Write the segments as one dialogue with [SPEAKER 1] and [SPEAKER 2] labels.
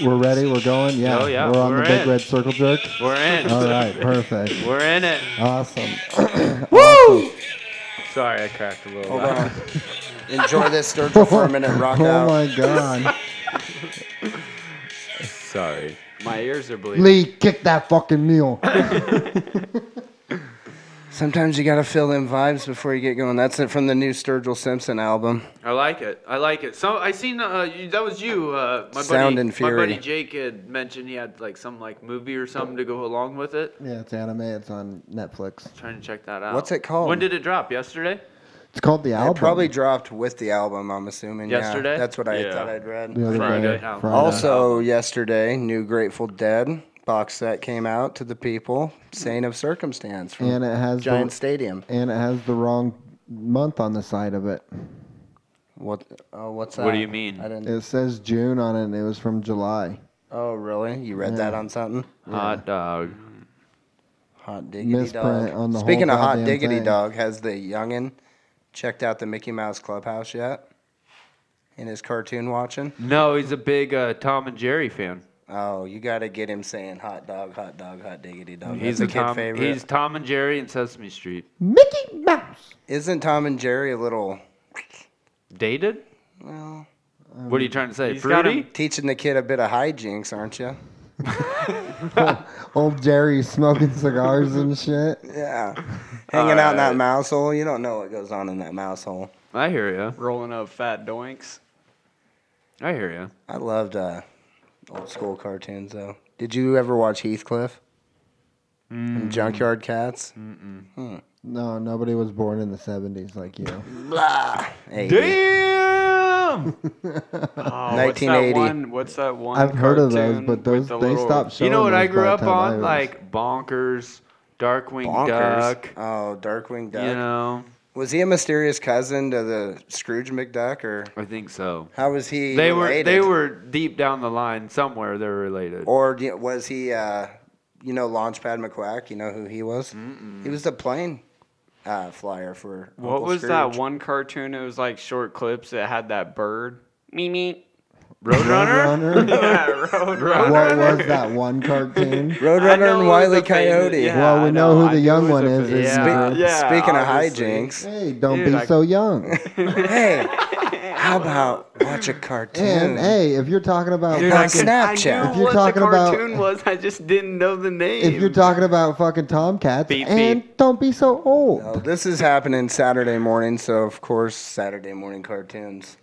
[SPEAKER 1] We're ready. We're going. Yeah.
[SPEAKER 2] Oh, yeah,
[SPEAKER 1] We're on
[SPEAKER 2] we're
[SPEAKER 1] the big
[SPEAKER 2] in.
[SPEAKER 1] red circle jerk.
[SPEAKER 2] We're in.
[SPEAKER 1] All right. Perfect.
[SPEAKER 2] We're in it.
[SPEAKER 1] Awesome.
[SPEAKER 2] Sorry, I cracked a little.
[SPEAKER 3] Hold
[SPEAKER 2] laugh.
[SPEAKER 3] on. Enjoy this sturgeon for a minute. Rock
[SPEAKER 1] oh
[SPEAKER 3] out.
[SPEAKER 1] my God.
[SPEAKER 2] Sorry. My ears are bleeding.
[SPEAKER 1] Lee, kick that fucking mule.
[SPEAKER 3] Sometimes you gotta feel them vibes before you get going. That's it from the new Sturgill Simpson album.
[SPEAKER 2] I like it. I like it. So I seen uh, you, that was you. Uh, my
[SPEAKER 3] Sound
[SPEAKER 2] buddy,
[SPEAKER 3] and Fury.
[SPEAKER 2] My buddy Jake had mentioned he had like some like movie or something to go along with it.
[SPEAKER 1] yeah, it's anime. It's on Netflix.
[SPEAKER 2] Trying to check that out.
[SPEAKER 3] What's it called?
[SPEAKER 2] When did it drop? Yesterday.
[SPEAKER 1] It's called the album.
[SPEAKER 3] It probably dropped with the album, I'm assuming. yeah.
[SPEAKER 2] Yesterday?
[SPEAKER 3] that's what I
[SPEAKER 2] Yeah.
[SPEAKER 3] thought I'd read.
[SPEAKER 1] the other
[SPEAKER 2] Friday.
[SPEAKER 1] day.
[SPEAKER 2] Friday.
[SPEAKER 3] Also, yesterday, new Grateful Dead box set came out to the people. Saint of Circumstance from
[SPEAKER 1] and it has
[SPEAKER 3] Giant
[SPEAKER 1] the,
[SPEAKER 3] Stadium.
[SPEAKER 1] and it has the wrong month on the side of it.
[SPEAKER 3] What? Oh, what's that?
[SPEAKER 2] What do you mean?
[SPEAKER 3] I didn't.
[SPEAKER 1] It says June on it. and It was from July.
[SPEAKER 3] Oh, really? You read that on something?
[SPEAKER 2] Hot Uh, dog.
[SPEAKER 3] Hot diggity
[SPEAKER 1] Misprint
[SPEAKER 3] dog.
[SPEAKER 1] on the whole
[SPEAKER 3] Speaking of hot
[SPEAKER 1] goddamn
[SPEAKER 3] diggity
[SPEAKER 1] thing.
[SPEAKER 3] dog, has the youngin checked out the Mickey Mouse Clubhouse yet? In his cartoon watching?
[SPEAKER 2] No, he's a big uh, Tom and Jerry fan.
[SPEAKER 3] Oh, you gotta get him saying hot dog, hot dog, hot diggity dog.
[SPEAKER 2] He's
[SPEAKER 3] That's a
[SPEAKER 2] a
[SPEAKER 3] kid
[SPEAKER 2] Tom,
[SPEAKER 3] favorite.
[SPEAKER 2] He's Tom and Jerry and Sesame Street.
[SPEAKER 1] Mickey Mouse.
[SPEAKER 3] Isn't Tom and Jerry a little
[SPEAKER 2] Dated?
[SPEAKER 3] well Um,
[SPEAKER 2] what are you trying to say?
[SPEAKER 4] he's got
[SPEAKER 2] Fruity?
[SPEAKER 4] him-
[SPEAKER 3] teaching the kid a bit of hijinks, aren't you?
[SPEAKER 1] Old Jerry smoking cigars and shit.
[SPEAKER 3] Yeah. Hanging out in that mouse hole. You don't know what goes on in that mouse hole.
[SPEAKER 2] I hear ya.
[SPEAKER 4] Rolling up fat doinks.
[SPEAKER 2] I hear ya.
[SPEAKER 3] I loved uh, old school cartoons though. Did you ever watch Heathcliff?
[SPEAKER 2] Mm.
[SPEAKER 3] And Junkyard Cats?
[SPEAKER 1] No, nobody was born in the '70s like you.
[SPEAKER 3] Blah. Hey,
[SPEAKER 4] Damn! oh, what's that
[SPEAKER 3] 1980.
[SPEAKER 4] one? What's that one?
[SPEAKER 1] I've heard of those,
[SPEAKER 4] cartoon
[SPEAKER 1] but
[SPEAKER 4] with
[SPEAKER 1] those
[SPEAKER 4] the
[SPEAKER 1] they
[SPEAKER 4] little-
[SPEAKER 1] stopped showing.
[SPEAKER 2] You know what
[SPEAKER 1] those
[SPEAKER 2] I
[SPEAKER 1] by
[SPEAKER 2] grew
[SPEAKER 1] the
[SPEAKER 2] up
[SPEAKER 1] time I
[SPEAKER 2] on?
[SPEAKER 1] was-
[SPEAKER 2] Like Bonkers, Darkwing
[SPEAKER 3] Bonkers.
[SPEAKER 2] Duck.
[SPEAKER 3] Oh, Darkwing Duck.
[SPEAKER 2] You know,
[SPEAKER 3] Was he a mysterious cousin to the Scrooge McDuck, or
[SPEAKER 2] I think so.
[SPEAKER 3] how was he?
[SPEAKER 2] They were
[SPEAKER 3] related?
[SPEAKER 2] they were deep down the line somewhere. They're related.
[SPEAKER 3] Or do you- was he? Uh, you know, Launchpad McQuack. You know who he was? He was the plane uh, flyer for.
[SPEAKER 4] What
[SPEAKER 3] Uncle
[SPEAKER 4] was that
[SPEAKER 3] Scrooge.
[SPEAKER 4] one cartoon? It was like short clips that had that bird. Me me.
[SPEAKER 2] Roadrunner.
[SPEAKER 1] Roadrunner.
[SPEAKER 4] Yeah, road
[SPEAKER 1] what
[SPEAKER 4] runner.
[SPEAKER 1] was that one cartoon?
[SPEAKER 4] I know
[SPEAKER 3] Roadrunner
[SPEAKER 4] it
[SPEAKER 3] and
[SPEAKER 4] was
[SPEAKER 3] Wile E.
[SPEAKER 4] a famous-
[SPEAKER 3] Coyote.
[SPEAKER 4] yeah,
[SPEAKER 1] Well, we
[SPEAKER 4] I
[SPEAKER 1] know who
[SPEAKER 4] I
[SPEAKER 1] the
[SPEAKER 4] knew
[SPEAKER 1] young
[SPEAKER 4] it was
[SPEAKER 1] one
[SPEAKER 4] a
[SPEAKER 1] is,
[SPEAKER 4] fa-
[SPEAKER 1] is,
[SPEAKER 4] Yeah.
[SPEAKER 1] uh,
[SPEAKER 3] Spe-
[SPEAKER 4] Yeah,
[SPEAKER 3] Speaking
[SPEAKER 4] obviously.
[SPEAKER 3] of hijinks,
[SPEAKER 1] Hey, don't
[SPEAKER 4] Dude,
[SPEAKER 1] be
[SPEAKER 4] I-
[SPEAKER 1] so young.
[SPEAKER 3] hey, how about watch a cartoon?
[SPEAKER 1] And hey, if you're talking about
[SPEAKER 3] Dude, I
[SPEAKER 1] fucking,
[SPEAKER 3] could- Snapchat.
[SPEAKER 4] I knew
[SPEAKER 3] If
[SPEAKER 1] you're
[SPEAKER 4] what
[SPEAKER 1] talking
[SPEAKER 4] the
[SPEAKER 1] about-
[SPEAKER 4] cartoon was. I just didn't know the name.
[SPEAKER 1] if you're talking about fucking tomcats,
[SPEAKER 4] Beep,
[SPEAKER 1] and don't be so old.
[SPEAKER 3] Well, this is happening Saturday morning, so of course Saturday morning cartoons.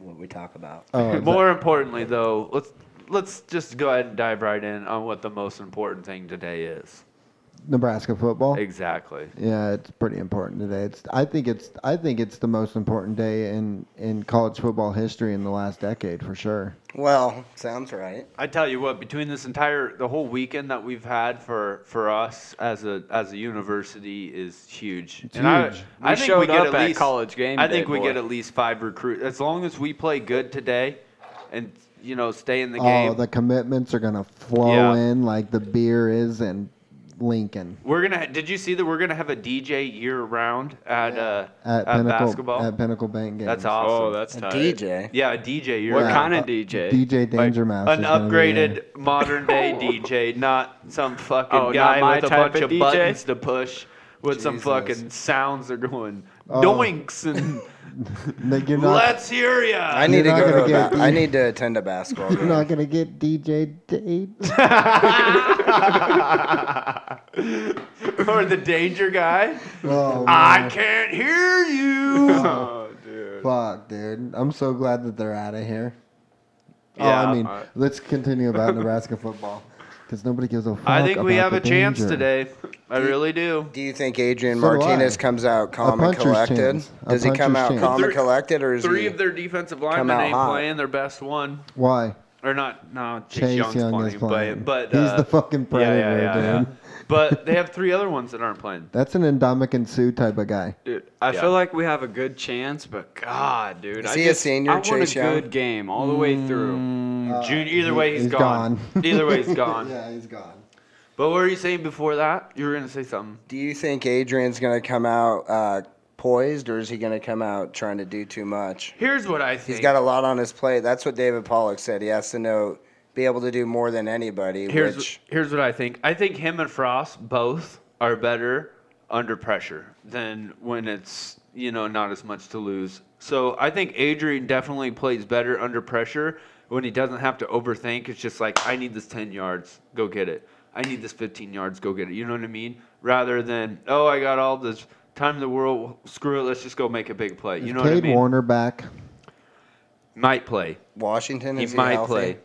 [SPEAKER 3] What we talk about.
[SPEAKER 1] Oh, is
[SPEAKER 2] More importantly, though, let's let's just go ahead and dive right in on what the most important thing today is.
[SPEAKER 1] that Nebraska football.
[SPEAKER 2] Exactly.
[SPEAKER 1] Yeah, it's pretty important today. It's I think it's I think it's the most important day in in college football history in the last decade for sure.
[SPEAKER 3] Well, sounds right.
[SPEAKER 2] I tell you what, between this entire the whole weekend that we've had for for us as a as a university is huge. and
[SPEAKER 1] huge.
[SPEAKER 2] I, I
[SPEAKER 4] We
[SPEAKER 2] think we
[SPEAKER 4] showed
[SPEAKER 2] get
[SPEAKER 4] up
[SPEAKER 2] at
[SPEAKER 4] at
[SPEAKER 2] least
[SPEAKER 4] college game
[SPEAKER 2] I
[SPEAKER 4] day,
[SPEAKER 2] think we
[SPEAKER 4] boy.
[SPEAKER 2] get at least five recruits as long as we play good today, and you know stay in the
[SPEAKER 1] Oh,
[SPEAKER 2] game.
[SPEAKER 1] the commitments are gonna flow
[SPEAKER 2] Yeah.
[SPEAKER 1] in like the beer is in Lincoln
[SPEAKER 2] we're gonna. Did you see that we're gonna have a DJ year round at uh
[SPEAKER 1] at,
[SPEAKER 2] at,
[SPEAKER 1] Pinnacle
[SPEAKER 2] basketball?
[SPEAKER 1] at Pinnacle Bank Games.
[SPEAKER 2] That's awesome.
[SPEAKER 4] oh, that's
[SPEAKER 3] A
[SPEAKER 4] tight.
[SPEAKER 3] DJ.
[SPEAKER 2] yeah, a DJ year
[SPEAKER 4] What
[SPEAKER 2] round.
[SPEAKER 4] kind
[SPEAKER 1] Uh,
[SPEAKER 4] of DJ?
[SPEAKER 1] DJ
[SPEAKER 2] Like,
[SPEAKER 1] Danger Mouse.
[SPEAKER 2] an
[SPEAKER 1] is gonna be there.
[SPEAKER 2] upgraded modern day DJ, not some fucking
[SPEAKER 4] Oh, not
[SPEAKER 2] guy
[SPEAKER 4] my
[SPEAKER 2] with a
[SPEAKER 4] type
[SPEAKER 2] bunch of,
[SPEAKER 4] of DJ?
[SPEAKER 2] buttons to push with some
[SPEAKER 3] Jesus.
[SPEAKER 2] fucking sounds that are going
[SPEAKER 1] Oh.
[SPEAKER 2] doinks and
[SPEAKER 1] Like, you're not,
[SPEAKER 2] let's hear ya.
[SPEAKER 3] I need to
[SPEAKER 1] You're not
[SPEAKER 3] go
[SPEAKER 1] gonna
[SPEAKER 3] to. A
[SPEAKER 1] get
[SPEAKER 3] ba-
[SPEAKER 1] the-
[SPEAKER 3] I need to attend a basketball
[SPEAKER 1] you're
[SPEAKER 3] game.
[SPEAKER 1] not gonna get DJ Date.
[SPEAKER 2] or the danger guy.
[SPEAKER 1] Oh,
[SPEAKER 2] I
[SPEAKER 1] man,
[SPEAKER 2] can't hear you.
[SPEAKER 4] Oh, dude.
[SPEAKER 1] fuck, dude. I'm so glad that they're out of here. oh,
[SPEAKER 2] Yeah,
[SPEAKER 1] I mean,
[SPEAKER 2] I-
[SPEAKER 1] let's continue about Nebraska football because nobody gives a fuck.
[SPEAKER 2] I think we
[SPEAKER 1] about
[SPEAKER 2] have a
[SPEAKER 1] the
[SPEAKER 2] chance
[SPEAKER 1] danger.
[SPEAKER 2] today. I really do.
[SPEAKER 3] Do you think Adrian
[SPEAKER 1] So do
[SPEAKER 3] Martinez
[SPEAKER 1] I.
[SPEAKER 3] comes out calm and
[SPEAKER 1] puncher's
[SPEAKER 3] collected?
[SPEAKER 1] chance. A
[SPEAKER 3] Does he come
[SPEAKER 1] puncher's
[SPEAKER 3] out
[SPEAKER 1] chance.
[SPEAKER 3] calm
[SPEAKER 2] Three-
[SPEAKER 3] and collected, or is
[SPEAKER 2] Three
[SPEAKER 3] he?
[SPEAKER 2] of their defensive linemen
[SPEAKER 3] out
[SPEAKER 2] ain't
[SPEAKER 3] hot.
[SPEAKER 2] playing their best one.
[SPEAKER 1] Why?
[SPEAKER 2] Or not? No, Chase,
[SPEAKER 1] Chase
[SPEAKER 2] Young's
[SPEAKER 1] Young
[SPEAKER 2] playing,
[SPEAKER 1] is playing.
[SPEAKER 2] but, but
[SPEAKER 1] He's
[SPEAKER 2] uh,
[SPEAKER 1] the fucking predator, dude.
[SPEAKER 2] But they have three other ones that aren't playing.
[SPEAKER 1] That's an endemic and Sue type of guy.
[SPEAKER 4] Dude, I
[SPEAKER 2] Yeah.
[SPEAKER 4] feel like we have a good chance, but God, dude,
[SPEAKER 3] Is
[SPEAKER 4] I
[SPEAKER 3] he a
[SPEAKER 4] just,
[SPEAKER 3] senior,
[SPEAKER 4] I want
[SPEAKER 3] Chase
[SPEAKER 4] a
[SPEAKER 3] Young?
[SPEAKER 4] good game all the way
[SPEAKER 1] Mm,
[SPEAKER 4] through.
[SPEAKER 2] June, either way,
[SPEAKER 1] Uh, he's
[SPEAKER 2] he's gone.
[SPEAKER 1] gone.
[SPEAKER 2] either way, he's gone.
[SPEAKER 1] yeah, he's gone.
[SPEAKER 2] But what were you saying before that? You were gonna say something.
[SPEAKER 3] Do you think Adrian's going to come out uh, poised, or is he going to come out trying to do too much?
[SPEAKER 2] Here's what I think.
[SPEAKER 3] He's got a lot on his plate. That's what David Pollock said. He has to know, be able to do more than anybody.
[SPEAKER 2] here's
[SPEAKER 3] which
[SPEAKER 2] here's what I think. I think him and Frost both are better under pressure than when it's you know not as much to lose. So I think Adrian definitely plays better under pressure when he doesn't have to overthink. It's just like I need this ten yards, go get it. I need this fifteen yards, go get it. You know what I mean? Rather than oh I got all this time in the world, screw it, let's just go make a big play. You know
[SPEAKER 1] Cade
[SPEAKER 2] what I mean?
[SPEAKER 1] Warner back.
[SPEAKER 2] Might play.
[SPEAKER 3] Washington
[SPEAKER 2] He
[SPEAKER 3] is he
[SPEAKER 2] might
[SPEAKER 3] healthy?
[SPEAKER 2] play.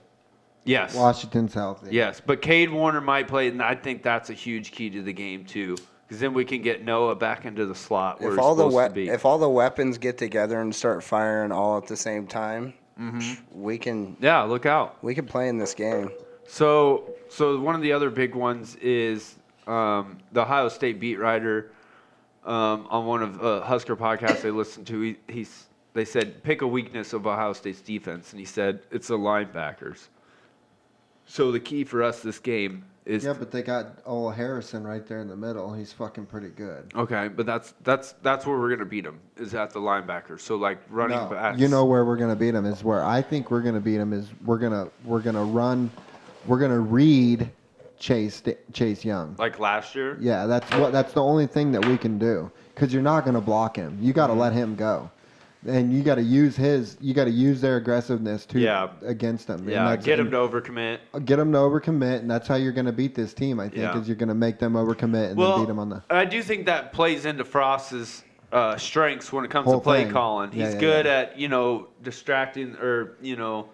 [SPEAKER 2] Yes.
[SPEAKER 1] Washington's healthy.
[SPEAKER 2] Yes, but Cade Warner might play, and I think that's a huge key to the game too, because then we can get Noah back into the slot where
[SPEAKER 3] If
[SPEAKER 2] he's
[SPEAKER 3] all the
[SPEAKER 2] supposed
[SPEAKER 3] we-
[SPEAKER 2] to be.
[SPEAKER 3] if all the weapons get together and start firing all at the same time,
[SPEAKER 2] Mm-hmm.
[SPEAKER 3] we can
[SPEAKER 2] yeah, look out.
[SPEAKER 3] we can play in this game.
[SPEAKER 2] So, so one of the other big ones is um, the Ohio State beat writer um, on one of uh, Husker podcasts they listened to. He, he's they said pick a weakness of Ohio State's defense, and he said it's the linebackers. So the key for us this game is
[SPEAKER 1] Yeah, but they got Ole Harrison right there in the middle. He's fucking pretty good.
[SPEAKER 2] Okay, but that's that's that's where we're gonna beat them is at the linebacker. So like running
[SPEAKER 1] No,
[SPEAKER 2] backs.
[SPEAKER 1] you know where we're gonna beat him is where I think we're gonna beat him is we're gonna we're gonna run, we're gonna read Chase Chase Young.
[SPEAKER 2] like last year.
[SPEAKER 1] Yeah, that's what that's the only thing that we can do because you're not going to block him. You
[SPEAKER 2] Mm-hmm.
[SPEAKER 1] got to let him go, and you got to use his. You got to use their aggressiveness to
[SPEAKER 2] Yeah.
[SPEAKER 1] against him.
[SPEAKER 2] Yeah, get him to overcommit.
[SPEAKER 1] to get him to overcommit, and that's how you're going to beat this team. I think
[SPEAKER 2] Yeah.
[SPEAKER 1] is you're going to make them overcommit and
[SPEAKER 2] Well,
[SPEAKER 1] then beat them on the.
[SPEAKER 2] I do think that plays into Frost's uh, strengths when it comes
[SPEAKER 1] Whole
[SPEAKER 2] to play
[SPEAKER 1] thing.
[SPEAKER 2] calling. He's
[SPEAKER 1] Yeah, yeah,
[SPEAKER 2] good
[SPEAKER 1] yeah.
[SPEAKER 2] at you know distracting or you know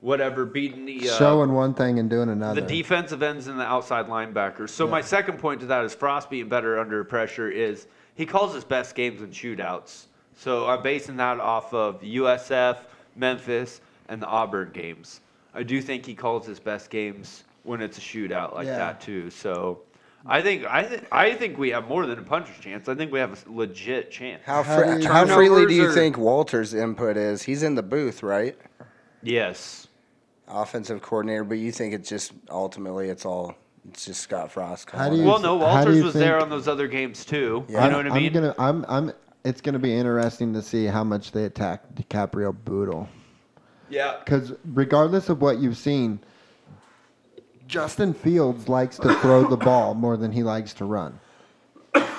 [SPEAKER 2] whatever beating the uh,
[SPEAKER 1] Showing one thing and doing another.
[SPEAKER 2] the defensive ends and the outside linebackers. So my second point to that is Frost being better under pressure is he calls his best games in shootouts. So I'm basing that off of USF, Memphis, and the Auburn games. I do think he calls his best games when it's a shootout like
[SPEAKER 1] Yeah.
[SPEAKER 2] that too. So I think I th- I think we have more than a puncher's chance. I think we have a s- legit chance.
[SPEAKER 3] How
[SPEAKER 1] How
[SPEAKER 3] fr-
[SPEAKER 1] do you-
[SPEAKER 3] how freely do
[SPEAKER 4] Turnovers
[SPEAKER 3] you
[SPEAKER 4] are-
[SPEAKER 3] think Walter's input is? He's in the booth, right?
[SPEAKER 2] Yes.
[SPEAKER 3] Offensive coordinator, but you think it's just ultimately it's all it's just Scott Frost.
[SPEAKER 1] How do
[SPEAKER 3] calling
[SPEAKER 1] you-
[SPEAKER 3] it.
[SPEAKER 2] Well, no,
[SPEAKER 1] How do
[SPEAKER 2] Walters
[SPEAKER 1] you
[SPEAKER 2] was there
[SPEAKER 1] think-
[SPEAKER 2] on those other games too.
[SPEAKER 3] Yeah.
[SPEAKER 2] You know what I mean?
[SPEAKER 1] am gonna. I'm. I'm. It's gonna be interesting to see how much they attack DiCaprio Boodle.
[SPEAKER 2] yeah.
[SPEAKER 1] Because regardless of what you've seen, Justin Fields likes to throw the ball more than he likes to run.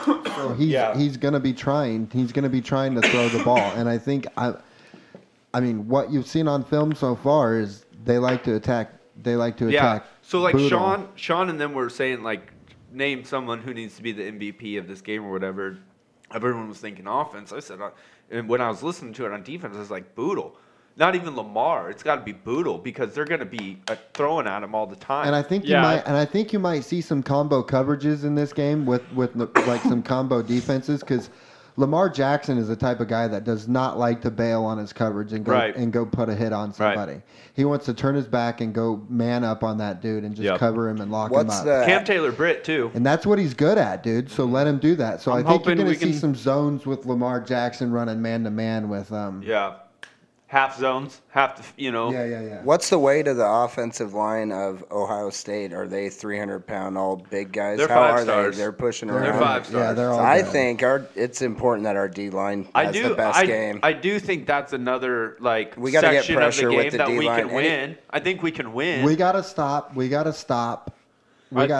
[SPEAKER 1] So he's
[SPEAKER 2] Yeah.
[SPEAKER 1] he's gonna be trying. He's gonna be trying to throw the ball, and I think I, I mean, what you've seen on film so far is they like to attack. They like to
[SPEAKER 2] Yeah.
[SPEAKER 1] attack.
[SPEAKER 2] So like
[SPEAKER 1] Boodle.
[SPEAKER 2] Sean, Sean, and them were saying like, name someone who needs to be the MVP of this game or whatever. Everyone was thinking offense. I said, uh, and when I was listening to it on defense, I was like, Boodle. Not even Lamar. It's got to be Boodle because they're going to be uh, throwing at him all the time.
[SPEAKER 1] And I think
[SPEAKER 4] Yeah.
[SPEAKER 1] you might, and I think you might see some combo coverages in this game with with the- like some combo defenses because Lamar Jackson is the type of guy that does not like to bail on his coverage and go
[SPEAKER 2] Right.
[SPEAKER 1] and go put a hit on somebody. He wants to turn his back and go man up on that dude and just
[SPEAKER 2] Yep.
[SPEAKER 1] cover him and lock
[SPEAKER 3] What's
[SPEAKER 1] him up.
[SPEAKER 3] the
[SPEAKER 2] Cam Taylor Britt too.
[SPEAKER 1] and that's what he's good at, dude. So let him do that. So i
[SPEAKER 4] I'm
[SPEAKER 1] think you're
[SPEAKER 4] hoping
[SPEAKER 1] going to see
[SPEAKER 4] we can-
[SPEAKER 1] some zones with Lamar Jackson running man to man with um.
[SPEAKER 2] Yeah. Half zones, half the f- you know.
[SPEAKER 1] Yeah, yeah, yeah.
[SPEAKER 3] What's the weight of the offensive line of Ohio State? Are they 300 pound all big guys?
[SPEAKER 2] They're
[SPEAKER 3] How
[SPEAKER 2] five
[SPEAKER 3] are
[SPEAKER 2] stars.
[SPEAKER 3] they? They're pushing
[SPEAKER 1] They're
[SPEAKER 3] around.
[SPEAKER 2] five
[SPEAKER 1] Yeah,
[SPEAKER 2] stars.
[SPEAKER 1] they're all.
[SPEAKER 3] I
[SPEAKER 1] good.
[SPEAKER 3] think our it's important that our D line
[SPEAKER 2] I
[SPEAKER 3] has
[SPEAKER 2] do.
[SPEAKER 3] the best
[SPEAKER 2] I,
[SPEAKER 3] game.
[SPEAKER 2] I do think that's another like
[SPEAKER 3] We gotta get
[SPEAKER 2] section of the
[SPEAKER 3] pressure with
[SPEAKER 2] game
[SPEAKER 3] the
[SPEAKER 2] that we
[SPEAKER 3] D-line.
[SPEAKER 2] can
[SPEAKER 3] Any-
[SPEAKER 2] win. I think we can win.
[SPEAKER 1] We gotta stop. We gotta stop. We
[SPEAKER 4] I
[SPEAKER 1] got.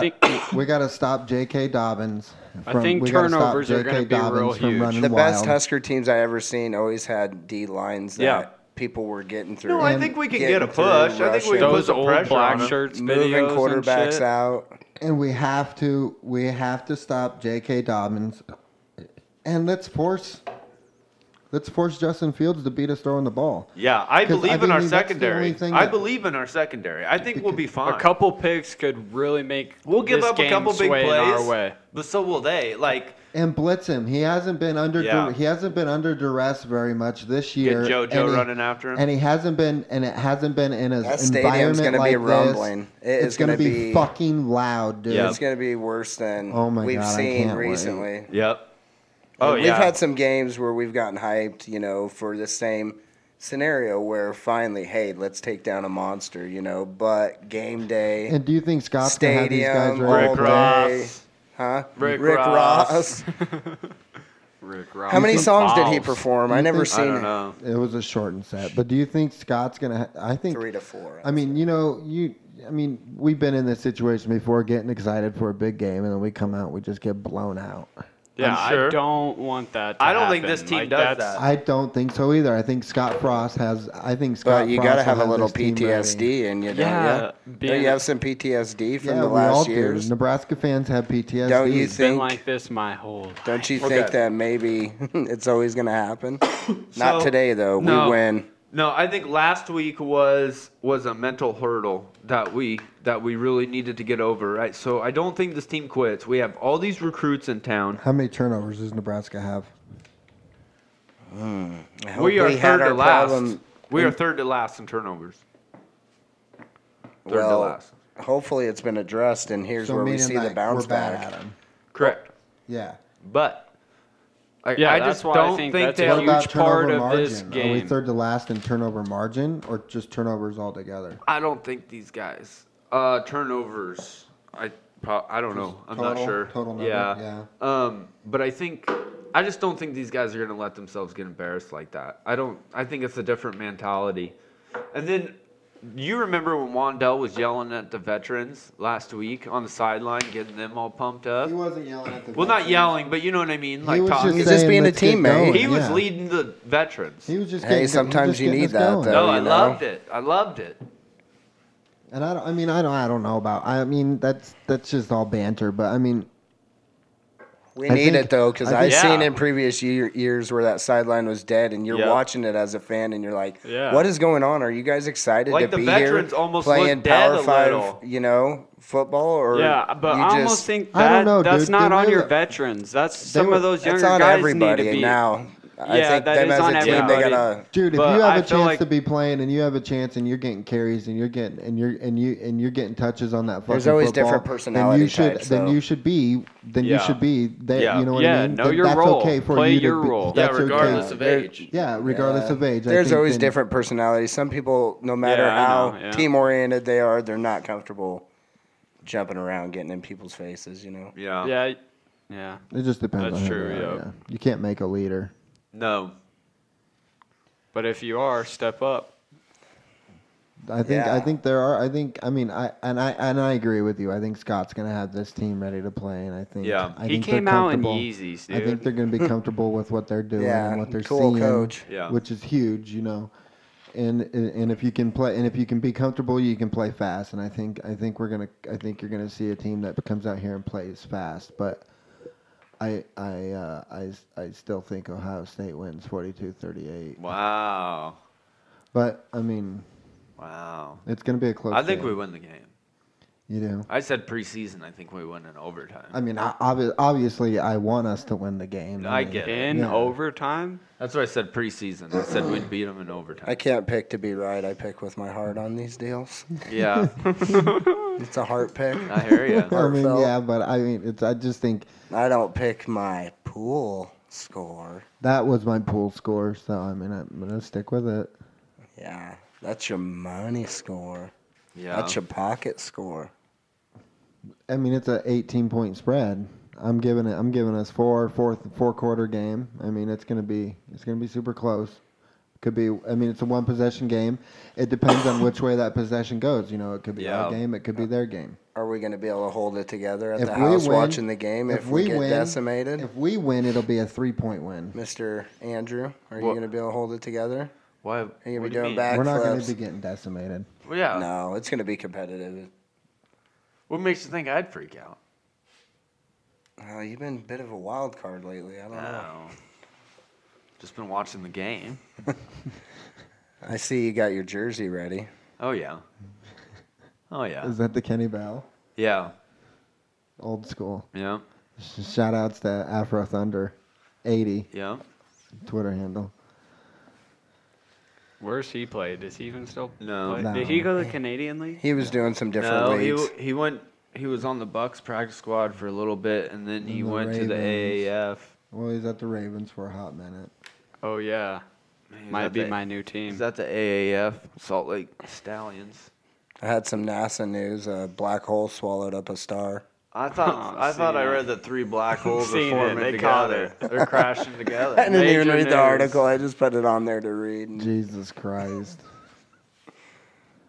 [SPEAKER 4] think-
[SPEAKER 1] we gotta stop J.K. Dobbins.
[SPEAKER 4] I
[SPEAKER 1] from-
[SPEAKER 4] think
[SPEAKER 1] we gotta stop
[SPEAKER 4] turnovers are
[SPEAKER 1] J.K.
[SPEAKER 4] gonna be real
[SPEAKER 1] Dobbins from
[SPEAKER 4] huge.
[SPEAKER 1] running
[SPEAKER 3] the best
[SPEAKER 1] wild.
[SPEAKER 3] Husker teams I ever seen always had D lines that
[SPEAKER 2] Yeah.
[SPEAKER 3] people were getting through.
[SPEAKER 2] no, I
[SPEAKER 1] And
[SPEAKER 2] think we can
[SPEAKER 3] getting
[SPEAKER 2] get a
[SPEAKER 3] through,
[SPEAKER 2] push. I think we
[SPEAKER 3] rushing.
[SPEAKER 2] can put
[SPEAKER 4] Those
[SPEAKER 2] some
[SPEAKER 4] old
[SPEAKER 2] pressure
[SPEAKER 4] black
[SPEAKER 2] on 'em.
[SPEAKER 4] shirts
[SPEAKER 3] moving
[SPEAKER 4] videos and
[SPEAKER 3] quarterbacks
[SPEAKER 4] shit.
[SPEAKER 3] out.
[SPEAKER 1] and we have to. We have to stop J.K. Dobbins, and let's force. Let's force Justin Fields to beat us throwing the ball.
[SPEAKER 2] Yeah, I
[SPEAKER 1] 'Cause,
[SPEAKER 2] believe
[SPEAKER 1] I
[SPEAKER 2] in
[SPEAKER 1] mean,
[SPEAKER 2] our
[SPEAKER 1] that's the only
[SPEAKER 2] secondary.
[SPEAKER 1] thing
[SPEAKER 2] I
[SPEAKER 1] that-
[SPEAKER 2] believe in our secondary. I think we'll be fine.
[SPEAKER 4] A couple picks could really make
[SPEAKER 2] we'll give
[SPEAKER 4] this
[SPEAKER 2] up a
[SPEAKER 4] game
[SPEAKER 2] couple big
[SPEAKER 4] sway
[SPEAKER 2] plays,
[SPEAKER 4] in our way.
[SPEAKER 2] but so will they. Like,
[SPEAKER 1] And blitz him. He hasn't been under.
[SPEAKER 2] Yeah.
[SPEAKER 1] He hasn't been under duress very much this year.
[SPEAKER 2] get
[SPEAKER 1] and
[SPEAKER 2] JoJo
[SPEAKER 1] he-
[SPEAKER 2] running after him.
[SPEAKER 1] And he hasn't been, and it hasn't been in a
[SPEAKER 3] That
[SPEAKER 1] environment
[SPEAKER 3] stadium's gonna
[SPEAKER 1] like
[SPEAKER 3] be
[SPEAKER 1] this.
[SPEAKER 3] rumbling. It
[SPEAKER 1] it's
[SPEAKER 3] is
[SPEAKER 1] gonna,
[SPEAKER 3] gonna
[SPEAKER 1] be,
[SPEAKER 3] be-
[SPEAKER 1] fucking loud, dude.
[SPEAKER 2] Yeah.
[SPEAKER 3] It's going to be worse than
[SPEAKER 1] Oh my
[SPEAKER 3] we've
[SPEAKER 1] God, I
[SPEAKER 3] seen
[SPEAKER 1] can't wait.
[SPEAKER 3] recently.
[SPEAKER 2] yep. Oh
[SPEAKER 3] we've
[SPEAKER 2] yeah.
[SPEAKER 3] had some games where we've gotten hyped, you know, for the same scenario where finally, hey, let's take down a monster, you know. But game day,
[SPEAKER 1] And do you think Scott's gonna have these guys
[SPEAKER 3] Stadium,
[SPEAKER 1] ready
[SPEAKER 2] Rick
[SPEAKER 1] for
[SPEAKER 3] all
[SPEAKER 1] that?
[SPEAKER 3] day.
[SPEAKER 2] Ross.
[SPEAKER 3] huh?
[SPEAKER 2] Rick
[SPEAKER 3] Ross.
[SPEAKER 2] Ross.
[SPEAKER 4] Rick Ross.
[SPEAKER 3] How many songs did he
[SPEAKER 4] Balls.
[SPEAKER 3] perform? I
[SPEAKER 1] You
[SPEAKER 3] never
[SPEAKER 1] think-
[SPEAKER 3] seen
[SPEAKER 2] I don't
[SPEAKER 3] it.
[SPEAKER 2] know.
[SPEAKER 1] It was a shortened set, but do you think Scott's gonna? Ha- I think
[SPEAKER 3] Three to four.
[SPEAKER 1] I mean, you know, you. I mean, we've been in this situation before, getting excited for a big game, and then we come out, we just get blown out.
[SPEAKER 4] Yeah,
[SPEAKER 2] I'm sure.
[SPEAKER 4] I don't want that. To
[SPEAKER 2] I don't think
[SPEAKER 4] happen.
[SPEAKER 2] this team
[SPEAKER 4] Like,
[SPEAKER 2] does
[SPEAKER 4] that's-
[SPEAKER 2] that.
[SPEAKER 1] I don't think so either. I think Scott Frost has. I think Scott.
[SPEAKER 3] But you
[SPEAKER 1] Frost
[SPEAKER 3] got to
[SPEAKER 1] will
[SPEAKER 3] have a little
[SPEAKER 1] this team ready.
[SPEAKER 3] PTSD in you, don't
[SPEAKER 4] Yeah,
[SPEAKER 3] you? Don't
[SPEAKER 4] being-
[SPEAKER 3] you have some PTSD from
[SPEAKER 1] Yeah,
[SPEAKER 3] the
[SPEAKER 1] we all
[SPEAKER 3] last
[SPEAKER 1] do.
[SPEAKER 3] years?
[SPEAKER 1] Nebraska fans have PTSD.
[SPEAKER 3] Don't you
[SPEAKER 4] It's
[SPEAKER 3] think-
[SPEAKER 4] been like this my whole. Life.
[SPEAKER 3] Don't you
[SPEAKER 2] Okay.
[SPEAKER 3] think that maybe it's always going to happen?
[SPEAKER 2] So-
[SPEAKER 3] Not today, though.
[SPEAKER 2] No.
[SPEAKER 3] We win.
[SPEAKER 2] No, I think last week was was a mental hurdle that we that we really needed to get over, right? So I don't think this team quits. We have all these recruits in town.
[SPEAKER 1] How many turnovers does Nebraska have?
[SPEAKER 3] I hope
[SPEAKER 2] We are
[SPEAKER 3] had
[SPEAKER 2] third to
[SPEAKER 3] our
[SPEAKER 2] last.
[SPEAKER 3] problem-
[SPEAKER 2] We are third to last in turnovers. Third to
[SPEAKER 3] well,
[SPEAKER 2] last.
[SPEAKER 3] hopefully it's been addressed, and here's where we
[SPEAKER 1] meaning,
[SPEAKER 3] see the
[SPEAKER 1] like,
[SPEAKER 3] bounce
[SPEAKER 1] we're
[SPEAKER 3] back.
[SPEAKER 1] Bad at 'em.
[SPEAKER 2] Correct.
[SPEAKER 1] Yeah.
[SPEAKER 2] But like,
[SPEAKER 4] Yeah,
[SPEAKER 2] I
[SPEAKER 4] that's
[SPEAKER 2] just
[SPEAKER 4] why I
[SPEAKER 2] don't
[SPEAKER 4] think
[SPEAKER 2] think,
[SPEAKER 4] that's
[SPEAKER 2] they
[SPEAKER 4] a
[SPEAKER 1] What
[SPEAKER 2] have
[SPEAKER 4] huge
[SPEAKER 1] about turnover
[SPEAKER 4] part of
[SPEAKER 1] margin?
[SPEAKER 4] this
[SPEAKER 1] Are we
[SPEAKER 4] game.
[SPEAKER 1] third to last in turnover margin, or just turnovers altogether?
[SPEAKER 2] I don't think these guys uh, turnovers. I pro- I don't know. I'm not
[SPEAKER 1] total-
[SPEAKER 2] sure.
[SPEAKER 1] total number,
[SPEAKER 2] yeah. Um, but I think I just don't think these guys are going to let themselves get embarrassed like that. I don't. I think it's a different mentality. And then you remember when Wandell was yelling at the veterans last week on the sideline, getting them all pumped up.
[SPEAKER 1] He wasn't yelling at the.
[SPEAKER 2] Well, not yelling, but you know what I mean. Like
[SPEAKER 1] he was
[SPEAKER 2] talking.
[SPEAKER 3] He's just
[SPEAKER 1] saying,
[SPEAKER 3] being a
[SPEAKER 1] "Let's get
[SPEAKER 3] teammate."
[SPEAKER 1] going,"
[SPEAKER 2] he was
[SPEAKER 1] yeah.
[SPEAKER 2] leading the veterans.
[SPEAKER 1] He was just.
[SPEAKER 3] Hey,
[SPEAKER 1] getting- he was
[SPEAKER 3] sometimes
[SPEAKER 1] just
[SPEAKER 3] you
[SPEAKER 1] getting
[SPEAKER 3] need
[SPEAKER 1] us
[SPEAKER 3] that,
[SPEAKER 1] going.
[SPEAKER 3] though.
[SPEAKER 2] no, I
[SPEAKER 3] you know.
[SPEAKER 2] loved it. I loved it.
[SPEAKER 1] And I, don't, I mean, I don't, I don't know about. I mean, that's that's just all banter. But I mean,
[SPEAKER 3] We
[SPEAKER 1] I
[SPEAKER 3] need
[SPEAKER 1] think-
[SPEAKER 3] it though, because
[SPEAKER 1] I
[SPEAKER 3] I've
[SPEAKER 2] think-
[SPEAKER 3] seen
[SPEAKER 2] Yeah.
[SPEAKER 3] in previous year, years where that sideline was dead, and you're
[SPEAKER 4] Yeah.
[SPEAKER 3] watching it as a fan, and you're like,
[SPEAKER 4] Yeah.
[SPEAKER 3] "What is going on? Are you guys excited
[SPEAKER 2] Like,
[SPEAKER 3] to
[SPEAKER 2] the
[SPEAKER 3] be
[SPEAKER 2] veterans
[SPEAKER 3] here
[SPEAKER 2] almost
[SPEAKER 3] playing
[SPEAKER 2] look dead
[SPEAKER 3] Power
[SPEAKER 2] a
[SPEAKER 3] Five,
[SPEAKER 2] little."
[SPEAKER 3] you know, football?" Or
[SPEAKER 4] Yeah, but
[SPEAKER 3] you
[SPEAKER 4] I almost
[SPEAKER 3] just-
[SPEAKER 4] think
[SPEAKER 1] I
[SPEAKER 4] that
[SPEAKER 1] don't know,
[SPEAKER 4] that's
[SPEAKER 1] dude.
[SPEAKER 4] not
[SPEAKER 1] They
[SPEAKER 4] on
[SPEAKER 1] were
[SPEAKER 4] your
[SPEAKER 1] the-
[SPEAKER 4] veterans. That's some
[SPEAKER 1] were-
[SPEAKER 4] of those
[SPEAKER 3] that's
[SPEAKER 4] younger
[SPEAKER 3] on
[SPEAKER 4] guys
[SPEAKER 3] everybody
[SPEAKER 4] need to be.
[SPEAKER 3] now. I
[SPEAKER 4] Yeah,
[SPEAKER 3] think
[SPEAKER 4] that
[SPEAKER 3] them
[SPEAKER 4] is
[SPEAKER 3] as
[SPEAKER 4] on
[SPEAKER 3] a team,
[SPEAKER 4] everybody.
[SPEAKER 3] they gotta.
[SPEAKER 1] dude, if
[SPEAKER 4] But
[SPEAKER 1] you
[SPEAKER 4] I
[SPEAKER 1] have a
[SPEAKER 4] feel
[SPEAKER 1] chance
[SPEAKER 4] like-
[SPEAKER 1] to be playing and you have a chance and you're getting carries and you're getting and you're and you and you're getting touches on that fucking
[SPEAKER 3] There's always
[SPEAKER 1] football,
[SPEAKER 3] different
[SPEAKER 1] Then
[SPEAKER 3] personality
[SPEAKER 1] you should
[SPEAKER 3] types,
[SPEAKER 1] then
[SPEAKER 3] though.
[SPEAKER 1] you should be then
[SPEAKER 4] Yeah.
[SPEAKER 1] you should be there.
[SPEAKER 2] Yeah.
[SPEAKER 1] You know what I
[SPEAKER 4] Yeah,
[SPEAKER 1] mean?
[SPEAKER 4] know
[SPEAKER 1] Then
[SPEAKER 4] your
[SPEAKER 1] that's
[SPEAKER 4] role.
[SPEAKER 1] okay for
[SPEAKER 4] Play
[SPEAKER 1] you to
[SPEAKER 4] your
[SPEAKER 1] be-
[SPEAKER 4] role.
[SPEAKER 2] Yeah,
[SPEAKER 1] that's okay.
[SPEAKER 2] regardless of
[SPEAKER 3] They're-
[SPEAKER 2] age.
[SPEAKER 1] Yeah, regardless
[SPEAKER 3] Yeah.
[SPEAKER 1] of age. I
[SPEAKER 3] There's
[SPEAKER 1] think
[SPEAKER 3] always
[SPEAKER 1] then-
[SPEAKER 3] different personalities. Some people, no matter
[SPEAKER 4] Yeah, I
[SPEAKER 3] how
[SPEAKER 4] know, yeah.
[SPEAKER 3] team oriented they are, they're not comfortable jumping around, getting in people's faces. You know.
[SPEAKER 2] Yeah.
[SPEAKER 4] Yeah, yeah.
[SPEAKER 1] It just depends.
[SPEAKER 4] That's
[SPEAKER 1] on who
[SPEAKER 4] true,
[SPEAKER 1] they are,
[SPEAKER 4] yeah.
[SPEAKER 1] You can't make a leader.
[SPEAKER 2] No.
[SPEAKER 4] But if you are, step up.
[SPEAKER 1] I think I
[SPEAKER 3] Yeah.
[SPEAKER 1] think there are. I think I mean I and I and I agree with you. I think Scott's gonna have this team ready to play, and I think
[SPEAKER 2] Yeah.
[SPEAKER 1] I
[SPEAKER 4] He
[SPEAKER 1] think they're
[SPEAKER 4] came out in
[SPEAKER 1] comfortable.
[SPEAKER 4] Yeezys,
[SPEAKER 1] I think
[SPEAKER 4] dude.
[SPEAKER 1] they're gonna be comfortable with what they're doing
[SPEAKER 3] Yeah,
[SPEAKER 1] and what they're
[SPEAKER 3] cool
[SPEAKER 1] seeing,
[SPEAKER 3] coach.
[SPEAKER 2] Yeah.
[SPEAKER 1] which is huge, you know. And and if you can play and if you can be comfortable, you can play fast. And I think I think we're gonna I think you're gonna see a team that comes out here and plays fast, but. I I uh, I s- I still think Ohio State wins 42-38.
[SPEAKER 2] Wow.
[SPEAKER 1] But I mean,
[SPEAKER 2] Wow.
[SPEAKER 1] it's going to be a close
[SPEAKER 2] I think
[SPEAKER 1] game.
[SPEAKER 2] we win the game.
[SPEAKER 1] You do.
[SPEAKER 2] I said preseason. I think we win in overtime.
[SPEAKER 1] I mean, I- obvi- obviously, I want us to win the game.
[SPEAKER 2] I
[SPEAKER 1] mean,
[SPEAKER 2] get it.
[SPEAKER 4] In
[SPEAKER 1] Yeah.
[SPEAKER 4] overtime,
[SPEAKER 2] That's what I said preseason. I said we'd beat them in overtime.
[SPEAKER 3] I can't pick to be right. I pick with my heart on these deals.
[SPEAKER 2] yeah,
[SPEAKER 3] It's a heart pick.
[SPEAKER 2] I hear you.
[SPEAKER 1] I mean,
[SPEAKER 3] Heartfelt.
[SPEAKER 1] yeah, but I mean, it's. I just think
[SPEAKER 3] I don't pick my pool score.
[SPEAKER 1] that was my pool score, so I mean, I'm gonna stick with it.
[SPEAKER 3] Yeah, that's your money score.
[SPEAKER 2] Yeah,
[SPEAKER 3] That's your pocket score.
[SPEAKER 1] I mean, it's a 18 point spread. I'm giving it. I'm giving us four, fourth, four quarter game. I mean, it's gonna be. It's gonna be super close. Could be. I mean, it's a one possession game. It depends on which way that possession goes. You know, it could be our
[SPEAKER 2] Yeah.
[SPEAKER 1] game. It could be their game.
[SPEAKER 3] Are we going to be able to hold it together at
[SPEAKER 1] If
[SPEAKER 3] the
[SPEAKER 1] we
[SPEAKER 3] house
[SPEAKER 1] win-
[SPEAKER 3] watching the game if, we, get
[SPEAKER 1] win,
[SPEAKER 3] decimated?
[SPEAKER 1] if we win, it'll be a three point win.
[SPEAKER 3] Mr. Andrew, are you
[SPEAKER 2] What-
[SPEAKER 3] going to be able to hold it together?
[SPEAKER 2] Why?
[SPEAKER 3] Are you
[SPEAKER 2] what do
[SPEAKER 3] going to be
[SPEAKER 2] you
[SPEAKER 3] doing
[SPEAKER 2] mean? Oh.
[SPEAKER 3] backflips?
[SPEAKER 1] We're not gonna be getting decimated.
[SPEAKER 2] Well, yeah.
[SPEAKER 3] No, it's going to be competitive.
[SPEAKER 2] What makes you think I'd freak out?
[SPEAKER 3] Oh, you've been a bit of a wild card lately. I don't know.
[SPEAKER 2] No. Just been watching the game.
[SPEAKER 3] I see you got your jersey ready.
[SPEAKER 2] Oh yeah. Oh yeah.
[SPEAKER 1] Is that the Kenny Bell?
[SPEAKER 2] Yeah.
[SPEAKER 1] Old school.
[SPEAKER 2] Yeah.
[SPEAKER 1] Shout outs to Afro Thunder, 80
[SPEAKER 2] Yeah.
[SPEAKER 1] Twitter handle.
[SPEAKER 4] where's he played? Does he even still?
[SPEAKER 2] No.
[SPEAKER 4] play?
[SPEAKER 1] No.
[SPEAKER 4] Did he go to the Canadian League?
[SPEAKER 3] He was doing some different
[SPEAKER 2] no, he
[SPEAKER 3] leagues.
[SPEAKER 2] w- he went. He was on the Bucks practice squad for a little bit, and then he
[SPEAKER 1] And the
[SPEAKER 2] went to the
[SPEAKER 1] Ravens.
[SPEAKER 2] AAF.
[SPEAKER 1] Well, he's at the Ravens for a hot minute.
[SPEAKER 4] Oh yeah,
[SPEAKER 2] He was
[SPEAKER 4] might
[SPEAKER 2] at
[SPEAKER 4] be
[SPEAKER 2] the-
[SPEAKER 4] my new
[SPEAKER 2] Is
[SPEAKER 4] team.
[SPEAKER 2] that the AAF Salt Lake Stallions?
[SPEAKER 3] I had some NASA news. A black hole swallowed up a star.
[SPEAKER 2] I
[SPEAKER 4] Oh,
[SPEAKER 2] thought I thought I read the three black holes are
[SPEAKER 4] Seen it.
[SPEAKER 2] forming
[SPEAKER 4] They caught
[SPEAKER 2] together.
[SPEAKER 4] it.
[SPEAKER 2] They're crashing together.
[SPEAKER 3] I didn't even
[SPEAKER 4] Major
[SPEAKER 3] read
[SPEAKER 4] news.
[SPEAKER 3] the article. I just put it on there to read. and
[SPEAKER 1] Jesus Christ.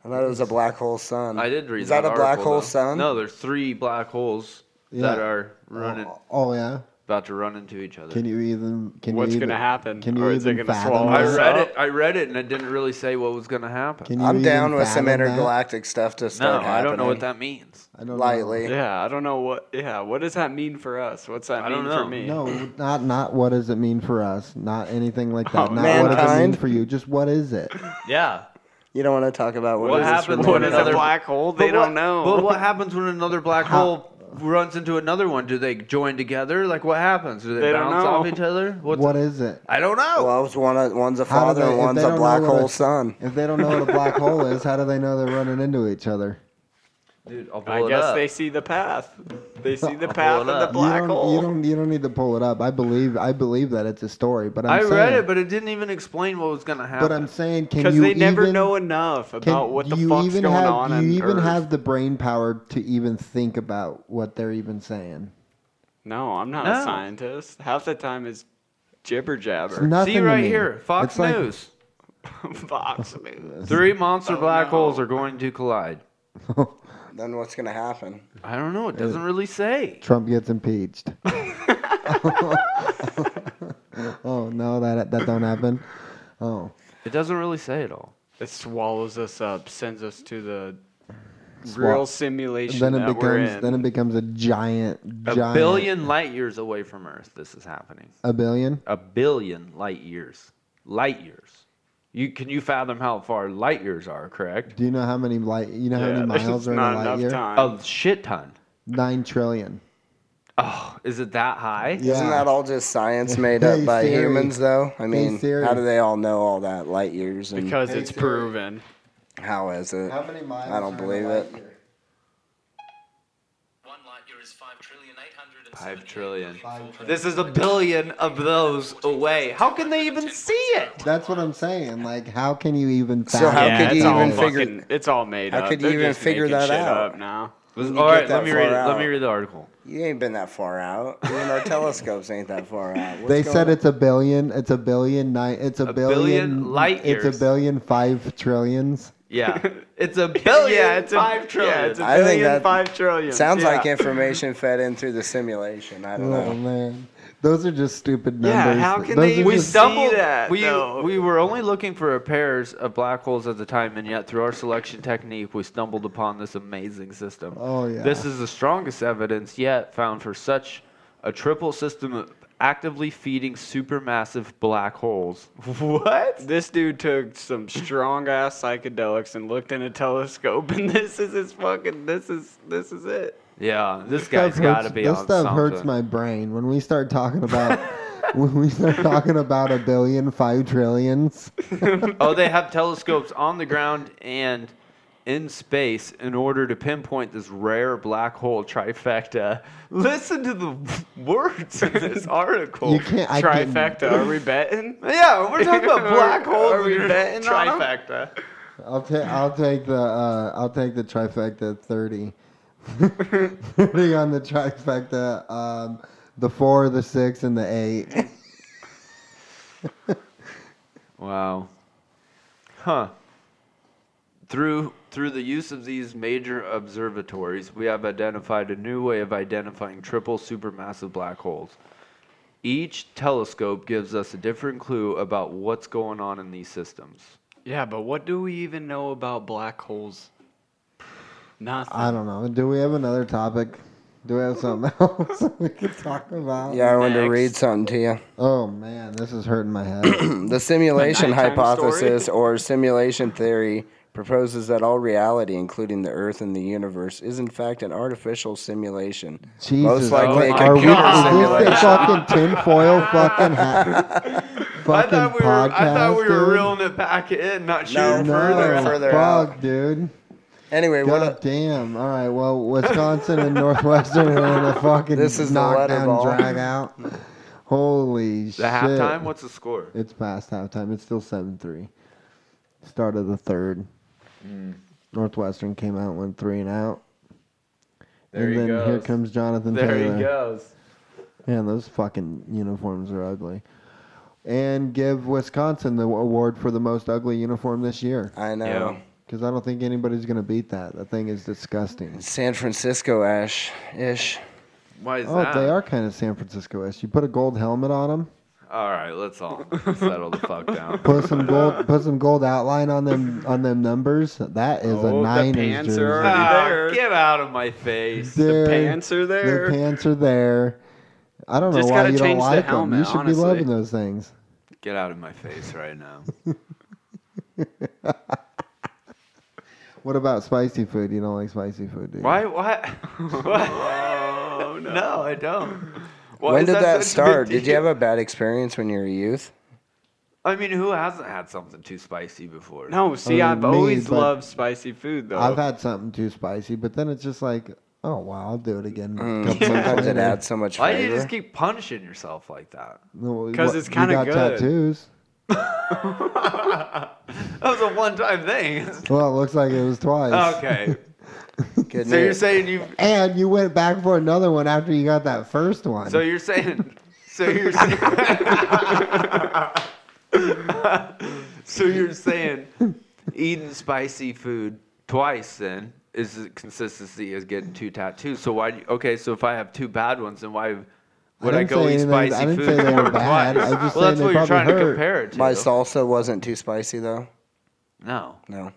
[SPEAKER 3] I thought it was a black hole sun.
[SPEAKER 2] I did read.
[SPEAKER 3] Is that, a black
[SPEAKER 2] article,
[SPEAKER 3] hole
[SPEAKER 2] though.
[SPEAKER 3] sun?
[SPEAKER 2] No, there's three black holes that
[SPEAKER 1] Yeah.
[SPEAKER 2] are running,
[SPEAKER 1] Oh, oh, yeah.
[SPEAKER 2] about to run into each other.
[SPEAKER 1] Can you even? Can
[SPEAKER 4] What's
[SPEAKER 1] you
[SPEAKER 4] gonna
[SPEAKER 1] even-
[SPEAKER 4] happen?
[SPEAKER 1] Can you
[SPEAKER 4] Or
[SPEAKER 1] even
[SPEAKER 4] is it gonna
[SPEAKER 1] fathom
[SPEAKER 4] swallow
[SPEAKER 2] I
[SPEAKER 1] that?
[SPEAKER 4] us
[SPEAKER 2] read
[SPEAKER 4] up?
[SPEAKER 2] it. I read it, and it didn't really say what was going to happen.
[SPEAKER 1] Can you
[SPEAKER 3] I'm
[SPEAKER 1] even
[SPEAKER 3] down with
[SPEAKER 1] fathom
[SPEAKER 3] some
[SPEAKER 1] that?
[SPEAKER 3] intergalactic stuff to
[SPEAKER 2] no,
[SPEAKER 3] start
[SPEAKER 2] I don't know what
[SPEAKER 3] happening
[SPEAKER 2] that means.
[SPEAKER 1] I don't know.
[SPEAKER 3] lightly.
[SPEAKER 4] Yeah, I don't know what. Yeah, what does that mean for us? What's that
[SPEAKER 2] I
[SPEAKER 4] mean
[SPEAKER 2] don't know.
[SPEAKER 4] for me?
[SPEAKER 1] No, not not what does it mean for us? Not anything like that.
[SPEAKER 4] Oh,
[SPEAKER 1] not what does it mean
[SPEAKER 3] mankind?
[SPEAKER 1] for you? Just what is it?
[SPEAKER 2] Yeah.
[SPEAKER 3] You don't want to talk about what,
[SPEAKER 2] What
[SPEAKER 3] is this
[SPEAKER 2] happened
[SPEAKER 3] remote
[SPEAKER 2] when
[SPEAKER 4] What is
[SPEAKER 2] another-
[SPEAKER 4] a black hole?
[SPEAKER 2] But
[SPEAKER 4] They
[SPEAKER 2] what-
[SPEAKER 4] don't know.
[SPEAKER 2] But what happens when another black hole runs into another one? Do they join together? Like what happens? Do they,
[SPEAKER 4] They don't
[SPEAKER 2] bounce
[SPEAKER 4] know.
[SPEAKER 2] off each other? What's
[SPEAKER 1] what is it?
[SPEAKER 2] I don't know.
[SPEAKER 3] Well, it's one, a- one's a
[SPEAKER 1] How do
[SPEAKER 3] father
[SPEAKER 1] they-
[SPEAKER 3] and
[SPEAKER 1] if
[SPEAKER 3] one's
[SPEAKER 1] they
[SPEAKER 3] a
[SPEAKER 1] don't
[SPEAKER 3] black
[SPEAKER 1] know what
[SPEAKER 3] hole
[SPEAKER 1] a-
[SPEAKER 3] son.
[SPEAKER 1] If they don't know what a black hole is, how do they know they're running into each other?
[SPEAKER 2] Dude, I'll pull
[SPEAKER 4] I
[SPEAKER 2] it
[SPEAKER 4] guess
[SPEAKER 2] up.
[SPEAKER 4] they see the path. They see the
[SPEAKER 2] I'll
[SPEAKER 4] path
[SPEAKER 2] pull
[SPEAKER 4] of
[SPEAKER 2] it
[SPEAKER 4] the
[SPEAKER 2] up.
[SPEAKER 4] black
[SPEAKER 1] you don't,
[SPEAKER 4] hole.
[SPEAKER 1] You don't. You don't need to pull it up. I believe. I believe that it's a story. But I'm
[SPEAKER 2] I
[SPEAKER 1] saying,
[SPEAKER 2] read it, but it didn't even explain what was gonna happen.
[SPEAKER 1] but I'm saying, can
[SPEAKER 4] because
[SPEAKER 1] you
[SPEAKER 4] they never
[SPEAKER 1] even,
[SPEAKER 4] know enough
[SPEAKER 1] can
[SPEAKER 4] about what the
[SPEAKER 1] you
[SPEAKER 4] fuck's
[SPEAKER 1] even
[SPEAKER 4] going
[SPEAKER 1] have,
[SPEAKER 4] on
[SPEAKER 1] You
[SPEAKER 4] on
[SPEAKER 1] even
[SPEAKER 4] Earth.
[SPEAKER 1] have the brain power to even think about what they're even saying.
[SPEAKER 4] no, I'm not
[SPEAKER 2] No.
[SPEAKER 4] a scientist. Half the time is jibber
[SPEAKER 1] It's
[SPEAKER 4] jabber.
[SPEAKER 1] nothing
[SPEAKER 2] see
[SPEAKER 1] to
[SPEAKER 2] right
[SPEAKER 1] me.
[SPEAKER 2] here, Fox
[SPEAKER 1] It's like-
[SPEAKER 2] News.
[SPEAKER 4] Fox News.
[SPEAKER 2] Three monster
[SPEAKER 4] Oh,
[SPEAKER 2] black
[SPEAKER 4] no.
[SPEAKER 2] holes are going to collide.
[SPEAKER 3] Then what's going to happen?
[SPEAKER 2] I don't know. It doesn't really say.
[SPEAKER 1] Trump gets impeached. oh no, that that don't happen. Oh,
[SPEAKER 2] It doesn't really say at all.
[SPEAKER 4] It swallows us up, sends us to the real simulation
[SPEAKER 1] then it
[SPEAKER 4] that we're
[SPEAKER 1] becomes
[SPEAKER 4] in.
[SPEAKER 1] then it becomes a giant,
[SPEAKER 2] A
[SPEAKER 1] giant
[SPEAKER 2] billion light years away from Earth, this is happening.
[SPEAKER 1] a billion.
[SPEAKER 2] A billion light years. Light years. You can you fathom how far light years are? Correct.
[SPEAKER 1] Do you know how many light? You know how
[SPEAKER 4] yeah,
[SPEAKER 1] many miles
[SPEAKER 4] there's
[SPEAKER 1] are in
[SPEAKER 4] not
[SPEAKER 1] a light
[SPEAKER 4] enough
[SPEAKER 1] year?
[SPEAKER 4] time.
[SPEAKER 2] A shit ton.
[SPEAKER 1] Nine trillion.
[SPEAKER 2] Oh, is it that high?
[SPEAKER 1] Yeah.
[SPEAKER 3] Isn't that all just science made
[SPEAKER 1] Hey,
[SPEAKER 3] up by
[SPEAKER 1] Siri.
[SPEAKER 3] humans, though? I mean,
[SPEAKER 1] Siri.
[SPEAKER 3] how do they all know all that light years and
[SPEAKER 4] because
[SPEAKER 1] Hey,
[SPEAKER 4] it's
[SPEAKER 1] Siri.
[SPEAKER 4] proven.
[SPEAKER 3] how is it?
[SPEAKER 1] many miles?
[SPEAKER 3] I don't believe it.
[SPEAKER 5] One light year is five trillion eight hundred and
[SPEAKER 2] Five
[SPEAKER 5] seventy-eight
[SPEAKER 2] trillion.
[SPEAKER 5] billion four
[SPEAKER 2] This is a billion of those away. How can they even see it?
[SPEAKER 1] That's what I'm saying. Like, how can you even?
[SPEAKER 3] So how
[SPEAKER 4] yeah,
[SPEAKER 3] could
[SPEAKER 4] it's
[SPEAKER 3] you
[SPEAKER 4] all
[SPEAKER 3] even figure-
[SPEAKER 4] fucking- It's all made
[SPEAKER 3] how
[SPEAKER 4] up.
[SPEAKER 3] could you
[SPEAKER 4] They're
[SPEAKER 3] even
[SPEAKER 4] just
[SPEAKER 3] figure
[SPEAKER 4] making
[SPEAKER 3] that
[SPEAKER 4] shit
[SPEAKER 3] out?
[SPEAKER 4] up now?
[SPEAKER 2] All
[SPEAKER 3] get
[SPEAKER 2] right,
[SPEAKER 3] that
[SPEAKER 2] let me
[SPEAKER 3] far
[SPEAKER 2] read it.
[SPEAKER 3] out.
[SPEAKER 2] Let me read the article.
[SPEAKER 3] You ain't been that far out. I mean, our telescopes ain't that far out. What's
[SPEAKER 1] They said
[SPEAKER 3] going-
[SPEAKER 1] it's a billion. It's a billion. Nine. It's a,
[SPEAKER 2] A billion light
[SPEAKER 1] It's
[SPEAKER 2] years.
[SPEAKER 1] a billion five trillions.
[SPEAKER 2] Yeah, it's a billion.
[SPEAKER 4] yeah, it's a,
[SPEAKER 2] five trillion.
[SPEAKER 4] Yeah, it's a
[SPEAKER 3] I think
[SPEAKER 4] billion,
[SPEAKER 3] that
[SPEAKER 4] five trillion.
[SPEAKER 3] Sounds
[SPEAKER 4] yeah.
[SPEAKER 3] like information fed in through the simulation. I don't
[SPEAKER 1] Oh
[SPEAKER 3] know.
[SPEAKER 1] man, those are just stupid
[SPEAKER 4] Yeah,
[SPEAKER 1] numbers.
[SPEAKER 4] how
[SPEAKER 1] Those
[SPEAKER 4] can they
[SPEAKER 1] are
[SPEAKER 4] even
[SPEAKER 2] we
[SPEAKER 1] just-
[SPEAKER 4] see
[SPEAKER 2] stumbled.
[SPEAKER 4] that,
[SPEAKER 2] we
[SPEAKER 4] though.
[SPEAKER 2] we were only looking for pairs of black holes at the time, and yet through our selection technique, we stumbled upon this amazing system.
[SPEAKER 1] Oh, yeah.
[SPEAKER 2] This is the strongest evidence yet found for such a triple system of actively feeding supermassive black holes. What?
[SPEAKER 4] This dude took some strong ass psychedelics and looked in a telescope, and this is his fucking. This is this is it.
[SPEAKER 2] Yeah, this
[SPEAKER 1] Stuff
[SPEAKER 2] guy's got to
[SPEAKER 1] hurts-
[SPEAKER 2] be
[SPEAKER 1] This
[SPEAKER 2] on
[SPEAKER 1] stuff hurts
[SPEAKER 2] something.
[SPEAKER 1] my brain when we start talking about when we start talking about a billion, five trillions.
[SPEAKER 2] oh, they have telescopes on the ground and in space in order to pinpoint this rare black hole trifecta. Listen to the words in this article.
[SPEAKER 1] You can't. I can't-
[SPEAKER 4] Trifecta. Are we betting?
[SPEAKER 2] Yeah, we're talking about black holes.
[SPEAKER 4] Are we
[SPEAKER 2] and
[SPEAKER 4] betting on 'em?
[SPEAKER 2] trifecta?
[SPEAKER 1] I'll take. I'll take the. Uh, I'll take the trifecta thirty. thirty on the trifecta. Um, the four, the six, and the eight.
[SPEAKER 2] Wow. Huh. Through through the use of these major observatories, we have identified a new way of identifying triple supermassive black holes. Each telescope gives us a different clue about what's going on in these systems.
[SPEAKER 4] Yeah, but what do we even know about black holes? Nothing.
[SPEAKER 1] I don't know. Do we have another topic? Do we have something else we could talk about?
[SPEAKER 3] Yeah, I wanted to
[SPEAKER 4] Next.
[SPEAKER 3] read something to you.
[SPEAKER 1] Oh man, this is hurting my head.
[SPEAKER 3] The simulation
[SPEAKER 4] nighttime
[SPEAKER 3] hypothesis or simulation theory proposes that all reality, including the Earth and the universe, is in fact an artificial simulation.
[SPEAKER 1] Jesus,
[SPEAKER 3] Most likely
[SPEAKER 1] Christ.
[SPEAKER 3] a
[SPEAKER 1] are we,
[SPEAKER 3] computer
[SPEAKER 1] is this
[SPEAKER 3] simulation.
[SPEAKER 1] the fucking tinfoil fucking hat?
[SPEAKER 2] I
[SPEAKER 1] Fucking
[SPEAKER 2] thought we were
[SPEAKER 1] podcast,
[SPEAKER 2] I thought we were
[SPEAKER 1] dude?
[SPEAKER 2] reeling it back in, not
[SPEAKER 3] No,
[SPEAKER 2] shooting
[SPEAKER 1] no,
[SPEAKER 2] further.
[SPEAKER 3] further
[SPEAKER 1] fuck,
[SPEAKER 3] out.
[SPEAKER 1] dude.
[SPEAKER 3] Anyway, what
[SPEAKER 1] God damn. All right. Well, Wisconsin and Northwestern are in a fucking
[SPEAKER 3] This is the letter
[SPEAKER 1] knockdown
[SPEAKER 3] ball.
[SPEAKER 1] drag out. Holy shit.
[SPEAKER 2] The halftime, what's the score?
[SPEAKER 1] It's past halftime. It's still 7 3. Start
[SPEAKER 4] Mm.
[SPEAKER 1] of the third. Northwestern came out, went three and out.
[SPEAKER 4] There
[SPEAKER 1] and
[SPEAKER 4] he
[SPEAKER 1] then
[SPEAKER 4] goes.
[SPEAKER 1] here comes Jonathan
[SPEAKER 4] there
[SPEAKER 1] Taylor.
[SPEAKER 4] he goes.
[SPEAKER 1] Man, those fucking uniforms are ugly. And give Wisconsin the award for the most ugly uniform this year.
[SPEAKER 3] I know.
[SPEAKER 2] Yeah.
[SPEAKER 1] Because I don't think anybody's going to beat that. That thing is disgusting.
[SPEAKER 3] San Francisco ash ish.
[SPEAKER 2] Why is
[SPEAKER 1] Oh,
[SPEAKER 2] that?
[SPEAKER 1] they are kind of San Francisco ish. You put a gold helmet on them,
[SPEAKER 2] All right, let's all settle the fuck down.
[SPEAKER 1] put some gold, put some gold outline on them on them numbers. That is
[SPEAKER 4] Oh,
[SPEAKER 1] a
[SPEAKER 4] the
[SPEAKER 1] Niners
[SPEAKER 4] pants
[SPEAKER 1] jersey.
[SPEAKER 4] are already-
[SPEAKER 2] Ah,
[SPEAKER 4] there.
[SPEAKER 2] get out of my face.
[SPEAKER 1] They're-
[SPEAKER 4] The pants are
[SPEAKER 1] Their
[SPEAKER 4] there.
[SPEAKER 1] pants are there. I don't
[SPEAKER 4] Just
[SPEAKER 1] know why
[SPEAKER 4] gotta
[SPEAKER 1] you don't
[SPEAKER 4] change the
[SPEAKER 1] like them. You
[SPEAKER 4] helmet,
[SPEAKER 1] should be
[SPEAKER 4] honestly.
[SPEAKER 1] loving those things.
[SPEAKER 2] Get out of my face right now.
[SPEAKER 1] What about spicy food? You don't like spicy food, do you?
[SPEAKER 2] Why? Why? what?
[SPEAKER 4] Oh, no.
[SPEAKER 2] No, I don't. Why
[SPEAKER 3] When
[SPEAKER 2] is
[SPEAKER 3] did that
[SPEAKER 2] such a big
[SPEAKER 3] start? Did you
[SPEAKER 2] deal?
[SPEAKER 3] have a bad experience when you were a youth?
[SPEAKER 2] I mean, who hasn't had something too spicy before?
[SPEAKER 4] No, see,
[SPEAKER 1] Uh,
[SPEAKER 4] I've
[SPEAKER 1] me,
[SPEAKER 4] always
[SPEAKER 1] but-
[SPEAKER 4] loved spicy food, though.
[SPEAKER 1] I've had something too spicy, but then it's just like, oh wow, I'll do it again.
[SPEAKER 3] Mm,
[SPEAKER 1] a couple months
[SPEAKER 3] Sometimes it
[SPEAKER 1] later.
[SPEAKER 3] adds so much
[SPEAKER 2] Why do you
[SPEAKER 3] flavor.
[SPEAKER 2] just keep punishing yourself like that?
[SPEAKER 1] No, well,
[SPEAKER 4] 'Cause
[SPEAKER 1] what-
[SPEAKER 4] it's
[SPEAKER 1] you
[SPEAKER 4] kinda
[SPEAKER 1] got
[SPEAKER 4] good.
[SPEAKER 1] tattoos.
[SPEAKER 2] that was a one-time thing.
[SPEAKER 1] Well, it looks like it was twice.
[SPEAKER 2] okay.
[SPEAKER 3] Good
[SPEAKER 2] So you're
[SPEAKER 3] news.
[SPEAKER 2] saying you.
[SPEAKER 1] And you went back for another one after you got that first one.
[SPEAKER 2] So you're saying. So you're saying. so you're saying eating spicy food twice then is the consistency as getting two tattoos. So why? do you- Okay, so if I have two bad ones, then why? Would I,
[SPEAKER 1] didn't say
[SPEAKER 2] go eat
[SPEAKER 1] anything-
[SPEAKER 2] spicy
[SPEAKER 1] I didn't
[SPEAKER 2] food
[SPEAKER 1] say they were
[SPEAKER 2] twice?
[SPEAKER 1] bad. I was just
[SPEAKER 2] well,
[SPEAKER 1] saying
[SPEAKER 2] that's
[SPEAKER 1] they
[SPEAKER 2] what you're
[SPEAKER 1] probably
[SPEAKER 2] trying to
[SPEAKER 1] hurt.
[SPEAKER 2] compare it to.
[SPEAKER 3] My
[SPEAKER 2] though.
[SPEAKER 3] salsa wasn't too spicy though.
[SPEAKER 2] No.
[SPEAKER 3] No.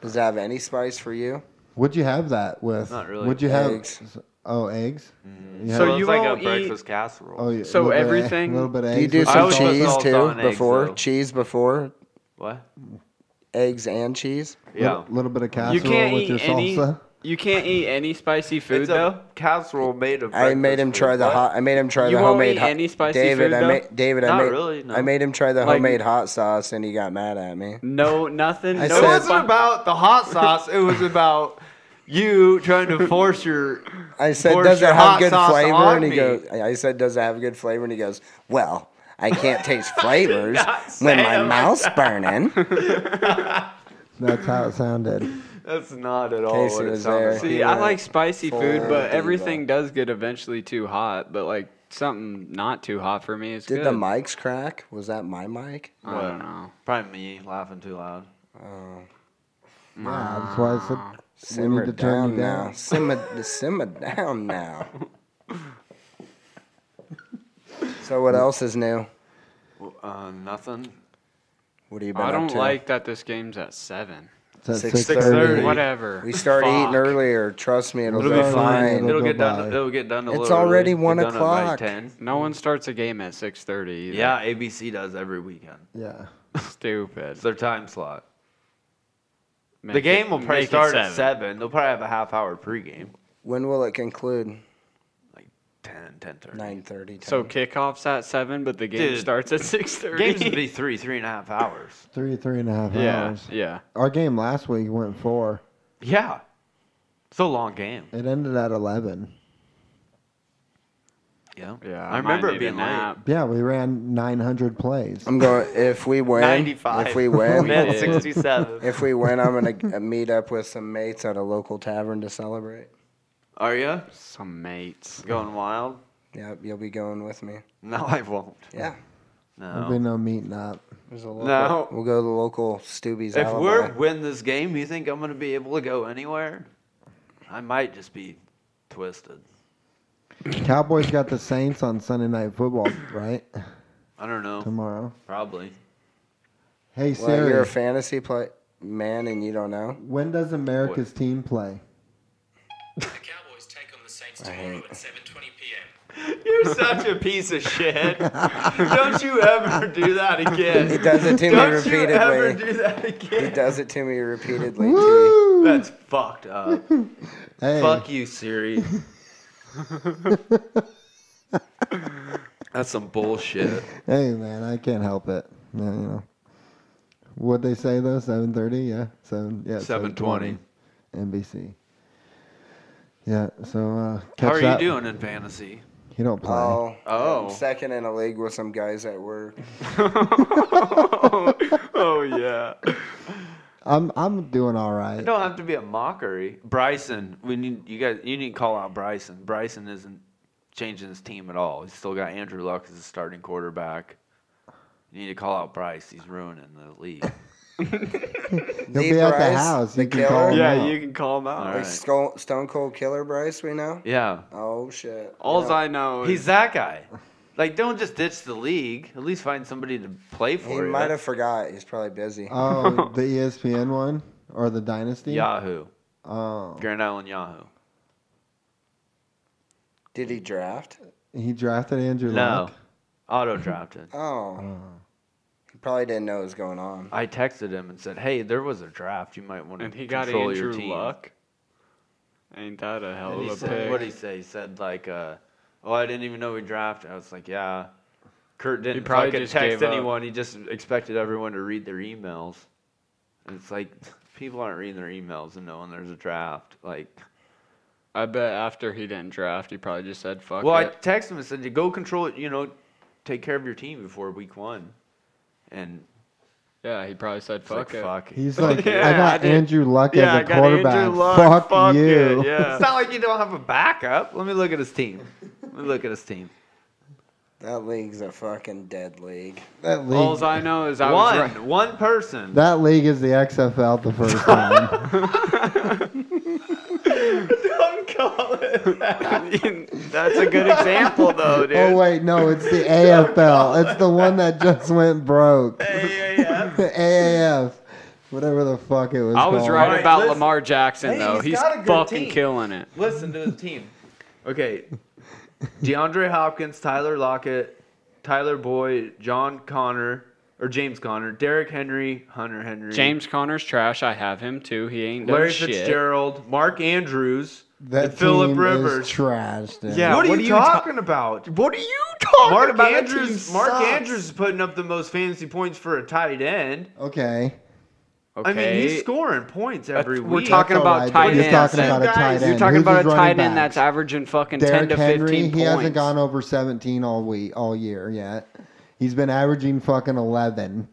[SPEAKER 3] Does it have any spice for you?
[SPEAKER 1] What'd you have that with?
[SPEAKER 2] Not really.
[SPEAKER 1] What'd you have?
[SPEAKER 3] Eggs.
[SPEAKER 1] Oh, eggs. You
[SPEAKER 4] Mm-hmm. So
[SPEAKER 1] had-
[SPEAKER 2] Well,
[SPEAKER 4] you
[SPEAKER 2] it's like
[SPEAKER 4] all
[SPEAKER 2] a
[SPEAKER 4] eat-
[SPEAKER 2] breakfast casserole.
[SPEAKER 1] Oh, yeah, a
[SPEAKER 4] so
[SPEAKER 1] little bit of-
[SPEAKER 4] everything-
[SPEAKER 1] a little bit of
[SPEAKER 3] Do you
[SPEAKER 1] eggs
[SPEAKER 3] do
[SPEAKER 1] with
[SPEAKER 3] some
[SPEAKER 2] always put
[SPEAKER 3] cheese
[SPEAKER 2] salt
[SPEAKER 3] too
[SPEAKER 2] on eggs,
[SPEAKER 3] before?
[SPEAKER 2] though.
[SPEAKER 3] cheese before?
[SPEAKER 2] What?
[SPEAKER 3] Eggs and cheese?
[SPEAKER 2] Yeah.
[SPEAKER 1] little, little bit of casserole
[SPEAKER 4] you can't
[SPEAKER 1] with
[SPEAKER 4] eat
[SPEAKER 1] your
[SPEAKER 4] any.
[SPEAKER 1] salsa.
[SPEAKER 4] You can't eat any spicy food
[SPEAKER 2] It's a
[SPEAKER 4] though.
[SPEAKER 2] casserole made of.
[SPEAKER 3] I made
[SPEAKER 2] breakfast
[SPEAKER 3] him
[SPEAKER 2] food.
[SPEAKER 3] try the
[SPEAKER 2] What?
[SPEAKER 3] hot. I made him try
[SPEAKER 4] You
[SPEAKER 3] the
[SPEAKER 4] won't
[SPEAKER 3] homemade
[SPEAKER 4] eat
[SPEAKER 3] hot.
[SPEAKER 4] any spicy
[SPEAKER 3] David,
[SPEAKER 4] food,
[SPEAKER 3] I
[SPEAKER 4] though?
[SPEAKER 3] made David.
[SPEAKER 2] Not
[SPEAKER 3] I made.
[SPEAKER 2] really, no.
[SPEAKER 3] I made him try the
[SPEAKER 4] Like-
[SPEAKER 3] homemade hot sauce, and he got mad at me.
[SPEAKER 4] No, nothing.
[SPEAKER 3] I
[SPEAKER 4] no
[SPEAKER 2] It
[SPEAKER 3] said-
[SPEAKER 4] fu-
[SPEAKER 2] wasn't about the hot sauce. It was about you trying to force your.
[SPEAKER 3] I said,
[SPEAKER 2] Pours
[SPEAKER 3] "Does
[SPEAKER 2] your
[SPEAKER 3] it
[SPEAKER 2] hot
[SPEAKER 3] have good
[SPEAKER 2] sauce
[SPEAKER 3] flavor?"
[SPEAKER 2] on
[SPEAKER 3] And he
[SPEAKER 2] me.
[SPEAKER 3] goes, "I I said, does it have good flavor?" And he goes, "Well, I can't taste flavors
[SPEAKER 2] not say
[SPEAKER 3] when
[SPEAKER 2] it
[SPEAKER 3] my
[SPEAKER 2] like
[SPEAKER 3] mouth's burning."
[SPEAKER 1] That's how it sounded.
[SPEAKER 2] That's not at all
[SPEAKER 3] Casey
[SPEAKER 2] what it
[SPEAKER 3] was
[SPEAKER 2] sounds
[SPEAKER 3] there.
[SPEAKER 2] like.
[SPEAKER 4] See, I like spicy food,
[SPEAKER 3] Full
[SPEAKER 4] but
[SPEAKER 3] uh,
[SPEAKER 4] everything does get eventually too hot. But like something not too hot for me is
[SPEAKER 3] Did
[SPEAKER 4] good.
[SPEAKER 3] the mics crack? Was that my mic?
[SPEAKER 4] I don't know.
[SPEAKER 2] Probably me laughing too loud.
[SPEAKER 1] Wow, that's why I said we
[SPEAKER 3] Simmer
[SPEAKER 1] need to turn
[SPEAKER 3] down
[SPEAKER 1] you down.
[SPEAKER 3] now. Simmer, simmer down now. so what else is new?
[SPEAKER 2] Well, Uh, nothing.
[SPEAKER 3] What are you been
[SPEAKER 4] I
[SPEAKER 3] up
[SPEAKER 4] don't
[SPEAKER 3] to?
[SPEAKER 4] like that this game's at seven.
[SPEAKER 1] It's at
[SPEAKER 3] Six-
[SPEAKER 1] 6:30.
[SPEAKER 4] Whatever.
[SPEAKER 3] We started
[SPEAKER 4] Fuck.
[SPEAKER 3] eating earlier. Trust me, it'll,
[SPEAKER 2] It'll
[SPEAKER 3] be
[SPEAKER 2] be
[SPEAKER 1] Sorry,
[SPEAKER 3] fine.
[SPEAKER 2] fine.
[SPEAKER 1] it'll
[SPEAKER 2] It'll
[SPEAKER 1] go
[SPEAKER 2] get
[SPEAKER 1] by.
[SPEAKER 2] done. It'll get done a
[SPEAKER 3] It's
[SPEAKER 2] little.
[SPEAKER 3] already
[SPEAKER 2] early. Get
[SPEAKER 3] one
[SPEAKER 2] done at by
[SPEAKER 3] o'clock.
[SPEAKER 2] 10.
[SPEAKER 4] No one starts a game at six thirty.
[SPEAKER 2] Yeah, ABC does every weekend.
[SPEAKER 1] Yeah.
[SPEAKER 4] Stupid.
[SPEAKER 2] It's their time slot.
[SPEAKER 4] Make
[SPEAKER 2] The
[SPEAKER 4] it-
[SPEAKER 2] game will probably
[SPEAKER 4] make it
[SPEAKER 2] start at seven. They'll probably have a half hour pregame,
[SPEAKER 3] When will it conclude?
[SPEAKER 2] 10, 10.30.
[SPEAKER 3] 9.30.
[SPEAKER 4] So kickoffs at seven, but the game
[SPEAKER 2] Dude.
[SPEAKER 4] starts at six thirty.
[SPEAKER 2] Games would be three, three and a half hours.
[SPEAKER 1] Three, three and a half
[SPEAKER 4] yeah,
[SPEAKER 1] hours.
[SPEAKER 4] yeah.
[SPEAKER 1] Our game last week went four.
[SPEAKER 2] Yeah. It's a long game.
[SPEAKER 1] It ended at 11.
[SPEAKER 2] Yeah.
[SPEAKER 4] Yeah,
[SPEAKER 2] I remember it being late.
[SPEAKER 4] that.
[SPEAKER 1] Yeah, we ran 900 plays.
[SPEAKER 3] I'm going, if we win,
[SPEAKER 2] 95.
[SPEAKER 3] if we
[SPEAKER 2] We
[SPEAKER 3] win,
[SPEAKER 4] did.
[SPEAKER 2] had 67.
[SPEAKER 3] if we win, I'm going to meet up with some mates at a local tavern to celebrate.
[SPEAKER 2] Are you
[SPEAKER 4] Some mates.
[SPEAKER 2] going wild?
[SPEAKER 3] Yep, you'll be going with me.
[SPEAKER 2] No, I won't.
[SPEAKER 3] Yeah.
[SPEAKER 1] There'll be
[SPEAKER 2] No.
[SPEAKER 1] no meeting up.
[SPEAKER 3] There's a local,
[SPEAKER 2] No.
[SPEAKER 3] We'll go to the local Stubby's
[SPEAKER 2] If
[SPEAKER 3] Alibi.
[SPEAKER 2] we win this game, you think I'm going to be able to go anywhere? I might just be twisted.
[SPEAKER 1] Cowboys got the Saints on Sunday Night Football, right?
[SPEAKER 2] I don't know.
[SPEAKER 1] Tomorrow.
[SPEAKER 2] Probably.
[SPEAKER 1] Hey,
[SPEAKER 3] Well, you're
[SPEAKER 1] Siri,
[SPEAKER 3] a fantasy play man and you don't know?
[SPEAKER 1] when does America's team play?
[SPEAKER 5] The Cowboys take on the Saints tomorrow at 7:20 p.m.
[SPEAKER 2] You're such a piece of shit. Don't you ever do that again.
[SPEAKER 3] He does it to me
[SPEAKER 2] Don't
[SPEAKER 3] repeatedly.
[SPEAKER 2] you ever do that
[SPEAKER 3] He
[SPEAKER 2] again.
[SPEAKER 3] does it to me repeatedly. T.
[SPEAKER 1] Woo!
[SPEAKER 2] That's fucked up.
[SPEAKER 1] Hey,
[SPEAKER 2] Fuck you, Siri. That's some bullshit.
[SPEAKER 1] hey, man, I can't help it. Yeah, you know. What'd they say, though? 7.30? Yeah, 7, yeah
[SPEAKER 2] 7:20.
[SPEAKER 1] 7:20. NBC. Yeah, so uh, catch
[SPEAKER 2] How are you
[SPEAKER 1] that.
[SPEAKER 2] doing in fantasy?
[SPEAKER 1] He don't play.
[SPEAKER 3] Oh,
[SPEAKER 2] Oh.
[SPEAKER 3] I'm second in a league with some guys at work.
[SPEAKER 4] oh yeah.
[SPEAKER 1] I'm I'm doing all right.
[SPEAKER 2] It don't have to be a mockery. Bryson, we need you guys. You need to call out Bryson. Bryson isn't changing his team at all. He's still got Andrew Luck as a starting quarterback. You need to call out Bryce. He's ruining the league.
[SPEAKER 1] He'll be at the
[SPEAKER 3] Bryce,
[SPEAKER 1] house. You
[SPEAKER 3] the
[SPEAKER 1] can call
[SPEAKER 3] killer.
[SPEAKER 1] him
[SPEAKER 4] Yeah,
[SPEAKER 1] out.
[SPEAKER 4] you can call him out.
[SPEAKER 2] All
[SPEAKER 3] Like
[SPEAKER 2] right.
[SPEAKER 3] Stone, Stone Cold Killer Bryce, we know.
[SPEAKER 2] Yeah,
[SPEAKER 3] Oh shit.
[SPEAKER 4] All
[SPEAKER 3] Yeah.
[SPEAKER 4] I know is
[SPEAKER 2] he's that guy. Like, don't just ditch the league. At least find somebody to play
[SPEAKER 3] He
[SPEAKER 2] for. you.
[SPEAKER 3] might have forgot. He's probably busy.
[SPEAKER 1] Oh, the ESPN one or the Dynasty?
[SPEAKER 2] Yahoo,
[SPEAKER 1] Oh,
[SPEAKER 2] Grand Island Yahoo.
[SPEAKER 3] Did he draft?
[SPEAKER 1] he drafted Andrew
[SPEAKER 2] No,
[SPEAKER 1] Luck.
[SPEAKER 2] auto dropped it.
[SPEAKER 3] Oh. He probably didn't know what was going on.
[SPEAKER 2] I texted him and said, "Hey, there was a draft. You might want to
[SPEAKER 4] and he got
[SPEAKER 2] control your
[SPEAKER 4] Andrew
[SPEAKER 2] team."
[SPEAKER 4] Luck. Ain't that a hell
[SPEAKER 2] And he
[SPEAKER 4] of a
[SPEAKER 2] said, what did he
[SPEAKER 4] pick?
[SPEAKER 2] say? He said like, uh, "Oh, I didn't even know we drafted." I was like, "Yeah." Kurt didn't
[SPEAKER 4] probably
[SPEAKER 2] fucking
[SPEAKER 4] just
[SPEAKER 2] text
[SPEAKER 4] gave up.
[SPEAKER 2] anyone. He just expected everyone to read their emails. And it's like people aren't reading their emails and knowing there's a draft. Like,
[SPEAKER 4] I bet after he didn't draft, he probably just said fuck
[SPEAKER 2] well, I
[SPEAKER 4] it.
[SPEAKER 2] texted him and said, "Go control it. You know, take care of your team before week one." And
[SPEAKER 4] yeah, he probably said
[SPEAKER 2] it's like,
[SPEAKER 4] fuck it.
[SPEAKER 2] fuck. it.
[SPEAKER 1] He's like,
[SPEAKER 4] Yeah,
[SPEAKER 1] I got
[SPEAKER 4] I did.
[SPEAKER 1] Andrew Luck
[SPEAKER 4] Yeah, I
[SPEAKER 1] as a
[SPEAKER 4] got
[SPEAKER 1] quarterback.
[SPEAKER 4] Andrew Luck.
[SPEAKER 1] Fuck,
[SPEAKER 4] Fuck
[SPEAKER 1] you.
[SPEAKER 4] it, yeah.
[SPEAKER 2] It's not like you don't have a backup. Let me look at his team. Let me look at his team.
[SPEAKER 3] That league's a fucking dead league.
[SPEAKER 1] That league.
[SPEAKER 4] All I know is I was
[SPEAKER 2] one,
[SPEAKER 4] right.
[SPEAKER 2] one person.
[SPEAKER 1] That league is the XFL the first time.
[SPEAKER 2] Don't call it that.
[SPEAKER 4] That's a good example, though, dude.
[SPEAKER 1] oh wait, no, it's the AFL. It's the one that just went broke.
[SPEAKER 2] AAF.
[SPEAKER 1] The AAF, whatever the fuck it was.
[SPEAKER 4] I was
[SPEAKER 1] called.
[SPEAKER 4] right
[SPEAKER 2] Alright,
[SPEAKER 4] about
[SPEAKER 2] listen.
[SPEAKER 4] Lamar Jackson,
[SPEAKER 2] Hey,
[SPEAKER 4] though.
[SPEAKER 2] he's
[SPEAKER 4] He's,
[SPEAKER 2] got a good
[SPEAKER 4] fucking
[SPEAKER 2] team.
[SPEAKER 4] killing it.
[SPEAKER 2] Listen to his team. Okay. DeAndre Hopkins, Tyler Lockett, Tyler Boyd, John Connor, or James Connor, Derek Henry, Hunter Henry,
[SPEAKER 4] James Connor's trash. I have him too. He ain't done
[SPEAKER 2] Larry
[SPEAKER 4] shit.
[SPEAKER 2] Fitzgerald, Mark Andrews,
[SPEAKER 1] That
[SPEAKER 2] and Philip
[SPEAKER 1] team
[SPEAKER 2] Rivers.
[SPEAKER 1] is trash. Dude.
[SPEAKER 4] Yeah.
[SPEAKER 2] what, are
[SPEAKER 4] what
[SPEAKER 2] you
[SPEAKER 4] are you ta-
[SPEAKER 2] talking about?
[SPEAKER 4] What are you talking
[SPEAKER 2] Mark
[SPEAKER 4] about? That
[SPEAKER 2] Andrews.
[SPEAKER 4] team
[SPEAKER 2] Mark
[SPEAKER 4] sucks.
[SPEAKER 2] Andrews is putting up the most fantasy points for a tight end.
[SPEAKER 1] Okay.
[SPEAKER 4] Okay.
[SPEAKER 2] I mean, he's scoring points
[SPEAKER 4] That's-
[SPEAKER 2] every
[SPEAKER 4] we're
[SPEAKER 2] week.
[SPEAKER 4] talking
[SPEAKER 1] That's all
[SPEAKER 4] about
[SPEAKER 1] right,
[SPEAKER 4] tight
[SPEAKER 1] but you're
[SPEAKER 4] ends.
[SPEAKER 1] talking about a
[SPEAKER 2] Guys,
[SPEAKER 1] tight
[SPEAKER 2] you're
[SPEAKER 1] end.
[SPEAKER 4] You're talking
[SPEAKER 1] Who's
[SPEAKER 4] about a
[SPEAKER 1] his running
[SPEAKER 4] tight end
[SPEAKER 1] backs?
[SPEAKER 4] that's averaging fucking ten
[SPEAKER 1] Derrick
[SPEAKER 4] to
[SPEAKER 1] Henry,
[SPEAKER 4] fifteen
[SPEAKER 1] he
[SPEAKER 4] points.
[SPEAKER 1] hasn't gone over 17 all week, all year yet. He's been averaging fucking 11.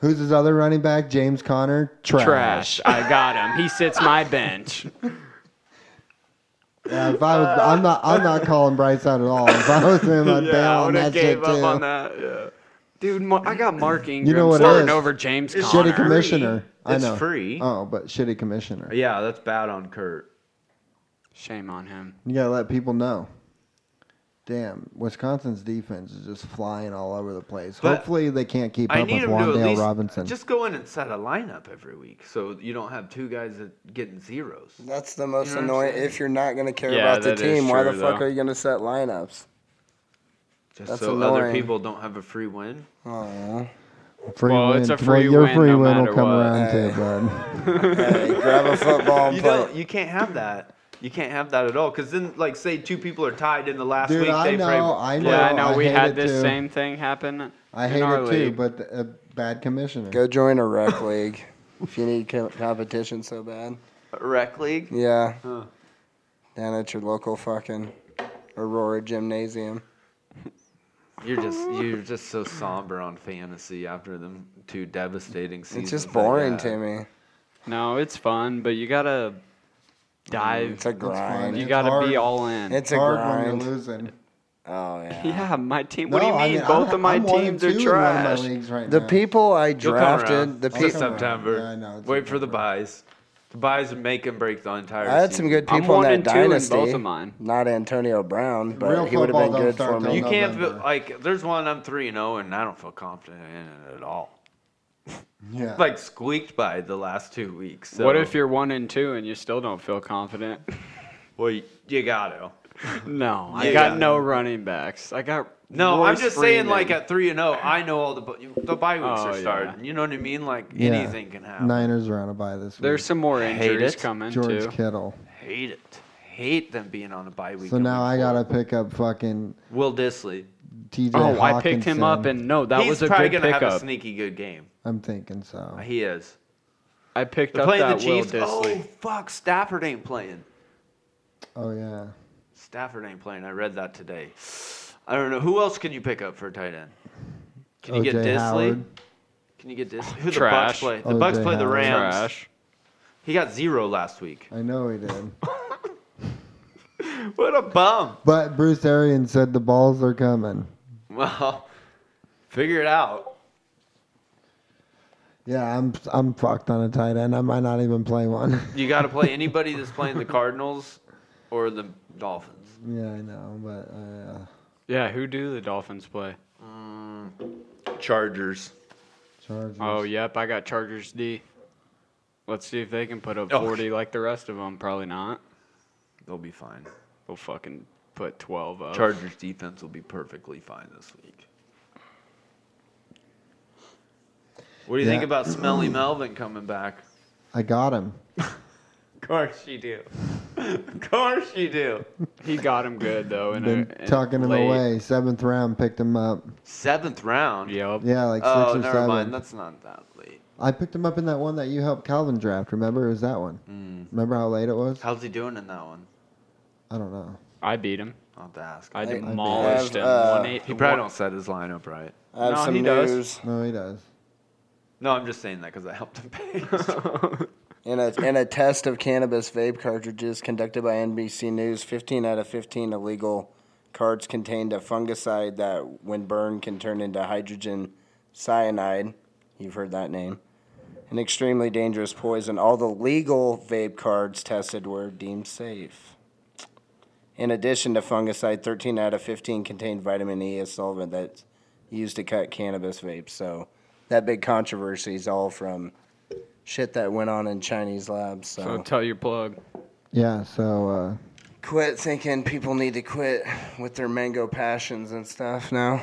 [SPEAKER 1] Who's his other running back? James Conner, trash.
[SPEAKER 4] trash. I got him. He sits my bench.
[SPEAKER 1] Yeah, if I was, I'm not, I'm not calling Bryce out at all. If I was him, I'd bail on
[SPEAKER 4] would've
[SPEAKER 1] that shit too.
[SPEAKER 4] that. Yeah. Dude, Mar- I got Mark Ingram
[SPEAKER 1] know what it
[SPEAKER 4] starting
[SPEAKER 1] is?
[SPEAKER 4] over James
[SPEAKER 2] It's
[SPEAKER 4] Conner.
[SPEAKER 1] Shitty commissioner. I
[SPEAKER 2] It's
[SPEAKER 1] know.
[SPEAKER 2] free.
[SPEAKER 1] Oh, but shitty commissioner.
[SPEAKER 2] Yeah, that's bad on Kurt.
[SPEAKER 4] Shame on him.
[SPEAKER 1] You gotta let people know. Damn, Wisconsin's defense is just flying all over the place.
[SPEAKER 2] But
[SPEAKER 1] Hopefully, they can't keep
[SPEAKER 2] I
[SPEAKER 1] up
[SPEAKER 2] need
[SPEAKER 1] with
[SPEAKER 2] him to at
[SPEAKER 1] Wandale
[SPEAKER 2] least
[SPEAKER 1] Robinson.
[SPEAKER 2] just go in and set a lineup every week, so you don't have two guys that getting zeros.
[SPEAKER 3] That's the
[SPEAKER 2] You
[SPEAKER 3] most
[SPEAKER 2] know what I'm
[SPEAKER 3] annoying.
[SPEAKER 2] saying?
[SPEAKER 3] If you're not going to care
[SPEAKER 4] Yeah,
[SPEAKER 3] about the
[SPEAKER 4] that is
[SPEAKER 3] team, why the
[SPEAKER 4] true,
[SPEAKER 3] fuck
[SPEAKER 4] though.
[SPEAKER 3] are you going to set lineups?
[SPEAKER 2] Just
[SPEAKER 3] That's
[SPEAKER 2] so other
[SPEAKER 3] annoying.
[SPEAKER 2] people don't have a free win.
[SPEAKER 3] Oh,
[SPEAKER 1] free
[SPEAKER 4] Well,
[SPEAKER 1] win.
[SPEAKER 4] it's a
[SPEAKER 1] Well,
[SPEAKER 4] free
[SPEAKER 1] your
[SPEAKER 4] win
[SPEAKER 1] free
[SPEAKER 4] no
[SPEAKER 1] win will
[SPEAKER 4] matter
[SPEAKER 1] come
[SPEAKER 4] what.
[SPEAKER 1] around
[SPEAKER 3] Hey.
[SPEAKER 1] too, bud.
[SPEAKER 3] hey, grab a football and
[SPEAKER 2] You
[SPEAKER 3] play.
[SPEAKER 2] don't. You can't have that. You can't have that at all. Because then, like, say two people are tied in the last
[SPEAKER 1] Dude,
[SPEAKER 2] week.
[SPEAKER 1] I
[SPEAKER 2] they
[SPEAKER 1] know,
[SPEAKER 2] pray.
[SPEAKER 1] I know.
[SPEAKER 4] Yeah, I know.
[SPEAKER 1] I
[SPEAKER 4] we
[SPEAKER 1] hate
[SPEAKER 4] had
[SPEAKER 1] it
[SPEAKER 4] this
[SPEAKER 1] too.
[SPEAKER 4] same thing happen.
[SPEAKER 1] I
[SPEAKER 4] in
[SPEAKER 1] hate
[SPEAKER 4] our
[SPEAKER 1] it too,
[SPEAKER 4] league.
[SPEAKER 1] but a bad commissioner.
[SPEAKER 3] Go join a rec league if you need co- competition so bad.
[SPEAKER 2] Rec league.
[SPEAKER 3] Yeah.
[SPEAKER 2] Huh.
[SPEAKER 3] Down at your local fucking Aurora Gymnasium.
[SPEAKER 2] You're just you're just so somber on fantasy after them two devastating seasons.
[SPEAKER 3] It's just
[SPEAKER 2] like
[SPEAKER 3] boring
[SPEAKER 2] that.
[SPEAKER 3] to me.
[SPEAKER 4] no, it's fun, but you gotta dive.
[SPEAKER 3] It's a grind.
[SPEAKER 4] you
[SPEAKER 1] Mm, it's
[SPEAKER 4] gotta
[SPEAKER 1] hard.
[SPEAKER 4] be all in.
[SPEAKER 3] It's a
[SPEAKER 1] hard when
[SPEAKER 3] grind.
[SPEAKER 1] you're losing.
[SPEAKER 3] Oh yeah.
[SPEAKER 4] yeah, my team. What do you
[SPEAKER 1] No,
[SPEAKER 4] mean?
[SPEAKER 1] I mean,
[SPEAKER 4] Both
[SPEAKER 1] I'm-
[SPEAKER 4] of my
[SPEAKER 1] I'm one and
[SPEAKER 4] teams are
[SPEAKER 1] two in one of my
[SPEAKER 4] trash.
[SPEAKER 1] leagues right
[SPEAKER 3] The
[SPEAKER 1] now.
[SPEAKER 3] people I
[SPEAKER 2] You'll come
[SPEAKER 3] drafted,
[SPEAKER 2] around.
[SPEAKER 3] the
[SPEAKER 2] It's
[SPEAKER 1] I'll
[SPEAKER 3] people.
[SPEAKER 1] come around.
[SPEAKER 2] September.
[SPEAKER 1] Yeah, I know, it's
[SPEAKER 2] Wait for the
[SPEAKER 1] September.
[SPEAKER 2] buys. The buys make and break the entire.
[SPEAKER 3] I had some
[SPEAKER 2] season.
[SPEAKER 3] good
[SPEAKER 4] I'm
[SPEAKER 3] people
[SPEAKER 4] one
[SPEAKER 3] in
[SPEAKER 4] and
[SPEAKER 3] that
[SPEAKER 4] two in
[SPEAKER 3] dynasty.
[SPEAKER 4] both of mine.
[SPEAKER 3] Not Antonio Brown, but
[SPEAKER 1] Real
[SPEAKER 3] he would have
[SPEAKER 1] football
[SPEAKER 3] been
[SPEAKER 1] don't
[SPEAKER 3] good
[SPEAKER 1] start
[SPEAKER 3] for
[SPEAKER 1] till
[SPEAKER 3] me.
[SPEAKER 2] You
[SPEAKER 1] November.
[SPEAKER 2] can't feel, like there's one I'm three and zero and I don't feel confident in it at all.
[SPEAKER 1] Yeah.
[SPEAKER 2] Like squeaked by the last two weeks. So.
[SPEAKER 4] What if you're one and two and you still don't feel confident?
[SPEAKER 2] Well, y- you gotta.
[SPEAKER 4] no, I
[SPEAKER 2] Yeah.
[SPEAKER 4] got no running backs. I got
[SPEAKER 2] No, I'm
[SPEAKER 4] Royce
[SPEAKER 2] just saying.
[SPEAKER 4] Freeman.
[SPEAKER 2] Like at three and zero, I know all the bu- the bye weeks
[SPEAKER 4] Oh,
[SPEAKER 2] are
[SPEAKER 4] yeah.
[SPEAKER 2] starting. You know what I mean? Like
[SPEAKER 1] Yeah.
[SPEAKER 2] anything can happen.
[SPEAKER 1] Niners are on a buy this week.
[SPEAKER 4] There's some more
[SPEAKER 2] Hate
[SPEAKER 4] injuries
[SPEAKER 2] it.
[SPEAKER 4] coming
[SPEAKER 1] George
[SPEAKER 4] too.
[SPEAKER 1] Kittle.
[SPEAKER 2] Hate it. Hate them being on a bye week.
[SPEAKER 1] So
[SPEAKER 2] in
[SPEAKER 1] now
[SPEAKER 2] week
[SPEAKER 1] I
[SPEAKER 2] four.
[SPEAKER 1] gotta pick up fucking
[SPEAKER 2] Will Disley.
[SPEAKER 1] TJ.
[SPEAKER 4] Oh, I picked him
[SPEAKER 1] Hawkinson.
[SPEAKER 4] up, and no, that
[SPEAKER 2] He's
[SPEAKER 4] was a
[SPEAKER 2] probably
[SPEAKER 4] good
[SPEAKER 2] gonna have a
[SPEAKER 4] pickup.
[SPEAKER 2] sneaky good game.
[SPEAKER 1] I'm thinking so.
[SPEAKER 2] He is.
[SPEAKER 4] I picked
[SPEAKER 2] They're
[SPEAKER 4] up
[SPEAKER 2] playing
[SPEAKER 4] that
[SPEAKER 2] the Chiefs.
[SPEAKER 4] Will Disley.
[SPEAKER 2] Oh fuck, Stafford ain't playing.
[SPEAKER 1] Oh yeah.
[SPEAKER 2] Stafford ain't playing. I read that today. I don't know. Who else can you pick up for a tight end? Can you get
[SPEAKER 1] O.J.
[SPEAKER 2] Disley?
[SPEAKER 1] Howard.
[SPEAKER 2] Can you get this? Who the Bucks
[SPEAKER 4] Trash.
[SPEAKER 2] play? The
[SPEAKER 1] Oh,
[SPEAKER 2] Bucks
[SPEAKER 1] Jay
[SPEAKER 2] play the
[SPEAKER 1] Howard.
[SPEAKER 2] Rams.
[SPEAKER 4] Trash.
[SPEAKER 2] He got zero last week.
[SPEAKER 1] I know he did.
[SPEAKER 2] What a bum.
[SPEAKER 1] But Bruce Arians said the balls are coming.
[SPEAKER 2] Well, figure it out.
[SPEAKER 1] Yeah, I'm I'm fucked on a tight end. I might not even play one.
[SPEAKER 2] You got to play anybody that's playing the Cardinals or the Dolphins.
[SPEAKER 1] yeah, I know, but uh,
[SPEAKER 4] Yeah, who do the Dolphins play?
[SPEAKER 2] Chargers.
[SPEAKER 1] Chargers.
[SPEAKER 4] Oh, yep, I got Chargers D. Let's see if they can put up
[SPEAKER 2] Oh.
[SPEAKER 4] 40 like the rest of them. Probably not.
[SPEAKER 2] They'll be fine.
[SPEAKER 4] They'll fucking put 12 up.
[SPEAKER 2] Chargers defense will be perfectly fine this week. What do you think
[SPEAKER 1] Yeah.
[SPEAKER 2] about Smelly Melvin coming back?
[SPEAKER 1] I got him.
[SPEAKER 2] Of course you do. of course you do.
[SPEAKER 4] He got him good, though. And
[SPEAKER 1] Been tucking him away. Seventh round, picked him up.
[SPEAKER 2] Seventh round.
[SPEAKER 4] Yep.
[SPEAKER 1] Yeah, like six
[SPEAKER 2] Oh,
[SPEAKER 1] or
[SPEAKER 2] never
[SPEAKER 1] seven.
[SPEAKER 2] mind. That's not that late.
[SPEAKER 1] I picked him up in that one that you helped Calvin draft. Remember, it was that one.
[SPEAKER 4] Hmm.
[SPEAKER 1] Remember how late it was?
[SPEAKER 2] How's he doing in that one?
[SPEAKER 1] I don't know.
[SPEAKER 4] I beat him.
[SPEAKER 2] I'll have to ask.
[SPEAKER 4] I
[SPEAKER 2] he
[SPEAKER 4] demolished him.
[SPEAKER 3] uh,
[SPEAKER 4] 180
[SPEAKER 2] probably don't set his lineup right.
[SPEAKER 3] I have
[SPEAKER 4] No,
[SPEAKER 3] some
[SPEAKER 4] he does.
[SPEAKER 3] news
[SPEAKER 1] No, he does.
[SPEAKER 2] No, I'm just saying that because I helped him pay.
[SPEAKER 3] in a in a test of cannabis vape cartridges conducted by NBC News. Fifteen out of fifteen illegal cards contained a fungicide that, when burned, can turn into hydrogen cyanide. You've heard that name. An extremely dangerous poison. All the legal vape cards tested were deemed safe. In addition to fungicide, 13 out of 15 contained vitamin E, a solvent that's used to cut cannabis vapes. So that big controversy is all from shit that went on in Chinese labs. So,
[SPEAKER 4] So tell your plug.
[SPEAKER 1] Yeah, so uh,
[SPEAKER 3] quit thinking people need to quit with their mango passions and stuff now.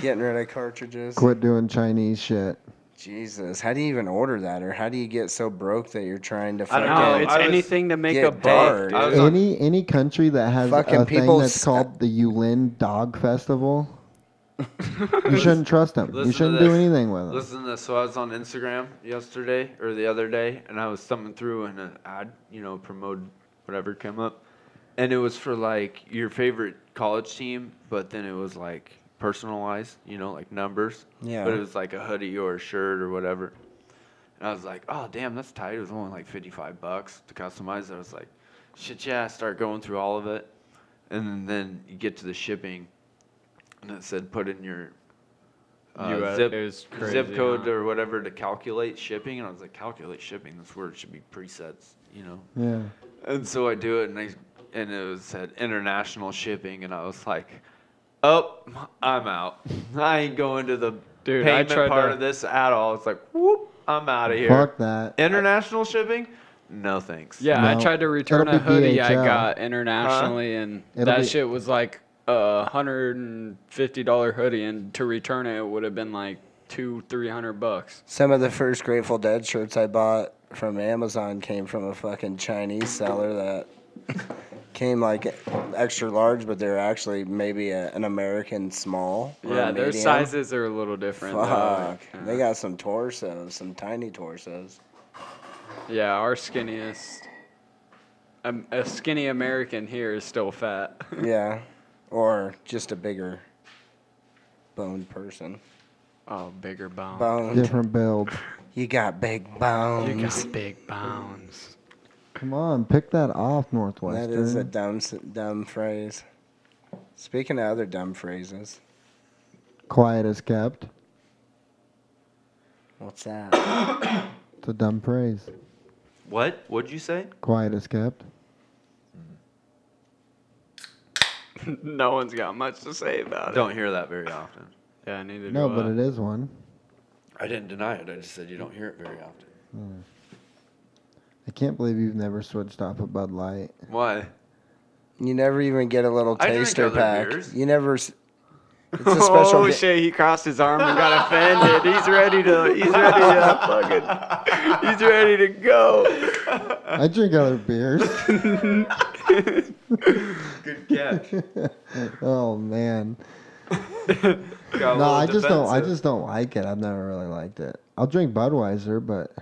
[SPEAKER 3] Getting rid of cartridges.
[SPEAKER 1] quit doing Chinese shit.
[SPEAKER 3] Jesus, how do you even order that, or how do you get so broke that you're trying to
[SPEAKER 2] I
[SPEAKER 3] fucking?
[SPEAKER 2] don't know.
[SPEAKER 4] No, it's
[SPEAKER 2] I was-
[SPEAKER 4] anything to make
[SPEAKER 3] Get
[SPEAKER 4] a bar.
[SPEAKER 3] dark.
[SPEAKER 2] I was on-
[SPEAKER 1] Any any country that has
[SPEAKER 3] Fucking
[SPEAKER 1] a thing
[SPEAKER 3] people
[SPEAKER 1] that's
[SPEAKER 3] s-
[SPEAKER 1] called the Yulin Dog Festival, you shouldn't trust them.
[SPEAKER 2] Listen
[SPEAKER 1] You
[SPEAKER 2] to
[SPEAKER 1] shouldn't do
[SPEAKER 2] this.
[SPEAKER 1] anything with them.
[SPEAKER 2] Listen to this. So I was on Instagram yesterday or the other day, and I was thumbing through, and an ad, you know, promote whatever came up, and it was for like your favorite college team, but then it was like personalized, you know, like numbers.
[SPEAKER 3] Yeah.
[SPEAKER 2] But it was like a hoodie or a shirt or whatever. And I was like, oh damn, that's tight. It was only like fifty-five bucks to customize. it. I was like, shit, yeah. I start going through all of it, and then you get to the shipping, and it said put in your uh,
[SPEAKER 4] US
[SPEAKER 2] zip,
[SPEAKER 4] is
[SPEAKER 2] zip
[SPEAKER 4] crazy,
[SPEAKER 2] code
[SPEAKER 4] huh?
[SPEAKER 2] or whatever to calculate shipping. And I was like, calculate shipping. This word should be presets, you know.
[SPEAKER 1] yeah.
[SPEAKER 2] And so I do it, and I and it was said international shipping, and I was like, oh, I'm out. I ain't going to the
[SPEAKER 4] Dude, I
[SPEAKER 2] payment
[SPEAKER 4] tried
[SPEAKER 2] part
[SPEAKER 4] to-
[SPEAKER 2] of this at all. It's like, whoop, I'm out of here.
[SPEAKER 1] Fuck that.
[SPEAKER 2] International shipping? No thanks.
[SPEAKER 4] Yeah, I
[SPEAKER 1] No.
[SPEAKER 4] tried to return
[SPEAKER 1] It'll
[SPEAKER 4] a
[SPEAKER 1] be
[SPEAKER 4] hoodie
[SPEAKER 1] DHL.
[SPEAKER 4] I got internationally, and
[SPEAKER 1] It'll
[SPEAKER 4] that
[SPEAKER 1] be-
[SPEAKER 4] shit was like a hundred and fifty dollar hoodie, and to return it, it would have been like two, three hundred bucks.
[SPEAKER 3] Some of the first Grateful Dead shirts I bought from Amazon came from a fucking Chinese seller that came like extra large, but they're actually maybe a, an American small. or a
[SPEAKER 4] yeah, their
[SPEAKER 3] medium.
[SPEAKER 4] sizes are a little different. though,
[SPEAKER 3] Fuck.
[SPEAKER 4] like, uh,
[SPEAKER 3] They got some torsos, some tiny torsos.
[SPEAKER 4] yeah, our skinniest. Um, a skinny American here is still fat.
[SPEAKER 3] Yeah. Or just a bigger boned person.
[SPEAKER 4] oh, bigger bone.
[SPEAKER 3] Boned.
[SPEAKER 1] Different build.
[SPEAKER 3] You got big
[SPEAKER 4] You
[SPEAKER 3] bones.
[SPEAKER 4] got big bones.
[SPEAKER 1] Come on, pick that off,
[SPEAKER 3] That
[SPEAKER 1] Northwestern.
[SPEAKER 3] is a dumb, s- dumb phrase. Speaking of other dumb phrases,
[SPEAKER 1] Quiet as kept.
[SPEAKER 3] what's that?
[SPEAKER 1] It's a dumb phrase.
[SPEAKER 2] What? What'd you say?
[SPEAKER 1] Quiet as kept.
[SPEAKER 4] no one's got much to say about it.
[SPEAKER 2] Don't hear that very often.
[SPEAKER 4] Yeah, neither
[SPEAKER 1] No,
[SPEAKER 4] do
[SPEAKER 1] but
[SPEAKER 4] I.
[SPEAKER 1] it is one.
[SPEAKER 2] I didn't deny it. I just said you don't hear it very often.
[SPEAKER 1] I can't believe you've never switched off a Bud Light.
[SPEAKER 2] Why?
[SPEAKER 3] You never even get a little
[SPEAKER 2] I drink
[SPEAKER 3] taster
[SPEAKER 2] other
[SPEAKER 3] pack.
[SPEAKER 2] beers.
[SPEAKER 3] You never. s- It's a special.
[SPEAKER 4] oh
[SPEAKER 3] ga-
[SPEAKER 4] shit! He crossed his arm and got offended. He's ready to. He's ready to fucking. He's ready to go.
[SPEAKER 1] I drink other beers.
[SPEAKER 2] Good catch.
[SPEAKER 1] oh man. No, I just don't. I just don't like it. I've never really liked it. I'll drink Budweiser, but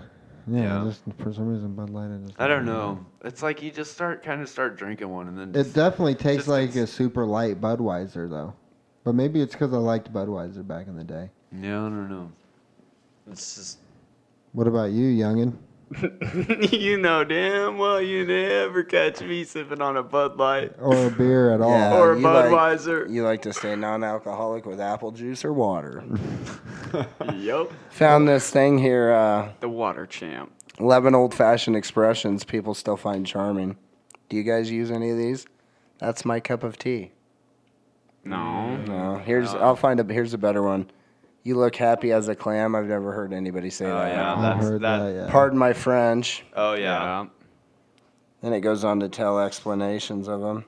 [SPEAKER 1] yeah,
[SPEAKER 2] Yeah.
[SPEAKER 1] just for some reason Bud Light. I, just
[SPEAKER 2] I don't
[SPEAKER 1] really
[SPEAKER 2] know. It's like you just start kind of start drinking one and then
[SPEAKER 1] like. It
[SPEAKER 2] just-
[SPEAKER 1] definitely tastes
[SPEAKER 2] Just
[SPEAKER 1] like a
[SPEAKER 2] it's-
[SPEAKER 1] super light Budweiser, though. But maybe it's because I liked Budweiser back in the day.
[SPEAKER 2] Yeah, I don't know. It's just
[SPEAKER 1] What about you, youngin?
[SPEAKER 4] you know damn well you never catch me sipping on a Bud Light.
[SPEAKER 1] Or a beer at all?
[SPEAKER 3] Yeah, uh,
[SPEAKER 4] Or a
[SPEAKER 3] you like-
[SPEAKER 4] Budweiser.
[SPEAKER 3] You like to stay non-alcoholic with apple juice or water.
[SPEAKER 4] yup.
[SPEAKER 3] Found this thing here. Uh,
[SPEAKER 4] The water champ.
[SPEAKER 3] Eleven old-fashioned expressions people still find charming. Do you guys use any of these? That's my cup of tea.
[SPEAKER 4] No.
[SPEAKER 3] No, here's I'll find a here's a better one. You look happy as a clam. I've never heard anybody say
[SPEAKER 2] Oh
[SPEAKER 3] that.
[SPEAKER 2] yeah,
[SPEAKER 1] I've
[SPEAKER 2] that's
[SPEAKER 1] heard
[SPEAKER 2] that.
[SPEAKER 1] that, yeah.
[SPEAKER 3] Pardon my French.
[SPEAKER 2] Oh yeah.
[SPEAKER 3] Then it goes on to tell explanations of them.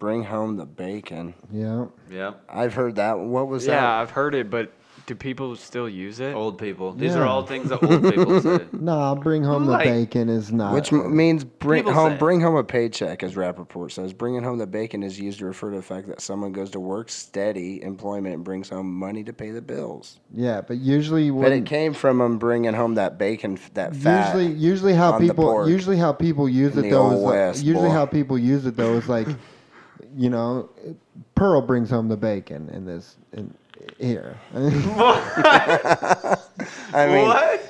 [SPEAKER 3] Bring home the bacon.
[SPEAKER 1] yeah.
[SPEAKER 2] yeah,
[SPEAKER 3] I've heard that. What was
[SPEAKER 4] Yeah,
[SPEAKER 3] that?
[SPEAKER 4] I've heard it, but do people still use it?
[SPEAKER 2] Old people. These are
[SPEAKER 1] Yeah.
[SPEAKER 2] all things that old people say.
[SPEAKER 1] Nah, bring home the
[SPEAKER 4] Like-
[SPEAKER 1] bacon is not.
[SPEAKER 3] Which m- means bring
[SPEAKER 2] People
[SPEAKER 3] home
[SPEAKER 2] say it.
[SPEAKER 3] bring home a paycheck, as Rappaport says. Bringing home the bacon is used to refer to the fact that someone goes to work, steady employment, and brings home money to pay the bills.
[SPEAKER 1] yeah, but usually you
[SPEAKER 3] But it
[SPEAKER 1] wouldn't-
[SPEAKER 3] came from them bringing home that bacon, f- that fat.
[SPEAKER 1] usually usually how
[SPEAKER 3] on the
[SPEAKER 1] people
[SPEAKER 3] pork
[SPEAKER 1] usually how people use
[SPEAKER 3] in
[SPEAKER 1] it
[SPEAKER 3] the
[SPEAKER 1] though
[SPEAKER 3] Old
[SPEAKER 1] is like,
[SPEAKER 3] West,
[SPEAKER 1] usually
[SPEAKER 3] boy.
[SPEAKER 1] how people use it though is like you know Pearl brings home the bacon in this in here.
[SPEAKER 3] I mean,
[SPEAKER 2] What?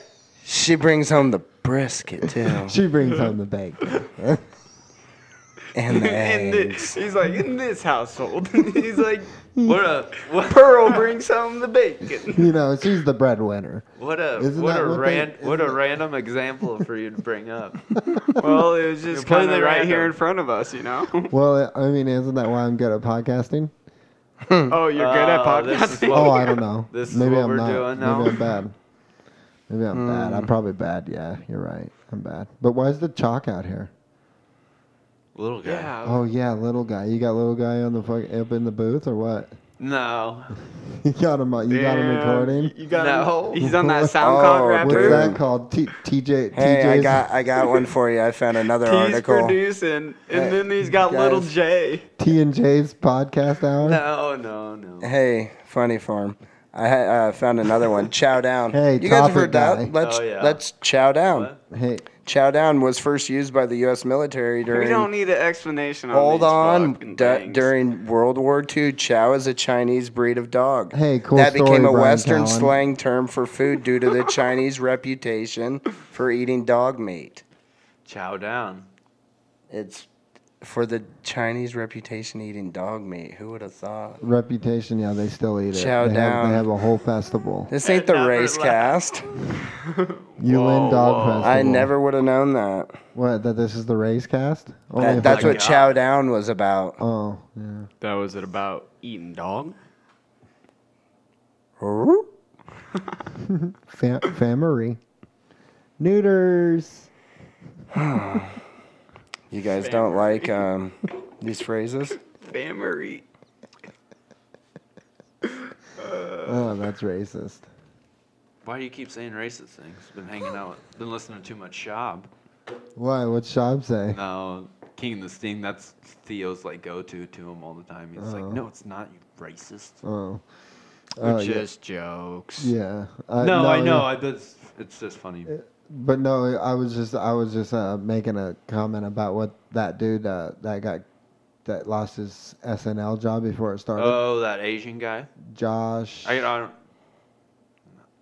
[SPEAKER 3] she brings home the brisket too,
[SPEAKER 1] she brings home the bacon.
[SPEAKER 3] and the
[SPEAKER 4] in
[SPEAKER 3] eggs.
[SPEAKER 4] this, he's like in this household. he's like
[SPEAKER 2] What a what,
[SPEAKER 4] Pearl brings home the bacon.
[SPEAKER 1] You know, she's the breadwinner.
[SPEAKER 2] what a
[SPEAKER 1] Isn't
[SPEAKER 2] what
[SPEAKER 1] that
[SPEAKER 2] a
[SPEAKER 1] what they-
[SPEAKER 2] ran, what a
[SPEAKER 1] isn't-
[SPEAKER 2] random example for you to bring up.
[SPEAKER 4] Well, it was just kind
[SPEAKER 2] Completely
[SPEAKER 4] of right here
[SPEAKER 2] random.
[SPEAKER 4] in front of us, you know.
[SPEAKER 1] Well, I mean, isn't that why I'm good at podcasting?
[SPEAKER 4] oh, you're good at
[SPEAKER 2] Oh, this is
[SPEAKER 4] podcasting.
[SPEAKER 2] what-
[SPEAKER 1] Oh, I don't know.
[SPEAKER 2] This is
[SPEAKER 1] Maybe
[SPEAKER 2] what
[SPEAKER 1] I'm
[SPEAKER 2] we're
[SPEAKER 1] not. Maybe
[SPEAKER 2] doing now. Hmm.
[SPEAKER 1] I'm bad. Maybe I'm bad. I'm probably bad. Yeah, you're right. I'm bad. But why is the chalk out here?
[SPEAKER 2] Little guy.
[SPEAKER 4] yeah.
[SPEAKER 1] Oh yeah, little guy. You got little guy on the fuck up in the booth or what?
[SPEAKER 2] No.
[SPEAKER 1] You got him. You got him
[SPEAKER 4] Damn,
[SPEAKER 1] recording.
[SPEAKER 4] You got
[SPEAKER 2] No.
[SPEAKER 4] He's on that
[SPEAKER 3] Oh,
[SPEAKER 4] SoundCloud
[SPEAKER 1] What's
[SPEAKER 4] rapper.
[SPEAKER 3] dude.
[SPEAKER 1] that called? T- TJ.
[SPEAKER 3] Hey, I
[SPEAKER 1] TJ's
[SPEAKER 3] got I got one for you. I found another
[SPEAKER 4] He's
[SPEAKER 3] article.
[SPEAKER 4] producing, and
[SPEAKER 3] Hey,
[SPEAKER 4] then he's got
[SPEAKER 3] guys.
[SPEAKER 4] little J.
[SPEAKER 1] T and J's podcast hour.
[SPEAKER 2] No. No. No.
[SPEAKER 3] Hey, funny farm. I ha- uh, found another one. Chow down.
[SPEAKER 1] Hey,
[SPEAKER 3] you guys have
[SPEAKER 1] topic
[SPEAKER 3] heard
[SPEAKER 1] guy.
[SPEAKER 3] that? Let's
[SPEAKER 2] Oh, yeah.
[SPEAKER 3] let's chow down.
[SPEAKER 2] What?
[SPEAKER 1] Hey,
[SPEAKER 3] Chow down was first used by the U.S. military
[SPEAKER 4] We
[SPEAKER 3] during.
[SPEAKER 4] don't need an explanation. On
[SPEAKER 3] Hold
[SPEAKER 4] these
[SPEAKER 3] on.
[SPEAKER 4] fucking
[SPEAKER 3] Du-
[SPEAKER 4] things.
[SPEAKER 3] during World War II, chow is a Chinese breed of dog.
[SPEAKER 1] Hey, cool
[SPEAKER 3] That
[SPEAKER 1] story,
[SPEAKER 3] became a
[SPEAKER 1] Brian
[SPEAKER 3] Western
[SPEAKER 1] Cowan.
[SPEAKER 3] slang term for food due to the Chinese reputation for eating dog meat.
[SPEAKER 2] Chow down.
[SPEAKER 3] It's for the Chinese reputation eating dog meat. Who would have thought?
[SPEAKER 1] reputation. Yeah, they still eat it.
[SPEAKER 3] Chow
[SPEAKER 1] they Have,
[SPEAKER 3] down.
[SPEAKER 1] they have a whole festival.
[SPEAKER 3] This ain't the
[SPEAKER 2] Never
[SPEAKER 3] race
[SPEAKER 2] left.
[SPEAKER 3] cast.
[SPEAKER 1] You win dog festival.
[SPEAKER 3] I never would have known that.
[SPEAKER 1] What? That this is the race cast? Only
[SPEAKER 3] That-
[SPEAKER 1] if
[SPEAKER 3] that's
[SPEAKER 1] I-
[SPEAKER 3] what Chow Down was about.
[SPEAKER 1] Oh, yeah.
[SPEAKER 4] That was it about eating dog.
[SPEAKER 1] Oh. Fam- famery. Neuters.
[SPEAKER 3] You guys don't like um, these phrases?
[SPEAKER 4] Family.
[SPEAKER 1] Oh, that's racist.
[SPEAKER 2] Why do you keep saying racist things? Been hanging out. Been listening to too much Shab.
[SPEAKER 1] Why? What's Shab say?
[SPEAKER 2] No, King of the Sting. That's Theo's like go to to him all the time. He's
[SPEAKER 1] Uh.
[SPEAKER 2] like, no, it's not. You racist.
[SPEAKER 1] Oh.
[SPEAKER 4] They're
[SPEAKER 1] Oh, yeah.
[SPEAKER 4] just jokes.
[SPEAKER 1] Yeah. I,
[SPEAKER 2] no, I
[SPEAKER 1] Uh, yeah.
[SPEAKER 2] know.
[SPEAKER 1] Uh,
[SPEAKER 2] I bet it's, it's just funny.
[SPEAKER 1] But no, I was just I was just uh, making a comment about what that dude uh, that got that lost his SNL job before it started.
[SPEAKER 2] Oh, that Asian guy.
[SPEAKER 1] Josh.
[SPEAKER 2] I, I don't.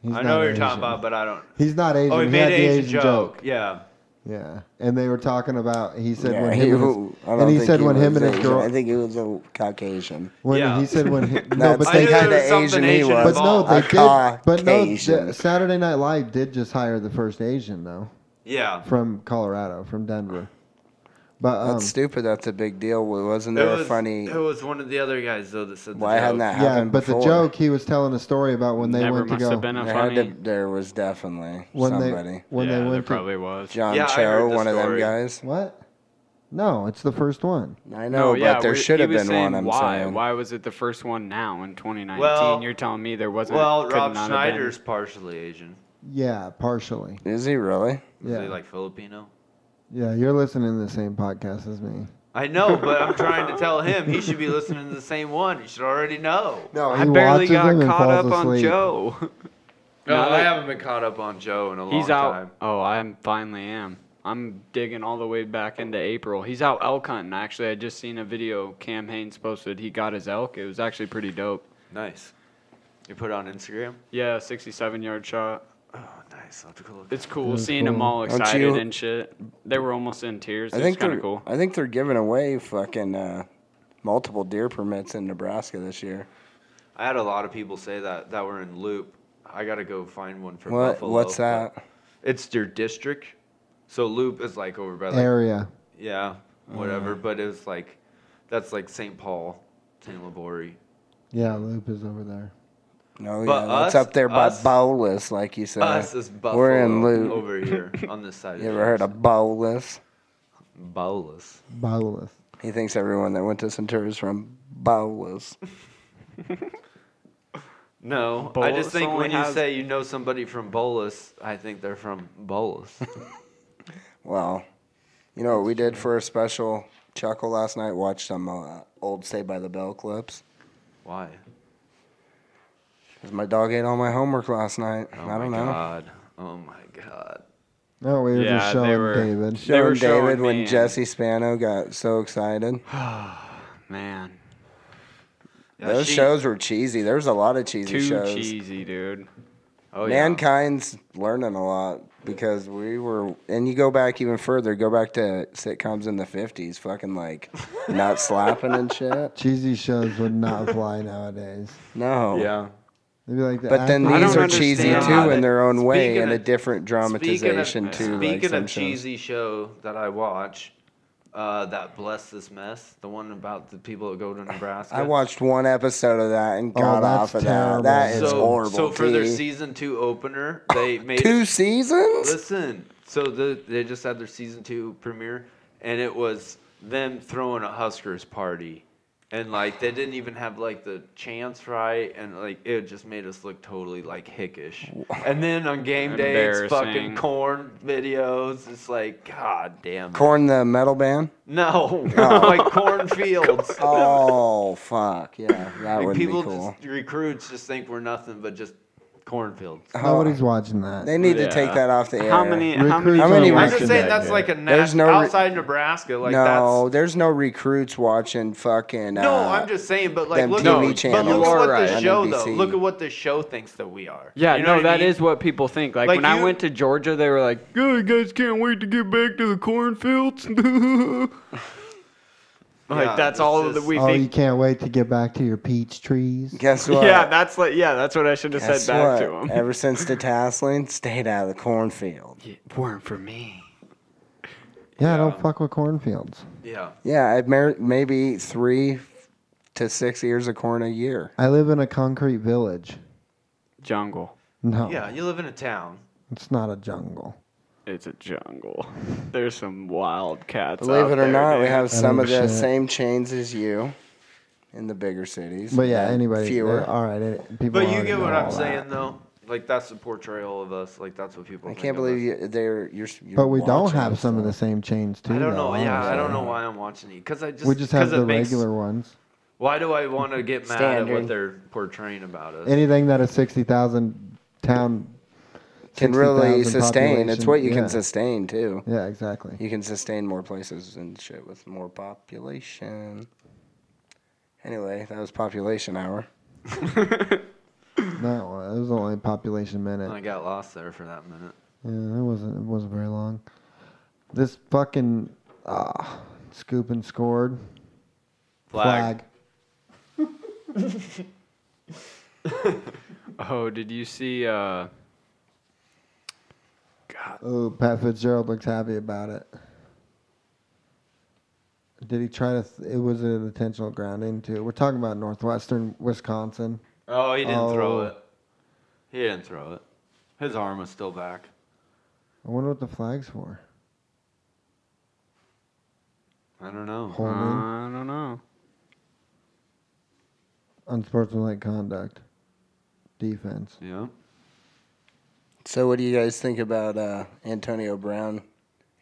[SPEAKER 1] he's
[SPEAKER 2] I
[SPEAKER 1] not
[SPEAKER 2] know what you're
[SPEAKER 1] Asian.
[SPEAKER 2] talking about, but I don't.
[SPEAKER 1] He's not Asian.
[SPEAKER 2] Oh, he, made
[SPEAKER 1] had
[SPEAKER 2] an
[SPEAKER 1] the
[SPEAKER 2] Asian,
[SPEAKER 1] Asian
[SPEAKER 2] joke. Yeah.
[SPEAKER 1] Yeah, and they were talking about. He said
[SPEAKER 3] Yeah,
[SPEAKER 1] when
[SPEAKER 3] he-
[SPEAKER 1] him
[SPEAKER 3] who-
[SPEAKER 1] and his,
[SPEAKER 3] I don't
[SPEAKER 1] and he
[SPEAKER 3] think
[SPEAKER 1] said when him
[SPEAKER 3] was
[SPEAKER 1] and his
[SPEAKER 3] Asian.
[SPEAKER 1] girl.
[SPEAKER 3] I think he was a Caucasian.
[SPEAKER 1] When
[SPEAKER 2] Yeah.
[SPEAKER 1] he said when he, no,
[SPEAKER 3] That's
[SPEAKER 1] but
[SPEAKER 2] I
[SPEAKER 1] they
[SPEAKER 2] knew there
[SPEAKER 1] had
[SPEAKER 2] was
[SPEAKER 3] kinda
[SPEAKER 2] something
[SPEAKER 3] Asian he
[SPEAKER 2] Asian
[SPEAKER 3] was.
[SPEAKER 1] But no,
[SPEAKER 2] involved.
[SPEAKER 1] they did. But no,
[SPEAKER 3] Caucasian.
[SPEAKER 1] the- Saturday Night Live did just hire the first Asian though
[SPEAKER 2] yeah.
[SPEAKER 1] from Colorado, from Denver. But um,
[SPEAKER 3] That's stupid. That's a big deal. Wasn't
[SPEAKER 2] It
[SPEAKER 3] there
[SPEAKER 2] was
[SPEAKER 3] a funny?
[SPEAKER 2] It was one of the other guys though that said. The
[SPEAKER 3] Why
[SPEAKER 2] joke.
[SPEAKER 3] hadn't that
[SPEAKER 1] yeah,
[SPEAKER 3] happened
[SPEAKER 1] but
[SPEAKER 3] before?
[SPEAKER 1] the joke he was telling a story about when they
[SPEAKER 4] Never
[SPEAKER 1] went to
[SPEAKER 4] must
[SPEAKER 1] go
[SPEAKER 4] have been a
[SPEAKER 3] There, had
[SPEAKER 4] funny.
[SPEAKER 3] to, there was definitely
[SPEAKER 1] when
[SPEAKER 3] somebody.
[SPEAKER 1] they when
[SPEAKER 4] yeah,
[SPEAKER 1] they
[SPEAKER 4] there
[SPEAKER 1] went to
[SPEAKER 4] probably was.
[SPEAKER 3] John
[SPEAKER 2] Yeah, I
[SPEAKER 3] Cho,
[SPEAKER 2] heard the
[SPEAKER 3] one of them
[SPEAKER 2] story.
[SPEAKER 3] guys.
[SPEAKER 1] what? No, it's the first one.
[SPEAKER 3] I know, but there
[SPEAKER 4] Oh, we-
[SPEAKER 3] should
[SPEAKER 4] he
[SPEAKER 3] have
[SPEAKER 4] was
[SPEAKER 3] been one.
[SPEAKER 4] saying
[SPEAKER 3] I'm
[SPEAKER 4] why?
[SPEAKER 3] saying.
[SPEAKER 4] Why was it the first one now in 2019?
[SPEAKER 2] Well-
[SPEAKER 4] You're telling me there wasn't.
[SPEAKER 2] Well,
[SPEAKER 4] could
[SPEAKER 2] Rob
[SPEAKER 4] not have been.
[SPEAKER 2] Schneider's partially Asian.
[SPEAKER 1] Yeah, partially.
[SPEAKER 3] Is he really?
[SPEAKER 2] Is
[SPEAKER 1] Yeah,
[SPEAKER 2] he like Filipino?
[SPEAKER 1] yeah. You're listening to the same podcast as me.
[SPEAKER 2] I know, but I'm trying to tell him he should be listening to the same one. He should already know.
[SPEAKER 1] No,
[SPEAKER 4] I barely got caught up on
[SPEAKER 1] asleep.
[SPEAKER 4] Joe.
[SPEAKER 2] No,
[SPEAKER 4] No,
[SPEAKER 2] I
[SPEAKER 4] I-
[SPEAKER 2] haven't been caught up on Joe in a long
[SPEAKER 4] He's out.
[SPEAKER 2] time.
[SPEAKER 4] Oh, I finally am. I'm digging all the way back into April. He's out elk hunting. Actually, I just seen a video Cam Haynes posted. He got his elk. It was actually pretty dope.
[SPEAKER 2] Nice. You put it on Instagram?
[SPEAKER 4] Yeah, 67 yard shot.
[SPEAKER 2] Oh, nice. I'll have to go look.
[SPEAKER 4] It's cool seeing them all
[SPEAKER 3] Aren't
[SPEAKER 4] excited
[SPEAKER 3] you-
[SPEAKER 4] and shit. They were almost in tears.
[SPEAKER 3] I
[SPEAKER 4] It's
[SPEAKER 3] think
[SPEAKER 4] kind
[SPEAKER 3] they're
[SPEAKER 4] of cool.
[SPEAKER 3] I think they're giving away fucking uh, multiple deer permits in Nebraska this year.
[SPEAKER 2] I had a lot of people say that that were in Loop. I gotta go find one for
[SPEAKER 3] What
[SPEAKER 2] Buffalo.
[SPEAKER 3] what's
[SPEAKER 2] but
[SPEAKER 3] that?
[SPEAKER 2] It's your district. So Loop is like over by like
[SPEAKER 1] Area.
[SPEAKER 2] yeah,
[SPEAKER 3] Uh-huh.
[SPEAKER 2] whatever. But it's like that's like St. Paul, St. Laborie.
[SPEAKER 1] Yeah, Loop is over there.
[SPEAKER 3] No, yeah,
[SPEAKER 2] But
[SPEAKER 3] that's
[SPEAKER 2] us-
[SPEAKER 3] up there by
[SPEAKER 2] us-
[SPEAKER 3] Bowless, like you said.
[SPEAKER 2] Us is Buffalo.
[SPEAKER 3] We're in Loop.
[SPEAKER 2] over here on this side.
[SPEAKER 3] You ever heard of Bowless?
[SPEAKER 2] Bowless?
[SPEAKER 1] Bowless.
[SPEAKER 3] He thinks everyone that went to Centura is from Bowless.
[SPEAKER 2] No, I
[SPEAKER 4] Bolus
[SPEAKER 2] just think
[SPEAKER 4] only
[SPEAKER 2] when you
[SPEAKER 4] has-
[SPEAKER 2] say you know somebody from Bolus, I think they're from Bolus.
[SPEAKER 3] Well, you know what we did for a special chuckle last night? Watched some uh, old Stay by the Bell clips.
[SPEAKER 2] Why?
[SPEAKER 3] Because my dog ate all my homework last night.
[SPEAKER 2] Oh
[SPEAKER 3] I don't
[SPEAKER 2] my
[SPEAKER 3] know.
[SPEAKER 2] god. Oh my god.
[SPEAKER 1] No, we were
[SPEAKER 4] Yeah,
[SPEAKER 1] just
[SPEAKER 4] they
[SPEAKER 1] showing
[SPEAKER 4] were-
[SPEAKER 1] David.
[SPEAKER 4] They were
[SPEAKER 3] Showing David
[SPEAKER 4] showing
[SPEAKER 3] when
[SPEAKER 4] me.
[SPEAKER 3] Jesse Spano got so excited.
[SPEAKER 4] Man,
[SPEAKER 2] Yeah,
[SPEAKER 3] Those
[SPEAKER 2] she-
[SPEAKER 3] shows were cheesy. There's a lot of cheesy
[SPEAKER 4] too
[SPEAKER 3] shows.
[SPEAKER 4] cheesy, dude.
[SPEAKER 2] Oh, yeah.
[SPEAKER 3] Mankind's learning a lot because we were, and you go back even further. Go back to sitcoms in the '50s, fucking like not slapping and shit.
[SPEAKER 1] Cheesy shows would not fly nowadays.
[SPEAKER 3] No.
[SPEAKER 2] Yeah.
[SPEAKER 1] They'd be like the
[SPEAKER 3] But then
[SPEAKER 1] actor-
[SPEAKER 4] I
[SPEAKER 3] these
[SPEAKER 4] don't
[SPEAKER 3] are cheesy
[SPEAKER 4] understand
[SPEAKER 3] too
[SPEAKER 4] how
[SPEAKER 3] in
[SPEAKER 2] they-
[SPEAKER 3] their own way
[SPEAKER 2] Speaking
[SPEAKER 3] and a
[SPEAKER 2] of-
[SPEAKER 3] different dramatization
[SPEAKER 2] speaking
[SPEAKER 3] too.
[SPEAKER 2] of,
[SPEAKER 3] like
[SPEAKER 2] Speaking
[SPEAKER 3] some
[SPEAKER 2] of
[SPEAKER 3] shows.
[SPEAKER 2] cheesy show that I watch, uh, that bless this mess, the one about the people that go to Nebraska.
[SPEAKER 3] I watched one episode of that and
[SPEAKER 1] Oh,
[SPEAKER 3] got off
[SPEAKER 1] that's
[SPEAKER 3] of
[SPEAKER 1] terrible.
[SPEAKER 3] that. That
[SPEAKER 2] so,
[SPEAKER 3] is horrible.
[SPEAKER 2] So for their
[SPEAKER 3] T.
[SPEAKER 2] season two opener, they made
[SPEAKER 3] two seasons.
[SPEAKER 2] Listen, so the, they just had their season two premiere, and it was them throwing a Huskers party, and like they didn't even have like the chance right, and like it just made us look totally like hickish. And then on game day, it's fucking
[SPEAKER 4] Embarrassing.
[SPEAKER 2] corn videos. It's like, god damn. It.
[SPEAKER 3] Corn the metal band.
[SPEAKER 2] no, like cornfields.
[SPEAKER 3] Oh fuck yeah, that
[SPEAKER 2] Like,
[SPEAKER 3] would be
[SPEAKER 2] people
[SPEAKER 3] cool.
[SPEAKER 2] just recruits just think we're nothing but just cornfields.
[SPEAKER 1] Nobody's watching that.
[SPEAKER 3] They need to
[SPEAKER 4] Yeah.
[SPEAKER 3] take that off the air.
[SPEAKER 4] How many? How
[SPEAKER 1] Recruits
[SPEAKER 4] many?
[SPEAKER 1] are
[SPEAKER 3] many
[SPEAKER 2] I'm
[SPEAKER 1] watching
[SPEAKER 2] just
[SPEAKER 3] Watching
[SPEAKER 2] saying
[SPEAKER 1] that
[SPEAKER 2] that's
[SPEAKER 1] shit.
[SPEAKER 2] like a na-
[SPEAKER 3] There's no re-
[SPEAKER 2] outside Nebraska. Like that's
[SPEAKER 3] no, there's no recruits watching fucking.
[SPEAKER 2] No,
[SPEAKER 3] uh,
[SPEAKER 2] I'm just saying, but like,
[SPEAKER 3] them
[SPEAKER 2] look,
[SPEAKER 3] TV
[SPEAKER 2] no, but
[SPEAKER 3] channels.
[SPEAKER 2] look at what
[SPEAKER 4] Right.
[SPEAKER 2] the
[SPEAKER 3] on
[SPEAKER 2] show though.
[SPEAKER 3] NBC.
[SPEAKER 2] Look at what the show thinks that we are.
[SPEAKER 4] Yeah,
[SPEAKER 2] You
[SPEAKER 4] no,
[SPEAKER 2] know
[SPEAKER 4] that
[SPEAKER 2] what
[SPEAKER 4] is
[SPEAKER 2] I mean?
[SPEAKER 4] what people think. Like,
[SPEAKER 2] Like
[SPEAKER 4] when I
[SPEAKER 2] you-
[SPEAKER 4] went to Georgia, they were like, "Oh, you guys can't wait to get back to the cornfields." like
[SPEAKER 2] Yeah,
[SPEAKER 4] that's
[SPEAKER 2] it's
[SPEAKER 4] all that
[SPEAKER 2] just-
[SPEAKER 4] we
[SPEAKER 1] Oh, you
[SPEAKER 4] think.
[SPEAKER 1] can't wait to get back to your peach trees.
[SPEAKER 3] Guess what?
[SPEAKER 4] yeah, that's like yeah, that's what I should have
[SPEAKER 3] Guess
[SPEAKER 4] said back
[SPEAKER 3] what?
[SPEAKER 4] to him.
[SPEAKER 3] Ever since the Tasling, stayed out of the cornfield.
[SPEAKER 4] weren't for me.
[SPEAKER 1] Yeah, don't fuck with cornfields.
[SPEAKER 2] Yeah,
[SPEAKER 3] Yeah, I mer- maybe eat three to six ears of corn a year.
[SPEAKER 1] I live in a concrete village.
[SPEAKER 4] Jungle.
[SPEAKER 1] No,
[SPEAKER 2] yeah. You live in a town.
[SPEAKER 1] it's not a jungle.
[SPEAKER 4] It's a jungle. There's some wild cats.
[SPEAKER 3] Believe
[SPEAKER 4] out
[SPEAKER 3] it or
[SPEAKER 4] there,
[SPEAKER 3] not, we
[SPEAKER 4] dude.
[SPEAKER 3] have some of the
[SPEAKER 1] shit.
[SPEAKER 3] same chains as you in the bigger cities.
[SPEAKER 1] But yeah,
[SPEAKER 3] but
[SPEAKER 1] anybody.
[SPEAKER 3] Fewer.
[SPEAKER 1] All right, it, people.
[SPEAKER 2] But you
[SPEAKER 1] already
[SPEAKER 2] get what
[SPEAKER 1] know
[SPEAKER 2] I'm
[SPEAKER 1] all
[SPEAKER 2] saying
[SPEAKER 1] that.
[SPEAKER 2] though. Like that's the portrayal of us. Like that's what people.
[SPEAKER 3] I
[SPEAKER 2] think
[SPEAKER 3] can't
[SPEAKER 2] of
[SPEAKER 3] believe
[SPEAKER 2] us.
[SPEAKER 3] you, they're you're. s- you're
[SPEAKER 1] But we don't
[SPEAKER 3] watching
[SPEAKER 1] have
[SPEAKER 3] us,
[SPEAKER 1] some of
[SPEAKER 3] though.
[SPEAKER 1] the same chains too.
[SPEAKER 2] I don't
[SPEAKER 1] though,
[SPEAKER 2] know. Yeah, I don't
[SPEAKER 1] honestly.
[SPEAKER 2] know why I'm watching it because I just
[SPEAKER 1] We just have
[SPEAKER 2] 'cause it
[SPEAKER 1] the
[SPEAKER 2] makes-
[SPEAKER 1] regular ones.
[SPEAKER 2] Why do I want to get mad at
[SPEAKER 3] Standard.
[SPEAKER 2] what they're portraying about us?
[SPEAKER 1] Anything that a sixty thousand town
[SPEAKER 3] Can really
[SPEAKER 1] 60,000
[SPEAKER 3] sustain. It's
[SPEAKER 1] population,
[SPEAKER 3] what you
[SPEAKER 1] yeah.
[SPEAKER 3] can sustain too.
[SPEAKER 1] Yeah, exactly.
[SPEAKER 3] You can sustain more places and shit with more population. Anyway, that was population hour.
[SPEAKER 1] No, it was only population minute.
[SPEAKER 2] I got lost there for that minute.
[SPEAKER 1] Yeah, it wasn't. It wasn't very long. This fucking ah, scoop and scored flag.
[SPEAKER 4] Oh, did you see? uh God,
[SPEAKER 1] Oh, Pat Fitzgerald looks happy about it. Did he try to? Th- it was an intentional grounding too. We're talking about Northwestern Wisconsin.
[SPEAKER 2] Oh, he didn't throw
[SPEAKER 1] Oh.
[SPEAKER 2] it. He didn't throw it. His arm was still back.
[SPEAKER 1] I wonder what the flag's for.
[SPEAKER 2] I don't know.
[SPEAKER 3] Uh-huh.
[SPEAKER 1] Holding,
[SPEAKER 4] I don't know.
[SPEAKER 1] unsportsmanlike conduct, defense.
[SPEAKER 2] Yeah.
[SPEAKER 3] So, what do you guys think about uh, Antonio Brown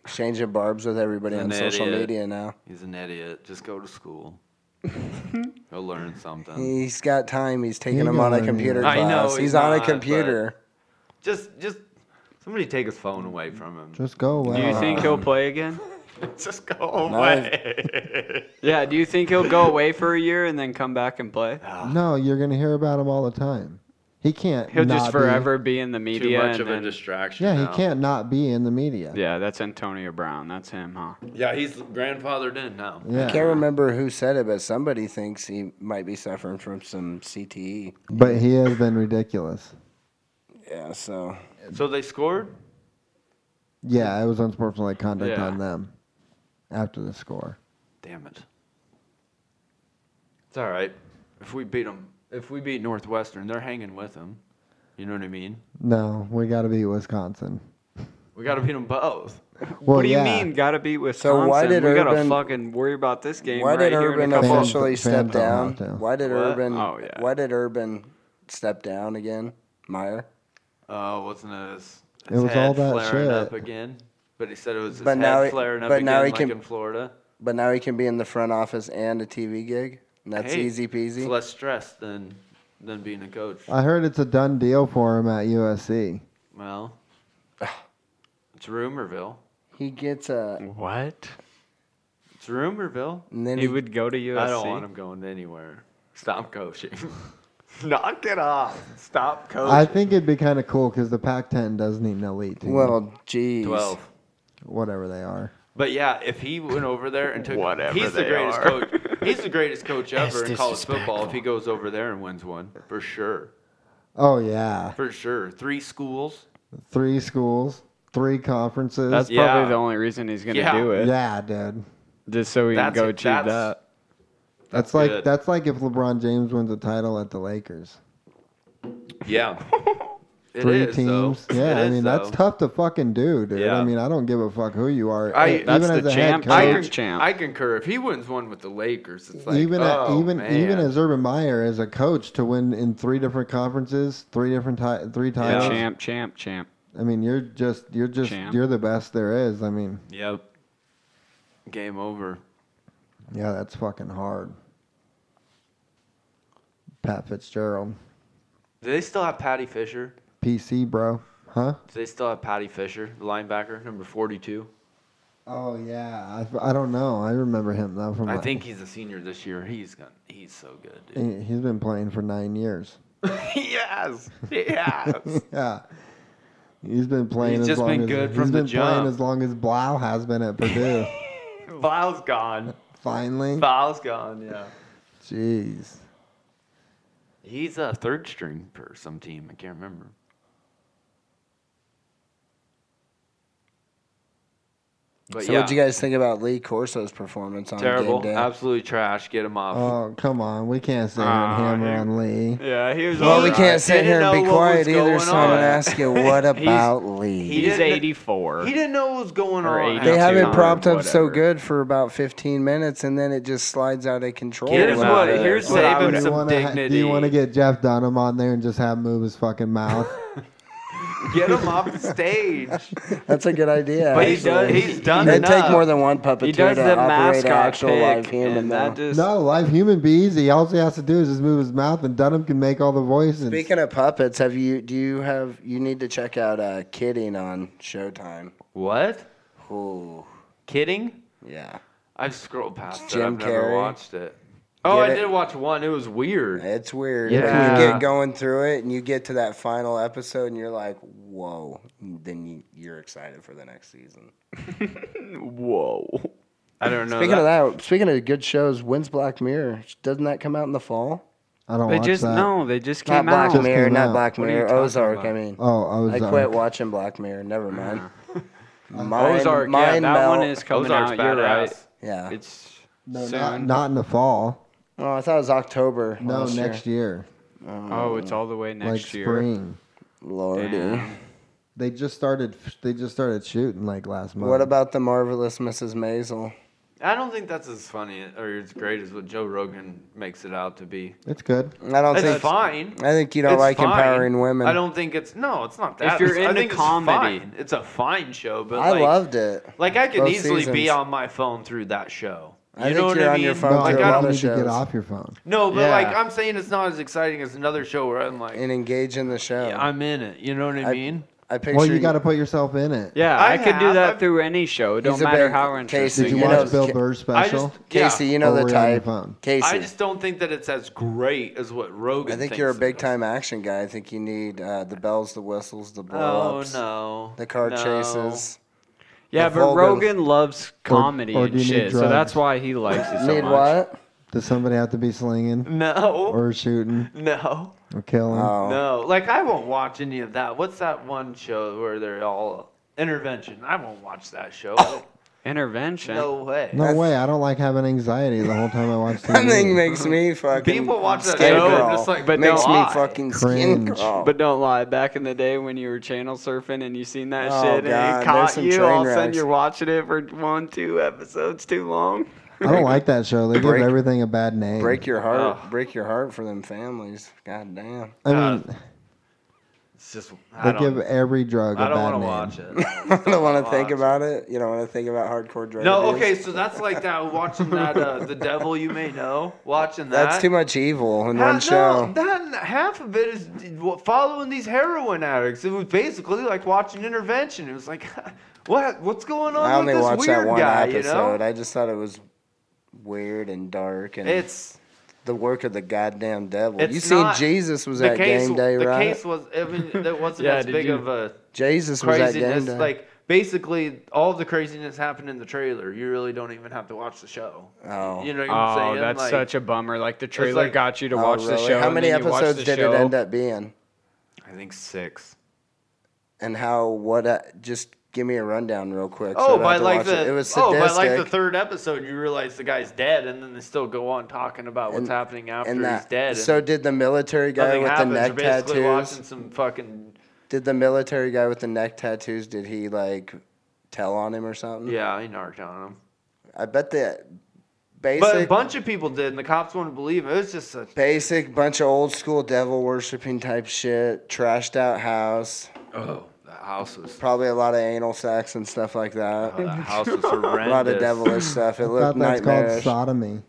[SPEAKER 3] exchanging barbs with everybody
[SPEAKER 2] An
[SPEAKER 3] on social
[SPEAKER 2] idiot.
[SPEAKER 3] media now?
[SPEAKER 2] He's an idiot. Just go to school. He'll learn
[SPEAKER 4] Um,
[SPEAKER 2] something.
[SPEAKER 3] He's got time. He's taking
[SPEAKER 1] He
[SPEAKER 3] him on a
[SPEAKER 1] got it,
[SPEAKER 3] computer
[SPEAKER 2] yeah. I
[SPEAKER 3] class.
[SPEAKER 2] know
[SPEAKER 3] he's,
[SPEAKER 2] he's
[SPEAKER 3] on
[SPEAKER 2] not,
[SPEAKER 3] a
[SPEAKER 2] but-
[SPEAKER 3] computer.
[SPEAKER 2] Just, just somebody take his phone away from him.
[SPEAKER 1] Just go
[SPEAKER 4] Do
[SPEAKER 1] away.
[SPEAKER 3] Uh-huh.
[SPEAKER 4] you think he'll play again?
[SPEAKER 6] Just go away.
[SPEAKER 3] Nice.
[SPEAKER 4] Yeah, do you think he'll go away for a year and then come back and play?
[SPEAKER 1] No, you're gonna hear about him all the time. He can't.
[SPEAKER 4] He'll
[SPEAKER 1] not
[SPEAKER 4] just
[SPEAKER 1] be-
[SPEAKER 4] forever be in the
[SPEAKER 6] Too
[SPEAKER 4] media.
[SPEAKER 6] much
[SPEAKER 4] and
[SPEAKER 6] of a
[SPEAKER 4] then-
[SPEAKER 6] distraction.
[SPEAKER 1] Yeah,
[SPEAKER 6] now.
[SPEAKER 1] he can't not be in the media.
[SPEAKER 4] yeah, that's Antonio Brown. That's him, huh?
[SPEAKER 6] Yeah, he's grandfathered in now.
[SPEAKER 1] Yeah.
[SPEAKER 3] I can't remember who said it, but somebody thinks he might be suffering from some CTE.
[SPEAKER 1] But he has been ridiculous.
[SPEAKER 3] Yeah, so
[SPEAKER 2] So they scored.
[SPEAKER 1] Yeah, it was unsportsmanlike conduct
[SPEAKER 2] Yeah.
[SPEAKER 1] on them after the score.
[SPEAKER 2] Damn it. It's all right. If we beat them, if we beat Northwestern, they're hanging with them. You know what I mean?
[SPEAKER 1] No, we got to beat Wisconsin.
[SPEAKER 2] We got to beat them both.
[SPEAKER 1] Well,
[SPEAKER 4] what do you
[SPEAKER 1] yeah.
[SPEAKER 4] mean? Gotta beat Wisconsin.
[SPEAKER 3] So why did
[SPEAKER 4] we gotta
[SPEAKER 3] Urban-
[SPEAKER 4] fucking worry about this game?
[SPEAKER 3] why
[SPEAKER 4] right
[SPEAKER 3] did
[SPEAKER 4] here in a
[SPEAKER 3] Urban
[SPEAKER 4] couple-
[SPEAKER 1] offend-
[SPEAKER 3] officially
[SPEAKER 1] Fans-
[SPEAKER 3] step
[SPEAKER 1] fans don't
[SPEAKER 3] down?
[SPEAKER 1] have to.
[SPEAKER 3] Why did
[SPEAKER 2] What?
[SPEAKER 3] Urban?
[SPEAKER 4] Oh, yeah.
[SPEAKER 3] Why did Urban step down again? Meyer.
[SPEAKER 2] Oh, wasn't it his,
[SPEAKER 1] It
[SPEAKER 2] his
[SPEAKER 1] was
[SPEAKER 2] head
[SPEAKER 1] all that
[SPEAKER 2] flaring
[SPEAKER 1] shit.
[SPEAKER 2] up again? But he said it was his
[SPEAKER 3] But
[SPEAKER 2] head
[SPEAKER 3] now he-
[SPEAKER 2] flaring up
[SPEAKER 3] but
[SPEAKER 2] again,
[SPEAKER 3] now he
[SPEAKER 2] like
[SPEAKER 3] can-
[SPEAKER 2] in Florida.
[SPEAKER 3] But now he can be in the front office and a TV gig. And that's
[SPEAKER 2] Hey,
[SPEAKER 3] easy
[SPEAKER 2] It's
[SPEAKER 3] peasy.
[SPEAKER 2] less stress than than being a coach.
[SPEAKER 1] I heard it's a done deal for him at USC.
[SPEAKER 2] Well, it's Rumorville.
[SPEAKER 3] He gets a
[SPEAKER 4] What?
[SPEAKER 2] It's Rumorville.
[SPEAKER 3] and then
[SPEAKER 4] He would go to USC.
[SPEAKER 2] I don't want him going anywhere. Stop coaching. Knock it off. Stop coaching.
[SPEAKER 1] I think it'd be kind of cool because the Pac-10 does need an elite team,
[SPEAKER 3] Well, geez.
[SPEAKER 2] 12.
[SPEAKER 1] whatever they are.
[SPEAKER 2] But yeah, if he went over there and took
[SPEAKER 6] Whatever
[SPEAKER 2] he's the
[SPEAKER 6] they
[SPEAKER 2] greatest
[SPEAKER 6] are.
[SPEAKER 2] coach. He's the greatest coach ever in college
[SPEAKER 6] disrespectful.
[SPEAKER 2] football if he goes over there and wins one. For sure.
[SPEAKER 1] Oh yeah,
[SPEAKER 2] For sure. Three schools.
[SPEAKER 1] three schools, three conferences.
[SPEAKER 4] That's
[SPEAKER 2] Yeah.
[SPEAKER 4] probably the only reason he's gonna
[SPEAKER 2] Yeah.
[SPEAKER 4] do it.
[SPEAKER 1] yeah, dude.
[SPEAKER 4] Just so he can
[SPEAKER 2] That's-
[SPEAKER 4] go achieve
[SPEAKER 2] that's-
[SPEAKER 4] that.
[SPEAKER 1] That's,
[SPEAKER 2] That's
[SPEAKER 1] like
[SPEAKER 2] good.
[SPEAKER 1] that's like if LeBron James wins a title at the Lakers.
[SPEAKER 2] Yeah. It
[SPEAKER 1] Three
[SPEAKER 2] is, though.
[SPEAKER 1] teams. Yeah,
[SPEAKER 2] It
[SPEAKER 1] I
[SPEAKER 2] is,
[SPEAKER 1] mean that's
[SPEAKER 2] though.
[SPEAKER 1] tough to fucking do, dude.
[SPEAKER 2] Yeah.
[SPEAKER 1] I mean I don't give a fuck who you are.
[SPEAKER 2] I-
[SPEAKER 1] e- even
[SPEAKER 4] That's
[SPEAKER 1] as
[SPEAKER 4] the
[SPEAKER 1] a head
[SPEAKER 4] champ. I
[SPEAKER 1] coach,
[SPEAKER 2] I,
[SPEAKER 4] Huge champ.
[SPEAKER 2] I concur. If he wins one with the Lakers, it's like
[SPEAKER 1] even at-
[SPEAKER 2] oh,
[SPEAKER 1] even
[SPEAKER 2] man.
[SPEAKER 1] even as Urban Meyer as a coach to win in three different conferences, three different ti- three titles.
[SPEAKER 4] Champ, champ, champ.
[SPEAKER 1] I mean, you're just you're just
[SPEAKER 4] Champ.
[SPEAKER 1] you're the best there is. I mean,
[SPEAKER 2] Yep. Game over.
[SPEAKER 1] yeah, that's fucking hard. Pat Fitzgerald,
[SPEAKER 2] Do they still have Patty Fisher?
[SPEAKER 1] PC bro, huh?
[SPEAKER 2] Do they still have Patty Fisher, the linebacker, number forty-two?
[SPEAKER 1] Oh yeah, I, I don't know. I remember him though from.
[SPEAKER 2] I
[SPEAKER 1] like-
[SPEAKER 2] think he's a senior this year. He's gonna, he's so good,
[SPEAKER 1] he-
[SPEAKER 2] dude.
[SPEAKER 1] he's been playing for nine years.
[SPEAKER 2] yes, yes.
[SPEAKER 1] yeah. He's been playing
[SPEAKER 2] He's
[SPEAKER 1] as
[SPEAKER 2] just
[SPEAKER 1] long
[SPEAKER 2] been
[SPEAKER 1] as
[SPEAKER 2] good
[SPEAKER 1] he's
[SPEAKER 2] from the
[SPEAKER 1] been
[SPEAKER 2] jump.
[SPEAKER 1] playing as long as Blau has been at Purdue.
[SPEAKER 2] Vile's gone.
[SPEAKER 1] Finally,
[SPEAKER 2] Vile's gone. Yeah.
[SPEAKER 1] jeez.
[SPEAKER 2] He's a third string for some team. I can't remember. But
[SPEAKER 3] so
[SPEAKER 2] yeah,
[SPEAKER 3] what'd you guys think about Lee Corso's performance on
[SPEAKER 2] terrible,
[SPEAKER 3] game day?
[SPEAKER 2] absolutely trash. Get him off.
[SPEAKER 1] Oh come on, we can't sit here and hammer on Lee.
[SPEAKER 4] Yeah, he was.
[SPEAKER 3] well, we
[SPEAKER 4] alright.
[SPEAKER 3] can't sit
[SPEAKER 2] Didn't
[SPEAKER 3] here and
[SPEAKER 2] know
[SPEAKER 3] be
[SPEAKER 2] what was
[SPEAKER 3] quiet either,
[SPEAKER 2] going
[SPEAKER 3] so I'm
[SPEAKER 2] on.
[SPEAKER 3] gonna ask you, what about Lee?
[SPEAKER 2] he
[SPEAKER 4] He's
[SPEAKER 2] didn't-
[SPEAKER 4] 84.
[SPEAKER 2] he didn't know what was going
[SPEAKER 4] Or
[SPEAKER 2] on.
[SPEAKER 4] 80.
[SPEAKER 3] Uh, they
[SPEAKER 4] Yeah,
[SPEAKER 3] have
[SPEAKER 4] too.
[SPEAKER 3] it propped up so
[SPEAKER 4] Whatever.
[SPEAKER 3] good for about 15 minutes, and then it just slides out of control.
[SPEAKER 2] Here's
[SPEAKER 3] Wow.
[SPEAKER 4] him out
[SPEAKER 2] what.
[SPEAKER 4] of there.
[SPEAKER 2] Here's what
[SPEAKER 4] Save
[SPEAKER 2] I
[SPEAKER 1] Do
[SPEAKER 2] would
[SPEAKER 1] you,
[SPEAKER 2] some
[SPEAKER 1] wanna, ha-
[SPEAKER 2] dignity.
[SPEAKER 1] do you want to get Jeff Dunham on there and just have him move his fucking mouth?
[SPEAKER 2] Get him off the stage.
[SPEAKER 3] That's a good idea.
[SPEAKER 2] But he does-
[SPEAKER 3] actually.
[SPEAKER 2] he's done
[SPEAKER 3] It'd take
[SPEAKER 2] enough.
[SPEAKER 3] more than one puppeteer
[SPEAKER 4] He does
[SPEAKER 3] to operate
[SPEAKER 4] the
[SPEAKER 3] an
[SPEAKER 4] mascot
[SPEAKER 3] actual live
[SPEAKER 4] pick,
[SPEAKER 3] human.
[SPEAKER 4] and that
[SPEAKER 3] Though.
[SPEAKER 4] just
[SPEAKER 1] no, live human be easy. All he has to do is just move his mouth, and Dunham can make all the voices.
[SPEAKER 3] Speaking of puppets, have you? Do you have? You need to check out uh, Kidding on Showtime.
[SPEAKER 2] What?
[SPEAKER 3] Ooh,
[SPEAKER 2] Kidding?
[SPEAKER 3] yeah,
[SPEAKER 2] I've scrolled past it.
[SPEAKER 3] Jim
[SPEAKER 2] I've never
[SPEAKER 3] Carrey.
[SPEAKER 2] watched it. Oh,
[SPEAKER 3] Get
[SPEAKER 2] I
[SPEAKER 3] it?
[SPEAKER 2] did watch one. It was weird.
[SPEAKER 3] it's weird.
[SPEAKER 2] Yeah.
[SPEAKER 3] You get going through it, and you get to that final episode, and you're like, "Whoa!" Then you, you're excited for the next season.
[SPEAKER 4] whoa.
[SPEAKER 2] I don't know.
[SPEAKER 3] Speaking
[SPEAKER 2] that-
[SPEAKER 3] of that, speaking of good shows, when's Black Mirror? Doesn't that come out in the fall?
[SPEAKER 1] I don't
[SPEAKER 4] They
[SPEAKER 1] watch
[SPEAKER 4] just
[SPEAKER 1] that.
[SPEAKER 4] no. They just
[SPEAKER 3] Not
[SPEAKER 4] came
[SPEAKER 3] Black
[SPEAKER 4] out.
[SPEAKER 3] Mirror,
[SPEAKER 1] came
[SPEAKER 3] not
[SPEAKER 1] out.
[SPEAKER 3] Black
[SPEAKER 2] What are you
[SPEAKER 3] Mirror.
[SPEAKER 2] talking
[SPEAKER 3] Ozark.
[SPEAKER 2] about?
[SPEAKER 3] I mean,
[SPEAKER 1] Oh,
[SPEAKER 3] I
[SPEAKER 1] Ozark.
[SPEAKER 3] quit watching Black Mirror. Never mind. Mind-
[SPEAKER 4] Ozark. Yeah,
[SPEAKER 3] mind
[SPEAKER 4] that
[SPEAKER 3] melt.
[SPEAKER 4] one is coming
[SPEAKER 2] Ozark's
[SPEAKER 4] out. You're
[SPEAKER 2] badass.
[SPEAKER 4] right.
[SPEAKER 3] Yeah.
[SPEAKER 4] It's
[SPEAKER 1] No,
[SPEAKER 4] soon.
[SPEAKER 1] not, not in the fall.
[SPEAKER 3] oh, I thought it was October.
[SPEAKER 1] No,
[SPEAKER 3] last
[SPEAKER 1] next year,
[SPEAKER 4] oh, it's all the way next
[SPEAKER 1] like
[SPEAKER 4] year.
[SPEAKER 1] spring.
[SPEAKER 3] year. Lordy.
[SPEAKER 4] Damn.
[SPEAKER 1] They just started. They just started shooting like last month.
[SPEAKER 3] What about the marvelous Mrs. Maisel?
[SPEAKER 2] I don't think that's as funny or as great as what Joe Rogan makes it out to be.
[SPEAKER 1] It's good.
[SPEAKER 3] I don't
[SPEAKER 2] It's
[SPEAKER 3] think.
[SPEAKER 2] fine.
[SPEAKER 3] I think you don't
[SPEAKER 2] It's
[SPEAKER 3] like
[SPEAKER 2] fine.
[SPEAKER 3] empowering women.
[SPEAKER 2] I don't think it's no. It's not that.
[SPEAKER 4] If you're
[SPEAKER 2] It's- I
[SPEAKER 4] into
[SPEAKER 2] think it's
[SPEAKER 4] comedy-
[SPEAKER 2] fine. it's a fine show. But
[SPEAKER 3] I
[SPEAKER 2] like,
[SPEAKER 3] loved it.
[SPEAKER 2] Like I could
[SPEAKER 3] Both
[SPEAKER 2] easily be
[SPEAKER 3] seasons.
[SPEAKER 2] on my phone through that show. You
[SPEAKER 3] I
[SPEAKER 2] know
[SPEAKER 3] think
[SPEAKER 2] what
[SPEAKER 3] you're
[SPEAKER 2] I
[SPEAKER 3] on
[SPEAKER 2] mean?
[SPEAKER 3] your phone
[SPEAKER 1] No,
[SPEAKER 3] Sounds
[SPEAKER 1] like,
[SPEAKER 2] like,
[SPEAKER 3] like a
[SPEAKER 2] I
[SPEAKER 3] lot
[SPEAKER 1] you
[SPEAKER 2] don't,
[SPEAKER 3] of
[SPEAKER 1] need to get
[SPEAKER 3] shows.
[SPEAKER 1] off your phone.
[SPEAKER 2] no, but like
[SPEAKER 4] Yeah.
[SPEAKER 2] I'm saying, it's not as exciting as another show where I'm like,
[SPEAKER 3] And engage in the show.
[SPEAKER 2] I'm in it. You know what I
[SPEAKER 3] I-
[SPEAKER 2] mean?
[SPEAKER 3] I picture
[SPEAKER 1] Well, you got to put yourself in it.
[SPEAKER 4] Yeah,
[SPEAKER 2] I
[SPEAKER 4] I, could do
[SPEAKER 2] have.
[SPEAKER 4] that
[SPEAKER 2] I've-
[SPEAKER 4] through any show. Don't
[SPEAKER 3] He's a
[SPEAKER 4] matter
[SPEAKER 3] big-
[SPEAKER 4] how
[SPEAKER 1] Did
[SPEAKER 4] interesting.
[SPEAKER 1] you,
[SPEAKER 3] You
[SPEAKER 1] watch
[SPEAKER 3] know,
[SPEAKER 1] Bill
[SPEAKER 3] Ca-
[SPEAKER 1] Burr's
[SPEAKER 2] I
[SPEAKER 1] special?
[SPEAKER 2] just yeah.
[SPEAKER 3] Casey. You know
[SPEAKER 1] Or
[SPEAKER 3] the
[SPEAKER 1] were you on your
[SPEAKER 3] type.
[SPEAKER 1] phone?
[SPEAKER 3] Casey.
[SPEAKER 2] I just don't think that it's as great as what Rogan.
[SPEAKER 3] I think
[SPEAKER 2] thinks
[SPEAKER 3] you're a
[SPEAKER 2] it
[SPEAKER 3] big
[SPEAKER 2] is.
[SPEAKER 3] time action guy. I think you need uh, the bells, the whistles, the blow
[SPEAKER 2] Oh
[SPEAKER 3] ups,
[SPEAKER 2] no.
[SPEAKER 3] the car
[SPEAKER 2] no.
[SPEAKER 3] chases.
[SPEAKER 4] yeah,
[SPEAKER 3] the
[SPEAKER 4] but
[SPEAKER 3] vulgar-
[SPEAKER 4] Rogan loves comedy
[SPEAKER 1] or do
[SPEAKER 4] and
[SPEAKER 1] you need
[SPEAKER 4] shit, so
[SPEAKER 1] drugs?
[SPEAKER 4] that's why he likes it so
[SPEAKER 3] need
[SPEAKER 4] much.
[SPEAKER 3] what?
[SPEAKER 1] Does somebody have to be slinging
[SPEAKER 2] No.
[SPEAKER 1] or shooting
[SPEAKER 2] No.
[SPEAKER 1] or killing?
[SPEAKER 3] Oh,
[SPEAKER 2] No. Like I won't watch any of that. What's that one show where they're all intervention? I won't watch that show.
[SPEAKER 3] Oh.
[SPEAKER 4] Intervention.
[SPEAKER 2] no way.
[SPEAKER 1] no way! I don't like having anxiety the whole time I watch TV.
[SPEAKER 3] that thing makes me fucking.
[SPEAKER 2] People watch that
[SPEAKER 3] skin
[SPEAKER 2] show and
[SPEAKER 3] crawl.
[SPEAKER 2] just like
[SPEAKER 4] But
[SPEAKER 3] makes
[SPEAKER 4] no,
[SPEAKER 3] me
[SPEAKER 2] I-
[SPEAKER 3] fucking skin
[SPEAKER 1] Cringe.
[SPEAKER 3] crawl.
[SPEAKER 4] But don't lie. Back in the day when you were channel surfing and you seen that
[SPEAKER 3] Oh, God,
[SPEAKER 4] shit and it
[SPEAKER 3] there's
[SPEAKER 4] caught
[SPEAKER 3] some
[SPEAKER 4] you,
[SPEAKER 3] train
[SPEAKER 4] all of a sudden
[SPEAKER 3] wrecks.
[SPEAKER 4] you're watching it for one, two episodes too long.
[SPEAKER 1] I don't like that show. They
[SPEAKER 3] Break-
[SPEAKER 1] give everything a bad name.
[SPEAKER 3] break your heart, break your heart for them families. God damn.
[SPEAKER 1] I mean,
[SPEAKER 2] It's just I
[SPEAKER 1] they give
[SPEAKER 2] don't.
[SPEAKER 1] every drug a
[SPEAKER 2] I don't
[SPEAKER 1] bad
[SPEAKER 2] want to
[SPEAKER 1] name.
[SPEAKER 2] watch it.
[SPEAKER 3] I don't want to think
[SPEAKER 2] watch.
[SPEAKER 3] about it. You don't want to think about hardcore drug
[SPEAKER 2] No,
[SPEAKER 3] abuse.
[SPEAKER 2] okay, so that's like that watching that uh, the devil you may know watching that.
[SPEAKER 3] That's too much evil in
[SPEAKER 2] Ha-
[SPEAKER 3] one show.
[SPEAKER 2] No, that, half of it is following these heroin addicts. It was basically like watching intervention. It was like, what what's going on
[SPEAKER 3] I
[SPEAKER 2] with
[SPEAKER 3] only
[SPEAKER 2] this
[SPEAKER 3] watched
[SPEAKER 2] weird
[SPEAKER 3] that one
[SPEAKER 2] guy?
[SPEAKER 3] episode.
[SPEAKER 2] You know,
[SPEAKER 3] I just thought it was weird and dark and
[SPEAKER 2] it's
[SPEAKER 3] the work of the goddamn devil.
[SPEAKER 2] It's
[SPEAKER 3] you seen
[SPEAKER 2] not-
[SPEAKER 3] Jesus was
[SPEAKER 2] the
[SPEAKER 3] at
[SPEAKER 2] case.
[SPEAKER 3] game day,
[SPEAKER 2] the
[SPEAKER 3] right?
[SPEAKER 2] case was. I mean, that wasn't
[SPEAKER 4] Yeah,
[SPEAKER 2] as
[SPEAKER 4] did
[SPEAKER 2] big
[SPEAKER 4] you-
[SPEAKER 2] of a
[SPEAKER 3] Jesus was at game
[SPEAKER 2] craziness.
[SPEAKER 3] day.
[SPEAKER 2] Like basically, all the craziness happened in the trailer. You really don't even have to watch the show.
[SPEAKER 3] Oh.
[SPEAKER 2] you know what I'm
[SPEAKER 4] Oh,
[SPEAKER 2] saying?
[SPEAKER 4] that's
[SPEAKER 2] like,
[SPEAKER 4] such a bummer. Like the trailer
[SPEAKER 2] like-
[SPEAKER 4] got you to
[SPEAKER 3] Oh,
[SPEAKER 4] watch the
[SPEAKER 3] really?
[SPEAKER 4] show.
[SPEAKER 3] How
[SPEAKER 4] and
[SPEAKER 3] many
[SPEAKER 4] then you watch
[SPEAKER 3] episodes
[SPEAKER 4] the
[SPEAKER 3] did
[SPEAKER 4] show.
[SPEAKER 3] it end up being?
[SPEAKER 2] I think six.
[SPEAKER 3] And how? What? Uh, just give me a rundown real quick. so
[SPEAKER 2] Oh,
[SPEAKER 3] I don't
[SPEAKER 2] by
[SPEAKER 3] have to
[SPEAKER 2] like
[SPEAKER 3] watch
[SPEAKER 2] the
[SPEAKER 3] it. It was
[SPEAKER 2] oh,
[SPEAKER 3] sadistic.
[SPEAKER 2] by like the third episode, you realize the guy's dead, and then they still go on talking about what's
[SPEAKER 3] And-
[SPEAKER 2] happening after
[SPEAKER 3] and that.
[SPEAKER 2] he's dead.
[SPEAKER 3] so
[SPEAKER 2] and
[SPEAKER 3] did the military guy
[SPEAKER 2] nothing
[SPEAKER 3] with the
[SPEAKER 2] happens.
[SPEAKER 3] neck
[SPEAKER 2] You're basically
[SPEAKER 3] tattoos.
[SPEAKER 2] watching some fucking
[SPEAKER 3] Did the military guy with the neck tattoos? Did he like tell on him or something?
[SPEAKER 2] yeah, he narked on him.
[SPEAKER 3] I bet that
[SPEAKER 2] But a
[SPEAKER 3] basic
[SPEAKER 2] bunch of people did, and the cops wouldn't believe it. It was just a
[SPEAKER 3] basic bunch of old school devil worshipping type shit, trashed out house,
[SPEAKER 2] oh, that house was
[SPEAKER 3] probably a lot of anal sex and stuff like that.
[SPEAKER 2] oh, that house was
[SPEAKER 3] a
[SPEAKER 2] horrendous.
[SPEAKER 3] lot of devilish stuff. It
[SPEAKER 1] I thought
[SPEAKER 3] looked
[SPEAKER 1] that's called
[SPEAKER 3] nightmarish.
[SPEAKER 1] sodomy.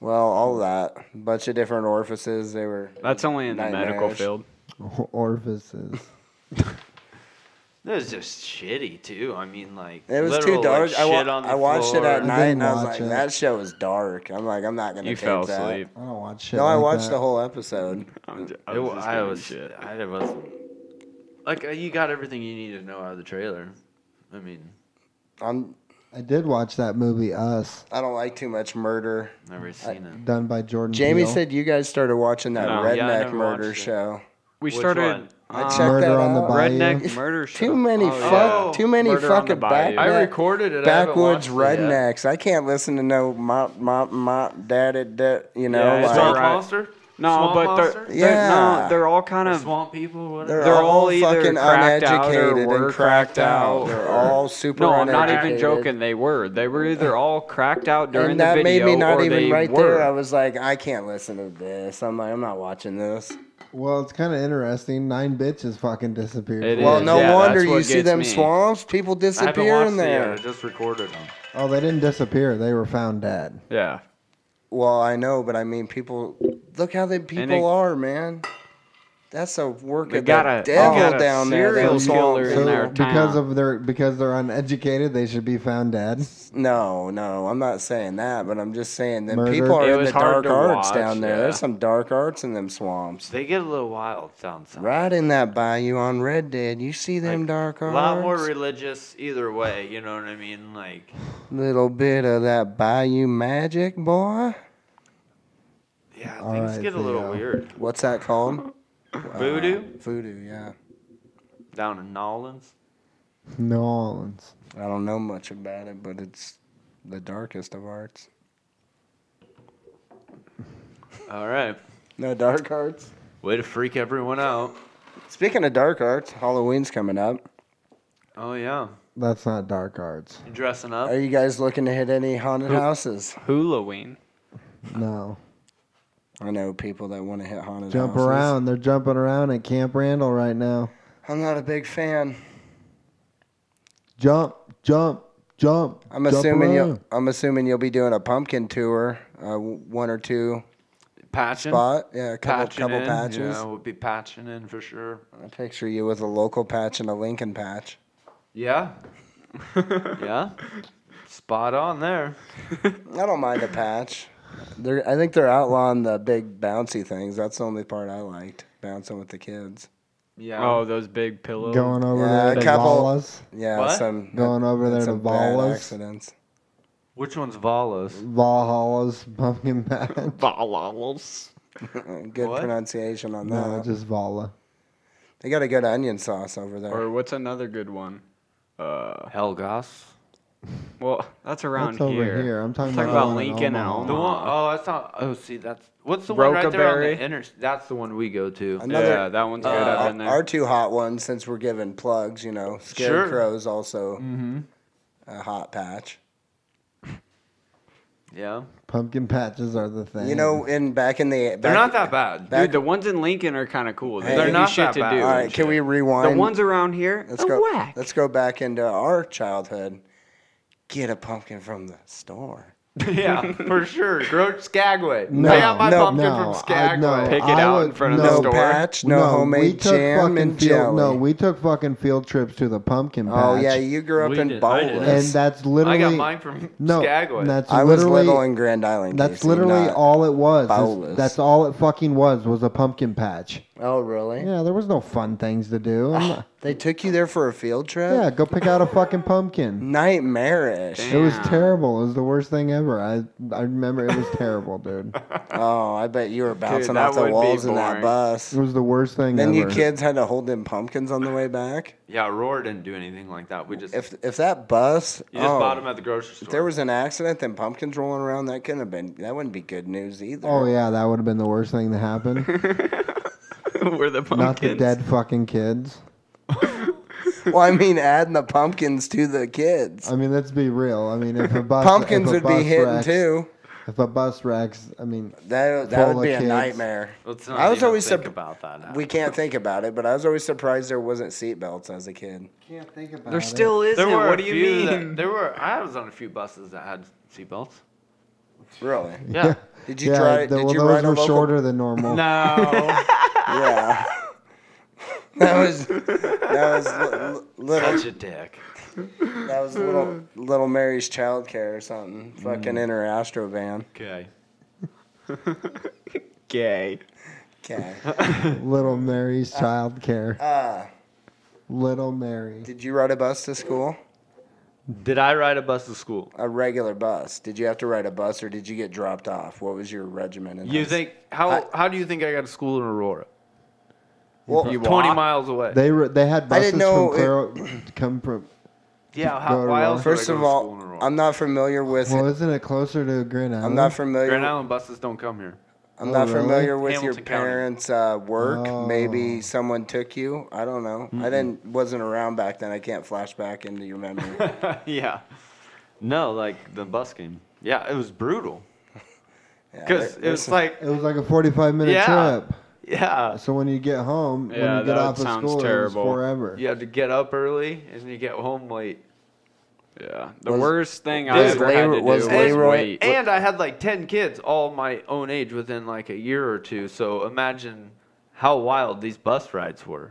[SPEAKER 3] Well, all that. Bunch of different orifices. They were.
[SPEAKER 4] That's only in the medical
[SPEAKER 3] Nightmares.
[SPEAKER 4] field.
[SPEAKER 1] Orifices.
[SPEAKER 2] It was just shitty too. I mean, like
[SPEAKER 3] It was
[SPEAKER 2] literal,
[SPEAKER 3] too dark.
[SPEAKER 2] Like,
[SPEAKER 3] I, wa-
[SPEAKER 2] shit on the
[SPEAKER 3] I watched it
[SPEAKER 2] floor.
[SPEAKER 3] at
[SPEAKER 1] I
[SPEAKER 3] night and I
[SPEAKER 1] didn't
[SPEAKER 3] was
[SPEAKER 1] watch
[SPEAKER 3] like,
[SPEAKER 1] it.
[SPEAKER 3] that show is dark. I'm like, I'm not going to
[SPEAKER 4] You
[SPEAKER 3] take
[SPEAKER 4] fell
[SPEAKER 3] that.
[SPEAKER 4] asleep.
[SPEAKER 1] I don't watch shit.
[SPEAKER 3] No, I
[SPEAKER 1] like
[SPEAKER 3] watched
[SPEAKER 1] that.
[SPEAKER 3] the whole episode.
[SPEAKER 4] I'm just,
[SPEAKER 2] It, wa- I was. I it wasn't. Like uh, you got everything you need to know out of the trailer. I mean,
[SPEAKER 3] I'm,
[SPEAKER 1] I did watch that movie Us,
[SPEAKER 3] I don't like too much murder.
[SPEAKER 2] never seen it.
[SPEAKER 1] done by Jordan.
[SPEAKER 3] Jamie
[SPEAKER 1] Peele.
[SPEAKER 3] said you guys started watching that
[SPEAKER 4] No,
[SPEAKER 3] redneck
[SPEAKER 2] yeah, I never
[SPEAKER 3] murder
[SPEAKER 2] watched it.
[SPEAKER 3] show.
[SPEAKER 4] We
[SPEAKER 2] Which
[SPEAKER 4] started
[SPEAKER 2] one?
[SPEAKER 3] I
[SPEAKER 4] um,
[SPEAKER 3] checked
[SPEAKER 1] Murder
[SPEAKER 3] that
[SPEAKER 1] on the
[SPEAKER 3] out.
[SPEAKER 1] Bayou.
[SPEAKER 4] redneck murder show.
[SPEAKER 3] Too many
[SPEAKER 4] Oh,
[SPEAKER 3] fuck.
[SPEAKER 2] yeah.
[SPEAKER 3] Too many
[SPEAKER 4] Murder on the
[SPEAKER 3] fucking
[SPEAKER 4] Bayou.
[SPEAKER 2] I
[SPEAKER 4] I
[SPEAKER 3] backneck-
[SPEAKER 2] recorded it.
[SPEAKER 3] backwoods rednecks. I can't listen to no mop mop mop daddy da, You know,
[SPEAKER 4] Yeah, it's
[SPEAKER 3] like,
[SPEAKER 4] all
[SPEAKER 2] Swamp
[SPEAKER 4] right.
[SPEAKER 2] monster.
[SPEAKER 4] No,
[SPEAKER 2] swamp
[SPEAKER 4] but
[SPEAKER 2] monster?
[SPEAKER 4] they're, they're
[SPEAKER 3] Yeah.
[SPEAKER 4] no, they're all kind
[SPEAKER 2] Or
[SPEAKER 4] of
[SPEAKER 2] swamp people. Whatever.
[SPEAKER 3] they're,
[SPEAKER 4] They're
[SPEAKER 3] all,
[SPEAKER 4] all either
[SPEAKER 3] fucking
[SPEAKER 4] cracked out or
[SPEAKER 3] uneducated
[SPEAKER 4] were
[SPEAKER 3] and cracked
[SPEAKER 4] cracked
[SPEAKER 3] out.
[SPEAKER 4] out.
[SPEAKER 3] They're all super.
[SPEAKER 4] No, I'm not
[SPEAKER 3] uneducated.
[SPEAKER 4] even joking. They were. They were either all cracked out during
[SPEAKER 3] and that
[SPEAKER 4] the video
[SPEAKER 3] made me not
[SPEAKER 4] or
[SPEAKER 3] even
[SPEAKER 4] they
[SPEAKER 3] right
[SPEAKER 4] were.
[SPEAKER 3] there. I was like, I can't listen to this. I'm like, I'm not watching this.
[SPEAKER 1] Well, it's kind of interesting. Nine bitches fucking disappeared.
[SPEAKER 4] It
[SPEAKER 3] Well,
[SPEAKER 4] is,
[SPEAKER 3] no
[SPEAKER 4] yeah,
[SPEAKER 3] wonder
[SPEAKER 4] that's what
[SPEAKER 3] you see
[SPEAKER 4] gets
[SPEAKER 3] them
[SPEAKER 4] me.
[SPEAKER 3] swamps. People
[SPEAKER 2] I haven't watched
[SPEAKER 3] disappear in
[SPEAKER 4] uh,
[SPEAKER 2] it yet,
[SPEAKER 3] there.
[SPEAKER 2] I just recorded them.
[SPEAKER 1] Oh, they didn't disappear. They were found dead.
[SPEAKER 4] Yeah.
[SPEAKER 3] Well, I know, but I mean, people. Look how the people
[SPEAKER 4] it-
[SPEAKER 3] are, man. That's a work
[SPEAKER 4] They
[SPEAKER 3] of
[SPEAKER 4] got
[SPEAKER 3] the
[SPEAKER 4] a-
[SPEAKER 3] devil
[SPEAKER 4] they got a
[SPEAKER 3] down there.
[SPEAKER 4] serial
[SPEAKER 3] those
[SPEAKER 4] killer
[SPEAKER 3] swamps.
[SPEAKER 4] in
[SPEAKER 1] So
[SPEAKER 4] their
[SPEAKER 1] because
[SPEAKER 4] town.
[SPEAKER 1] of their because they're uneducated, they should be found dead.
[SPEAKER 3] No, no, I'm not saying that, but I'm just saying that
[SPEAKER 1] Murder.
[SPEAKER 3] people are
[SPEAKER 4] It
[SPEAKER 3] in
[SPEAKER 4] was
[SPEAKER 3] the dark
[SPEAKER 4] hard to
[SPEAKER 3] arts
[SPEAKER 4] watch,
[SPEAKER 3] down there.
[SPEAKER 4] yeah.
[SPEAKER 3] There's some dark arts in them swamps.
[SPEAKER 2] They get a little wild. Sounds like.
[SPEAKER 3] Right in that bayou on Red Dead, you see them
[SPEAKER 2] Like,
[SPEAKER 3] dark
[SPEAKER 2] A
[SPEAKER 3] arts.
[SPEAKER 2] lot more religious either way. You know what I mean? Like
[SPEAKER 3] Little bit of that bayou magic, boy.
[SPEAKER 2] yeah,
[SPEAKER 1] All
[SPEAKER 2] things
[SPEAKER 1] right,
[SPEAKER 2] get a little
[SPEAKER 1] Theo.
[SPEAKER 2] weird.
[SPEAKER 3] What's that called?
[SPEAKER 2] Voodoo
[SPEAKER 3] Voodoo, yeah.
[SPEAKER 2] down in Nolans.
[SPEAKER 1] New Orleans.
[SPEAKER 3] I don't know much about it, but it's the darkest of arts.
[SPEAKER 2] All right,
[SPEAKER 3] No dark arts.
[SPEAKER 2] way to freak everyone out.
[SPEAKER 3] Speaking of dark arts, Halloween's coming up.
[SPEAKER 2] Oh yeah,
[SPEAKER 1] That's not dark arts.
[SPEAKER 2] you dressing up.
[SPEAKER 3] Are you guys looking to hit any haunted houses?
[SPEAKER 4] Halloween.
[SPEAKER 1] No,
[SPEAKER 3] I know people that want to hit haunted
[SPEAKER 1] jump
[SPEAKER 3] houses.
[SPEAKER 1] around. They're jumping around at Camp Randall right now.
[SPEAKER 3] I'm not a big fan.
[SPEAKER 1] Jump, jump, jump.
[SPEAKER 3] I'm
[SPEAKER 1] jump
[SPEAKER 3] assuming
[SPEAKER 1] around.
[SPEAKER 3] you'll. I'm assuming you'll be doing a pumpkin tour, uh, w- one or two
[SPEAKER 2] Patching.
[SPEAKER 3] spot. Yeah, a couple,
[SPEAKER 2] Patching
[SPEAKER 3] couple
[SPEAKER 2] in.
[SPEAKER 3] patches.
[SPEAKER 2] Yeah, we'll be patching in for sure.
[SPEAKER 3] I picture you with a local patch and a Lincoln patch.
[SPEAKER 2] Yeah. yeah. Spot on there.
[SPEAKER 3] I don't mind a patch. They're, I think they're outlawing the big bouncy things. That's the only part I liked, bouncing with the kids.
[SPEAKER 2] Yeah.
[SPEAKER 4] Oh, those big pillows.
[SPEAKER 1] Going over
[SPEAKER 3] Yeah,
[SPEAKER 1] there to
[SPEAKER 3] a couple-
[SPEAKER 1] Vallas.
[SPEAKER 3] Yeah,
[SPEAKER 2] What?
[SPEAKER 3] some
[SPEAKER 1] Going over there to
[SPEAKER 3] some bad
[SPEAKER 1] Vallas.
[SPEAKER 3] accidents.
[SPEAKER 2] Which one's Valos?
[SPEAKER 1] Valhalla's pumpkin patch.
[SPEAKER 4] Balls.
[SPEAKER 3] Good
[SPEAKER 2] What?
[SPEAKER 3] pronunciation on that.
[SPEAKER 1] No, just Vala.
[SPEAKER 3] They got a good onion sauce over there.
[SPEAKER 4] Or what's another good one? Uh,
[SPEAKER 2] Helgas.
[SPEAKER 4] well, that's around
[SPEAKER 1] That's over
[SPEAKER 4] here.
[SPEAKER 1] here. I'm talking,
[SPEAKER 4] Talking
[SPEAKER 3] Oh,
[SPEAKER 1] about,
[SPEAKER 4] about Lincoln and
[SPEAKER 2] The
[SPEAKER 1] Elm.
[SPEAKER 4] Elm.
[SPEAKER 2] one oh that's not. Oh, see, that's what's the one right there on
[SPEAKER 4] Rocaberry.
[SPEAKER 2] the inter. That's the one we go to.
[SPEAKER 3] Another-
[SPEAKER 4] yeah, that one's good.
[SPEAKER 3] Uh,
[SPEAKER 4] I've been
[SPEAKER 3] our,
[SPEAKER 4] there.
[SPEAKER 3] our two hot ones, since we're giving plugs, you know, Scarecrow's also
[SPEAKER 1] Mm-hmm.
[SPEAKER 3] a hot patch.
[SPEAKER 2] Yeah,
[SPEAKER 1] Pumpkin patches are the thing.
[SPEAKER 3] You know, in back in the
[SPEAKER 2] they're
[SPEAKER 3] back,
[SPEAKER 2] not that bad.
[SPEAKER 3] back-
[SPEAKER 4] Dude, the ones in Lincoln are kind of cool. They
[SPEAKER 3] Hey.
[SPEAKER 4] give
[SPEAKER 3] They're
[SPEAKER 4] you
[SPEAKER 2] not
[SPEAKER 4] shit
[SPEAKER 2] that
[SPEAKER 4] to
[SPEAKER 2] bad.
[SPEAKER 4] do.
[SPEAKER 3] All right,
[SPEAKER 4] and
[SPEAKER 3] can
[SPEAKER 4] shit.
[SPEAKER 3] we rewind?
[SPEAKER 4] The ones around here,
[SPEAKER 3] let's
[SPEAKER 4] are
[SPEAKER 3] go.
[SPEAKER 4] whack.
[SPEAKER 3] Let's go back into our childhood. Get a pumpkin from the store.
[SPEAKER 2] yeah, for sure. Groat Skagway.
[SPEAKER 1] No,
[SPEAKER 2] Pay out my
[SPEAKER 1] no,
[SPEAKER 2] pumpkin
[SPEAKER 1] no,
[SPEAKER 2] from
[SPEAKER 1] I-
[SPEAKER 2] Skagway.
[SPEAKER 1] no,
[SPEAKER 4] Pick it
[SPEAKER 1] I
[SPEAKER 4] out
[SPEAKER 1] would-
[SPEAKER 4] in front of the
[SPEAKER 3] No
[SPEAKER 4] store.
[SPEAKER 3] patch, no, homemade jam
[SPEAKER 1] fucking
[SPEAKER 3] and
[SPEAKER 1] field,
[SPEAKER 3] jelly.
[SPEAKER 1] No, we took fucking field trips to the pumpkin patch.
[SPEAKER 3] oh yeah, you grew up
[SPEAKER 6] We
[SPEAKER 3] in
[SPEAKER 6] did- I did.
[SPEAKER 1] and
[SPEAKER 3] Bowless.
[SPEAKER 1] that's
[SPEAKER 2] I
[SPEAKER 1] literally
[SPEAKER 2] got mine from
[SPEAKER 1] no.
[SPEAKER 2] Skagway.
[SPEAKER 1] That's
[SPEAKER 3] I was
[SPEAKER 1] literally
[SPEAKER 3] little in Grand Island.
[SPEAKER 1] that's
[SPEAKER 3] Casey,
[SPEAKER 1] literally
[SPEAKER 3] not-
[SPEAKER 1] all it was. is-
[SPEAKER 3] Bowless.
[SPEAKER 1] That's all it fucking was was a pumpkin patch.
[SPEAKER 3] Oh really?
[SPEAKER 1] Yeah, there was no fun things to do. I'm not-
[SPEAKER 3] They took you there for a field trip.
[SPEAKER 1] yeah, go pick out a fucking pumpkin.
[SPEAKER 3] Nightmarish.
[SPEAKER 1] It was
[SPEAKER 4] Damn.
[SPEAKER 1] terrible. It was the worst thing ever. I I remember it was terrible, dude.
[SPEAKER 3] Oh, I bet you were bouncing
[SPEAKER 4] that
[SPEAKER 3] off the
[SPEAKER 4] would be
[SPEAKER 3] walls in that
[SPEAKER 4] boring.
[SPEAKER 3] bus.
[SPEAKER 1] It was the worst thing
[SPEAKER 3] Then
[SPEAKER 1] ever.
[SPEAKER 3] you kids had to hold them pumpkins on the way back.
[SPEAKER 2] yeah, Roar didn't do anything like that. We just
[SPEAKER 3] If if that bus,
[SPEAKER 2] you just
[SPEAKER 3] oh,
[SPEAKER 2] bought them at the grocery store.
[SPEAKER 3] if there was an accident, then pumpkins rolling around, that couldn't have been. That wouldn't be good news either.
[SPEAKER 1] Oh yeah, that would have been the worst thing to happen.
[SPEAKER 4] We're the pumpkins.
[SPEAKER 1] Not the dead fucking kids.
[SPEAKER 3] Well, I mean, adding the pumpkins to the kids.
[SPEAKER 1] I mean, let's be real. I mean, if a bus
[SPEAKER 3] pumpkins
[SPEAKER 1] if a
[SPEAKER 3] would be
[SPEAKER 1] bus
[SPEAKER 3] hitting
[SPEAKER 1] wrecks-
[SPEAKER 3] too.
[SPEAKER 1] If a bus wrecks, I mean, Full
[SPEAKER 3] That that
[SPEAKER 1] of
[SPEAKER 3] would be a
[SPEAKER 1] kids.
[SPEAKER 3] nightmare.
[SPEAKER 2] Let's not
[SPEAKER 3] I was
[SPEAKER 2] even
[SPEAKER 3] always
[SPEAKER 2] think
[SPEAKER 3] surp-
[SPEAKER 2] about that. Now.
[SPEAKER 3] We can't think about it, but I was always surprised there wasn't seatbelts as a kid.
[SPEAKER 1] can't think about.
[SPEAKER 4] There still isn't.
[SPEAKER 2] there were
[SPEAKER 4] what
[SPEAKER 2] a
[SPEAKER 4] do you
[SPEAKER 2] few
[SPEAKER 4] mean?
[SPEAKER 2] that- there were. I was on a few buses that had seatbelts.
[SPEAKER 3] Really?
[SPEAKER 2] Yeah.
[SPEAKER 3] Did you try?
[SPEAKER 1] the-
[SPEAKER 3] did
[SPEAKER 1] well,
[SPEAKER 3] you
[SPEAKER 1] those
[SPEAKER 3] ride a
[SPEAKER 1] were
[SPEAKER 3] local?
[SPEAKER 1] shorter than normal.
[SPEAKER 2] No.
[SPEAKER 3] Yeah. That was that was li- li- little
[SPEAKER 2] Such a dick.
[SPEAKER 3] that was little little Mary's childcare or something. Fucking in her Astro van.
[SPEAKER 2] Okay.
[SPEAKER 4] Gay.
[SPEAKER 3] Okay.
[SPEAKER 1] Little Mary's child care.
[SPEAKER 3] Uh,
[SPEAKER 1] Little Mary.
[SPEAKER 3] did you ride a bus to school?
[SPEAKER 2] Did I ride a bus to school?
[SPEAKER 3] A regular bus. Did you have to ride a bus or did you get dropped off? What was your regimen? in
[SPEAKER 2] You
[SPEAKER 3] high
[SPEAKER 2] think how how do you think I got to school in Aurora?
[SPEAKER 3] Well,
[SPEAKER 2] Twenty miles away.
[SPEAKER 1] They were. They had
[SPEAKER 3] I
[SPEAKER 1] buses
[SPEAKER 3] didn't
[SPEAKER 1] from
[SPEAKER 3] know it-
[SPEAKER 1] Claro come from.
[SPEAKER 2] yeah.
[SPEAKER 1] go
[SPEAKER 2] How,
[SPEAKER 1] to
[SPEAKER 2] why
[SPEAKER 1] Aurora.
[SPEAKER 2] else would I
[SPEAKER 3] First
[SPEAKER 2] go
[SPEAKER 3] of
[SPEAKER 2] to school in
[SPEAKER 3] all,
[SPEAKER 2] Aurora?
[SPEAKER 3] I'm not familiar with.
[SPEAKER 1] Well, isn't it closer to Grand Island?
[SPEAKER 3] I'm not familiar.
[SPEAKER 2] Grand Island buses don't come here.
[SPEAKER 3] I'm
[SPEAKER 1] Oh,
[SPEAKER 3] not
[SPEAKER 1] really?
[SPEAKER 3] familiar with your
[SPEAKER 2] Hamilton County.
[SPEAKER 3] parents' uh, work.
[SPEAKER 1] Oh.
[SPEAKER 3] Maybe someone took you. I don't know. I didn't wasn't around back then. I can't flash back into your memory.
[SPEAKER 2] yeah. No, like the bus game. Yeah, it was brutal
[SPEAKER 3] Yeah,
[SPEAKER 2] because
[SPEAKER 3] there-
[SPEAKER 2] it was like
[SPEAKER 1] It was like a 45 minute
[SPEAKER 2] Yeah.
[SPEAKER 1] trip.
[SPEAKER 2] yeah,
[SPEAKER 1] So when you get home,
[SPEAKER 4] Yeah,
[SPEAKER 1] when you
[SPEAKER 4] that
[SPEAKER 1] get off of
[SPEAKER 4] sounds
[SPEAKER 1] school,
[SPEAKER 4] terrible.
[SPEAKER 1] it was forever.
[SPEAKER 2] you have to get up early and you get home late.
[SPEAKER 4] Yeah. The
[SPEAKER 3] Was-
[SPEAKER 4] worst thing I
[SPEAKER 3] was
[SPEAKER 4] ever had
[SPEAKER 3] Leroy-
[SPEAKER 4] to do
[SPEAKER 3] was
[SPEAKER 4] was
[SPEAKER 3] Leroy-
[SPEAKER 4] wait.
[SPEAKER 2] And I had like ten kids, all my own age, within like a year or two. So imagine how wild these bus rides were.